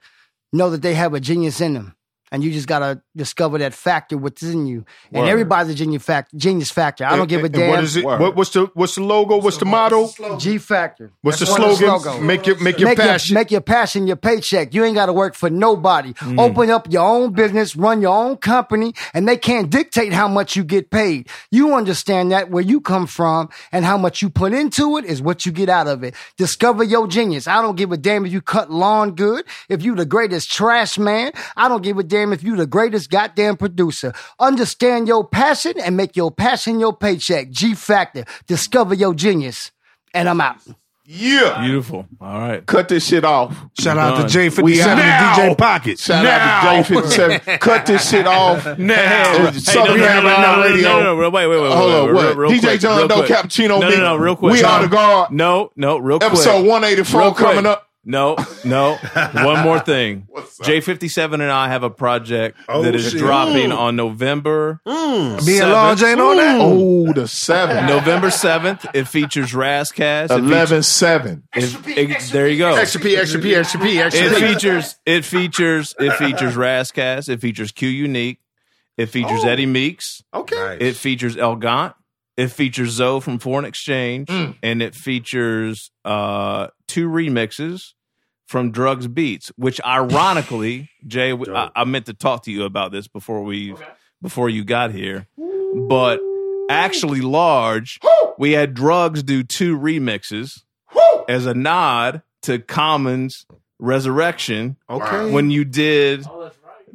[SPEAKER 5] know that they have a genius in them. And you just gotta discover that factor within you, and everybody's a genius factor. Genius factor. I don't give a
[SPEAKER 4] And What
[SPEAKER 5] damn.
[SPEAKER 4] is it? What, what's the what's the logo? What's the motto?
[SPEAKER 5] G factor.
[SPEAKER 4] What's the
[SPEAKER 5] That's one of
[SPEAKER 4] slogan? Make your make your
[SPEAKER 5] make
[SPEAKER 4] passion.
[SPEAKER 5] Your, make your passion your paycheck. You ain't got to work for nobody.
[SPEAKER 4] Mm.
[SPEAKER 5] Open up your own business, run your own company, and they can't dictate how much you get paid. You understand that where you come from and how much you put into it is what you get out of it. Discover your genius. I don't give a damn if you cut lawn good, if you the greatest trash man. I don't give a damn if you the greatest goddamn producer. Understand your passion and make your passion your paycheck. G Factor. Discover your genius. And I'm out.
[SPEAKER 2] Yeah.
[SPEAKER 1] Beautiful. All right.
[SPEAKER 2] Cut this shit off.
[SPEAKER 3] Shout out to
[SPEAKER 1] Done.
[SPEAKER 2] We
[SPEAKER 3] J57
[SPEAKER 2] out.
[SPEAKER 3] and
[SPEAKER 2] Now.
[SPEAKER 3] DJ Pocket.
[SPEAKER 2] Shout out to J57. Cut this shit off. Now.
[SPEAKER 1] Hey, no, no,
[SPEAKER 2] Southern
[SPEAKER 1] no, no,
[SPEAKER 2] Vanguard
[SPEAKER 1] no, no,
[SPEAKER 2] Radio.
[SPEAKER 1] no, no, no, wait, wait, wait,
[SPEAKER 2] Hold
[SPEAKER 1] wait,
[SPEAKER 2] on,
[SPEAKER 1] wait,
[SPEAKER 2] what?
[SPEAKER 1] real- real
[SPEAKER 2] DJ
[SPEAKER 1] quick,
[SPEAKER 2] John
[SPEAKER 1] real
[SPEAKER 2] Doe,
[SPEAKER 1] quick.
[SPEAKER 2] Cappuccino
[SPEAKER 1] No, no,
[SPEAKER 2] Mix.
[SPEAKER 1] no, real quick.
[SPEAKER 2] We are the guard.
[SPEAKER 1] No, no, real quick.
[SPEAKER 2] Episode 184
[SPEAKER 1] Real quick.
[SPEAKER 2] coming up.
[SPEAKER 1] No, no. One more thing. J57 and I have a project that is
[SPEAKER 3] shit.
[SPEAKER 1] dropping on November
[SPEAKER 3] Me and Long Jane on that.
[SPEAKER 2] Oh, the 7.
[SPEAKER 1] November 7th. It features Razzcast. It
[SPEAKER 2] 11 7.
[SPEAKER 1] features- it- it- there you go.
[SPEAKER 4] Extra P, extra P, extra P, extra
[SPEAKER 1] It
[SPEAKER 4] P.
[SPEAKER 1] features it features it features Razzcast. It features Q Unique. It features Eddie Meeks.
[SPEAKER 2] Okay.
[SPEAKER 1] It features El Gant. It features Zoe from Foreign Exchange, and it features uh, two remixes from Drugs Beats, which ironically, Jay, w- I, I meant to talk to you about this before we before you got here, but actually, large, we had Drugs do two remixes as a nod to Common's Resurrection
[SPEAKER 3] Okay.
[SPEAKER 1] when you did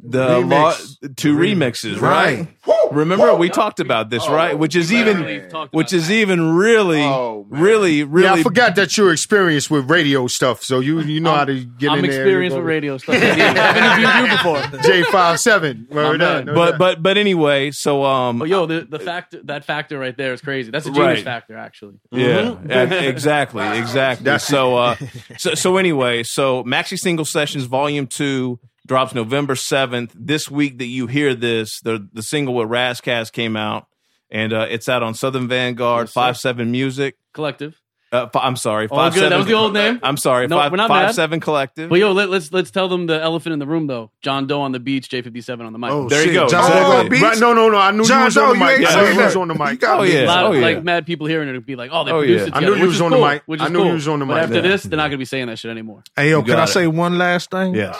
[SPEAKER 1] the
[SPEAKER 4] Remix.
[SPEAKER 1] lo- two remixes, right? Remember we talked about this, right? Which is even which is even really
[SPEAKER 2] Oh, man.
[SPEAKER 1] really really
[SPEAKER 4] Yeah, I forgot that you're experienced with radio stuff, so you you know how to get
[SPEAKER 7] I'm
[SPEAKER 4] in there.
[SPEAKER 7] experienced with radio stuff. I've interviewed you before.
[SPEAKER 4] J five seven.
[SPEAKER 7] man.
[SPEAKER 1] but but but anyway, so um
[SPEAKER 7] But yo, the, the factor that factor right there is crazy. That's a genius
[SPEAKER 1] Right.
[SPEAKER 7] factor, actually. Mm-hmm.
[SPEAKER 1] Yeah, e- exactly, exactly. so, uh, so, so anyway, so Maxi Single Sessions Volume Two drops November seventh. This week that you hear this, the the single with Razzcast came out, and uh, it's out on Southern Vanguard
[SPEAKER 7] Yes, sir.
[SPEAKER 1] Five Seven Music.
[SPEAKER 7] Collective.
[SPEAKER 1] Uh, fi- I'm sorry,
[SPEAKER 7] All
[SPEAKER 1] Five
[SPEAKER 7] good.
[SPEAKER 1] Seven.
[SPEAKER 7] That was the old name.
[SPEAKER 1] I'm sorry,
[SPEAKER 7] No,
[SPEAKER 1] five,
[SPEAKER 7] we're not
[SPEAKER 1] Five
[SPEAKER 7] mad.
[SPEAKER 1] Seven Collective.
[SPEAKER 7] But yo, let, let's let's tell them the elephant in the room though. John Doe on the beach, J fifty seven on the mic.
[SPEAKER 3] Oh,
[SPEAKER 1] There you
[SPEAKER 3] shit.
[SPEAKER 1] go.
[SPEAKER 3] John
[SPEAKER 1] Exactly.
[SPEAKER 3] Doe on beats?
[SPEAKER 4] Right, no, no, no. I knew
[SPEAKER 3] John
[SPEAKER 4] you was on
[SPEAKER 3] Doe,
[SPEAKER 4] the
[SPEAKER 3] you
[SPEAKER 4] mic.
[SPEAKER 3] ain't
[SPEAKER 4] I knew
[SPEAKER 1] saying
[SPEAKER 4] you was
[SPEAKER 3] that.
[SPEAKER 4] on the mic.
[SPEAKER 3] got
[SPEAKER 1] Oh,
[SPEAKER 3] me.
[SPEAKER 1] yeah.
[SPEAKER 7] a lot of
[SPEAKER 1] oh,
[SPEAKER 7] like mad people hearing it would be like, oh, they
[SPEAKER 1] Oh, yeah.
[SPEAKER 7] produced it
[SPEAKER 4] I knew
[SPEAKER 7] together,
[SPEAKER 4] he
[SPEAKER 7] which
[SPEAKER 4] was
[SPEAKER 7] is
[SPEAKER 4] on the
[SPEAKER 7] cool,
[SPEAKER 4] mic.
[SPEAKER 7] Which
[SPEAKER 4] I
[SPEAKER 7] is
[SPEAKER 4] knew he
[SPEAKER 7] cool.
[SPEAKER 4] was on the
[SPEAKER 7] but
[SPEAKER 4] mic.
[SPEAKER 7] after this, they're not gonna be saying that shit anymore.
[SPEAKER 3] Hey, yo,
[SPEAKER 1] You
[SPEAKER 3] can
[SPEAKER 1] got
[SPEAKER 3] I
[SPEAKER 1] it.
[SPEAKER 3] say one last thing?
[SPEAKER 4] Yes.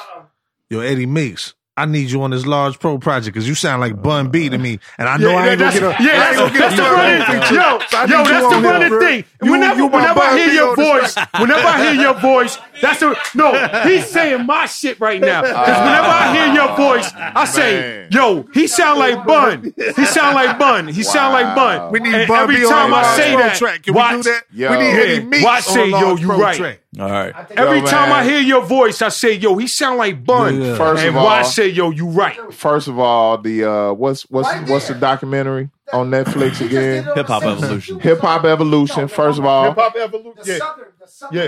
[SPEAKER 3] Yo, Eddie Meeks, I need you on this large pro project because you sound like Bun B to me. And I know I ain't going
[SPEAKER 4] that's,
[SPEAKER 3] to get a.
[SPEAKER 4] yeah, that's, that's the running thing. Yo, yo, that's the running thing. whenever whenever I hear your voice, whenever I hear your voice, that's the no.
[SPEAKER 6] He's saying my shit right now. Because whenever I hear your voice, I say,
[SPEAKER 2] man.
[SPEAKER 6] yo, he sound like Bun. He sound like Bun. He sound like Bun.
[SPEAKER 3] We need
[SPEAKER 6] And
[SPEAKER 3] Bun
[SPEAKER 6] every
[SPEAKER 3] B on
[SPEAKER 6] time
[SPEAKER 3] that
[SPEAKER 6] I
[SPEAKER 3] large
[SPEAKER 6] say
[SPEAKER 3] pro
[SPEAKER 6] that,
[SPEAKER 3] track. Can
[SPEAKER 6] watch,
[SPEAKER 3] we do that?
[SPEAKER 2] Yo.
[SPEAKER 3] We need Eddie
[SPEAKER 6] Yeah.
[SPEAKER 3] Meeks.
[SPEAKER 6] Watch
[SPEAKER 3] on
[SPEAKER 6] say,
[SPEAKER 3] the large
[SPEAKER 6] yo, you
[SPEAKER 3] pro
[SPEAKER 6] right.
[SPEAKER 3] track.
[SPEAKER 1] All right.
[SPEAKER 6] Every
[SPEAKER 2] Yo,
[SPEAKER 6] time
[SPEAKER 2] man.
[SPEAKER 6] I hear your voice, I say, yo, he sound like Bun.
[SPEAKER 3] Yeah.
[SPEAKER 2] First
[SPEAKER 6] and
[SPEAKER 2] of all-
[SPEAKER 6] why say, yo, you right.
[SPEAKER 2] First of all, the uh, what's what's what's the documentary on Netflix again?
[SPEAKER 1] Hip Hop Evolution.
[SPEAKER 2] Hip Hop Evolution. First of all,
[SPEAKER 4] evolution. Yeah.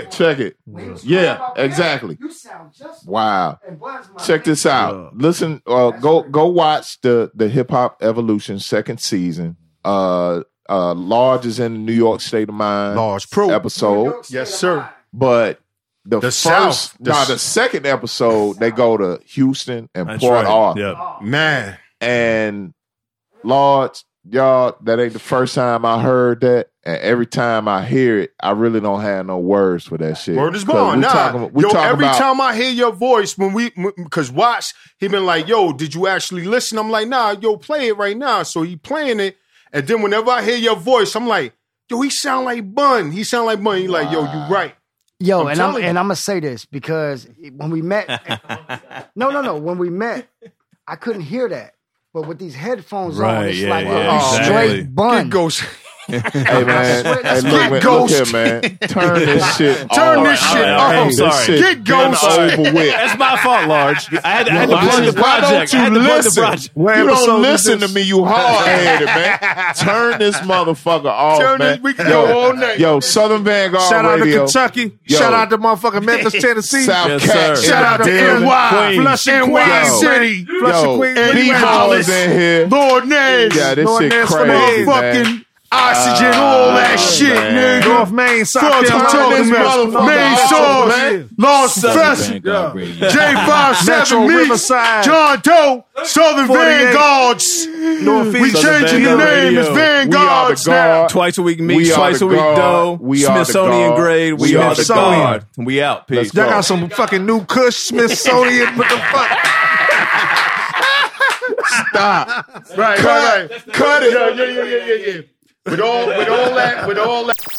[SPEAKER 2] yeah, check it. Yeah, exactly.
[SPEAKER 5] You sound just
[SPEAKER 2] Wow.
[SPEAKER 5] and Bud's my
[SPEAKER 2] Check this out. Listen, uh, go go watch the the Hip Hop Evolution second season. Uh, uh, Large is in the New York State of Mind
[SPEAKER 3] Large pro.
[SPEAKER 2] episode,
[SPEAKER 4] Yes, sir.
[SPEAKER 2] but The,
[SPEAKER 4] The
[SPEAKER 2] first,
[SPEAKER 4] South. The
[SPEAKER 2] nah,
[SPEAKER 4] s-
[SPEAKER 2] the second episode, they go to Houston and
[SPEAKER 3] That's
[SPEAKER 2] Port
[SPEAKER 3] right.
[SPEAKER 2] Arthur.
[SPEAKER 3] Yep.
[SPEAKER 4] Man,
[SPEAKER 2] And Lord, y'all, that ain't the first time I heard that. And every time I hear it, I really don't have no words for that shit.
[SPEAKER 4] word is
[SPEAKER 2] 'Cause
[SPEAKER 4] born.
[SPEAKER 2] We
[SPEAKER 4] Nah,
[SPEAKER 2] talking, we
[SPEAKER 4] yo,
[SPEAKER 2] talking
[SPEAKER 4] every
[SPEAKER 2] about
[SPEAKER 4] time I hear your voice when we, because Watts, he been like, "Yo, did you actually listen?" I'm like, "Nah, yo, play it right now." So he playing it, and then whenever I hear your voice, I'm like, "Yo, he sound like Bun. He sound like Bun." He like, "Yo, you right."
[SPEAKER 5] Yo,
[SPEAKER 4] I'm
[SPEAKER 5] and I'm
[SPEAKER 4] telling you.
[SPEAKER 5] and I'm gonna say this because when we met, no, no, no, when we met, I couldn't hear that. But with these headphones on,
[SPEAKER 3] Right,
[SPEAKER 5] it's
[SPEAKER 3] yeah,
[SPEAKER 5] like
[SPEAKER 3] yeah,
[SPEAKER 5] a
[SPEAKER 3] exactly.
[SPEAKER 5] straight bun.
[SPEAKER 4] It goes.
[SPEAKER 2] Hey man,
[SPEAKER 5] swear to
[SPEAKER 2] hey,
[SPEAKER 5] God.
[SPEAKER 2] look, man, look
[SPEAKER 4] Ghost.
[SPEAKER 2] here, man. Turn this shit.
[SPEAKER 4] Turn
[SPEAKER 2] off.
[SPEAKER 4] this
[SPEAKER 2] All
[SPEAKER 4] shit
[SPEAKER 2] all
[SPEAKER 4] off.
[SPEAKER 2] this
[SPEAKER 1] Sorry.
[SPEAKER 2] shit
[SPEAKER 4] Get
[SPEAKER 2] done
[SPEAKER 4] Ghost.
[SPEAKER 2] over with.
[SPEAKER 1] That's my fault, Large. I had, I had to
[SPEAKER 2] Why
[SPEAKER 1] plug the
[SPEAKER 2] don't- why
[SPEAKER 1] project. I had
[SPEAKER 2] Don't
[SPEAKER 1] to
[SPEAKER 2] you
[SPEAKER 1] plug the
[SPEAKER 2] listen?
[SPEAKER 1] project.
[SPEAKER 4] What
[SPEAKER 2] you
[SPEAKER 4] episode
[SPEAKER 2] don't
[SPEAKER 4] is
[SPEAKER 2] listen to
[SPEAKER 4] this?
[SPEAKER 2] me, you hard headed man. Turn this motherfucker off, man.
[SPEAKER 4] Turn this- we can go all night.
[SPEAKER 2] Yo, Southern Vanguard
[SPEAKER 3] Shout out to
[SPEAKER 2] Radio.
[SPEAKER 3] Kentucky.
[SPEAKER 2] Yo.
[SPEAKER 3] Shout out to motherfucking Memphis, Tennessee.
[SPEAKER 2] South
[SPEAKER 1] Yes,
[SPEAKER 2] Cat.
[SPEAKER 1] sir.
[SPEAKER 4] Shout out to
[SPEAKER 2] Dylan,
[SPEAKER 4] NY,
[SPEAKER 2] Queens.
[SPEAKER 4] Flushing, Queen
[SPEAKER 2] Yo.
[SPEAKER 4] City, Flushing,
[SPEAKER 2] Yo,
[SPEAKER 4] Queen,
[SPEAKER 2] B Hollins in here.
[SPEAKER 4] Lord Nash,
[SPEAKER 2] Yeah, this
[SPEAKER 4] Lord
[SPEAKER 2] shit
[SPEAKER 4] Nash,
[SPEAKER 2] crazy, man. Uh,
[SPEAKER 4] motherfucking oxygen, all that shit,
[SPEAKER 2] man.
[SPEAKER 4] nigga.
[SPEAKER 3] North Main, South
[SPEAKER 4] Fuck you
[SPEAKER 3] Carolina,
[SPEAKER 4] talking
[SPEAKER 2] motherfucker
[SPEAKER 4] about. Main
[SPEAKER 2] off,
[SPEAKER 4] Source,
[SPEAKER 2] man.
[SPEAKER 4] Lost Professor,
[SPEAKER 3] Metro
[SPEAKER 4] J57 Meeks,
[SPEAKER 3] Riverside.
[SPEAKER 4] John Doe, Southern
[SPEAKER 3] 48.
[SPEAKER 4] Vanguards. We
[SPEAKER 3] Northeast.
[SPEAKER 1] Southern
[SPEAKER 4] changing the
[SPEAKER 1] Vanguard
[SPEAKER 4] name, it's
[SPEAKER 1] Radio.
[SPEAKER 2] We are
[SPEAKER 4] Vanguards
[SPEAKER 2] the
[SPEAKER 4] now.
[SPEAKER 2] guard.
[SPEAKER 1] Twice a week
[SPEAKER 2] We
[SPEAKER 1] meets,
[SPEAKER 2] are
[SPEAKER 1] twice
[SPEAKER 2] the
[SPEAKER 1] a week
[SPEAKER 2] guard.
[SPEAKER 1] dough.
[SPEAKER 2] We are the
[SPEAKER 1] Smithsonian
[SPEAKER 2] guard.
[SPEAKER 1] grade. We,
[SPEAKER 2] We
[SPEAKER 1] are
[SPEAKER 2] are
[SPEAKER 1] the
[SPEAKER 3] the
[SPEAKER 1] guard. We out. Peace.
[SPEAKER 2] go.
[SPEAKER 3] Y'all got some fucking new Kush Smithsonian. What the fuck?
[SPEAKER 4] Right, right, right. Cut it. Yeah, yeah, yeah, yeah, yeah. With all, with all that, with all that.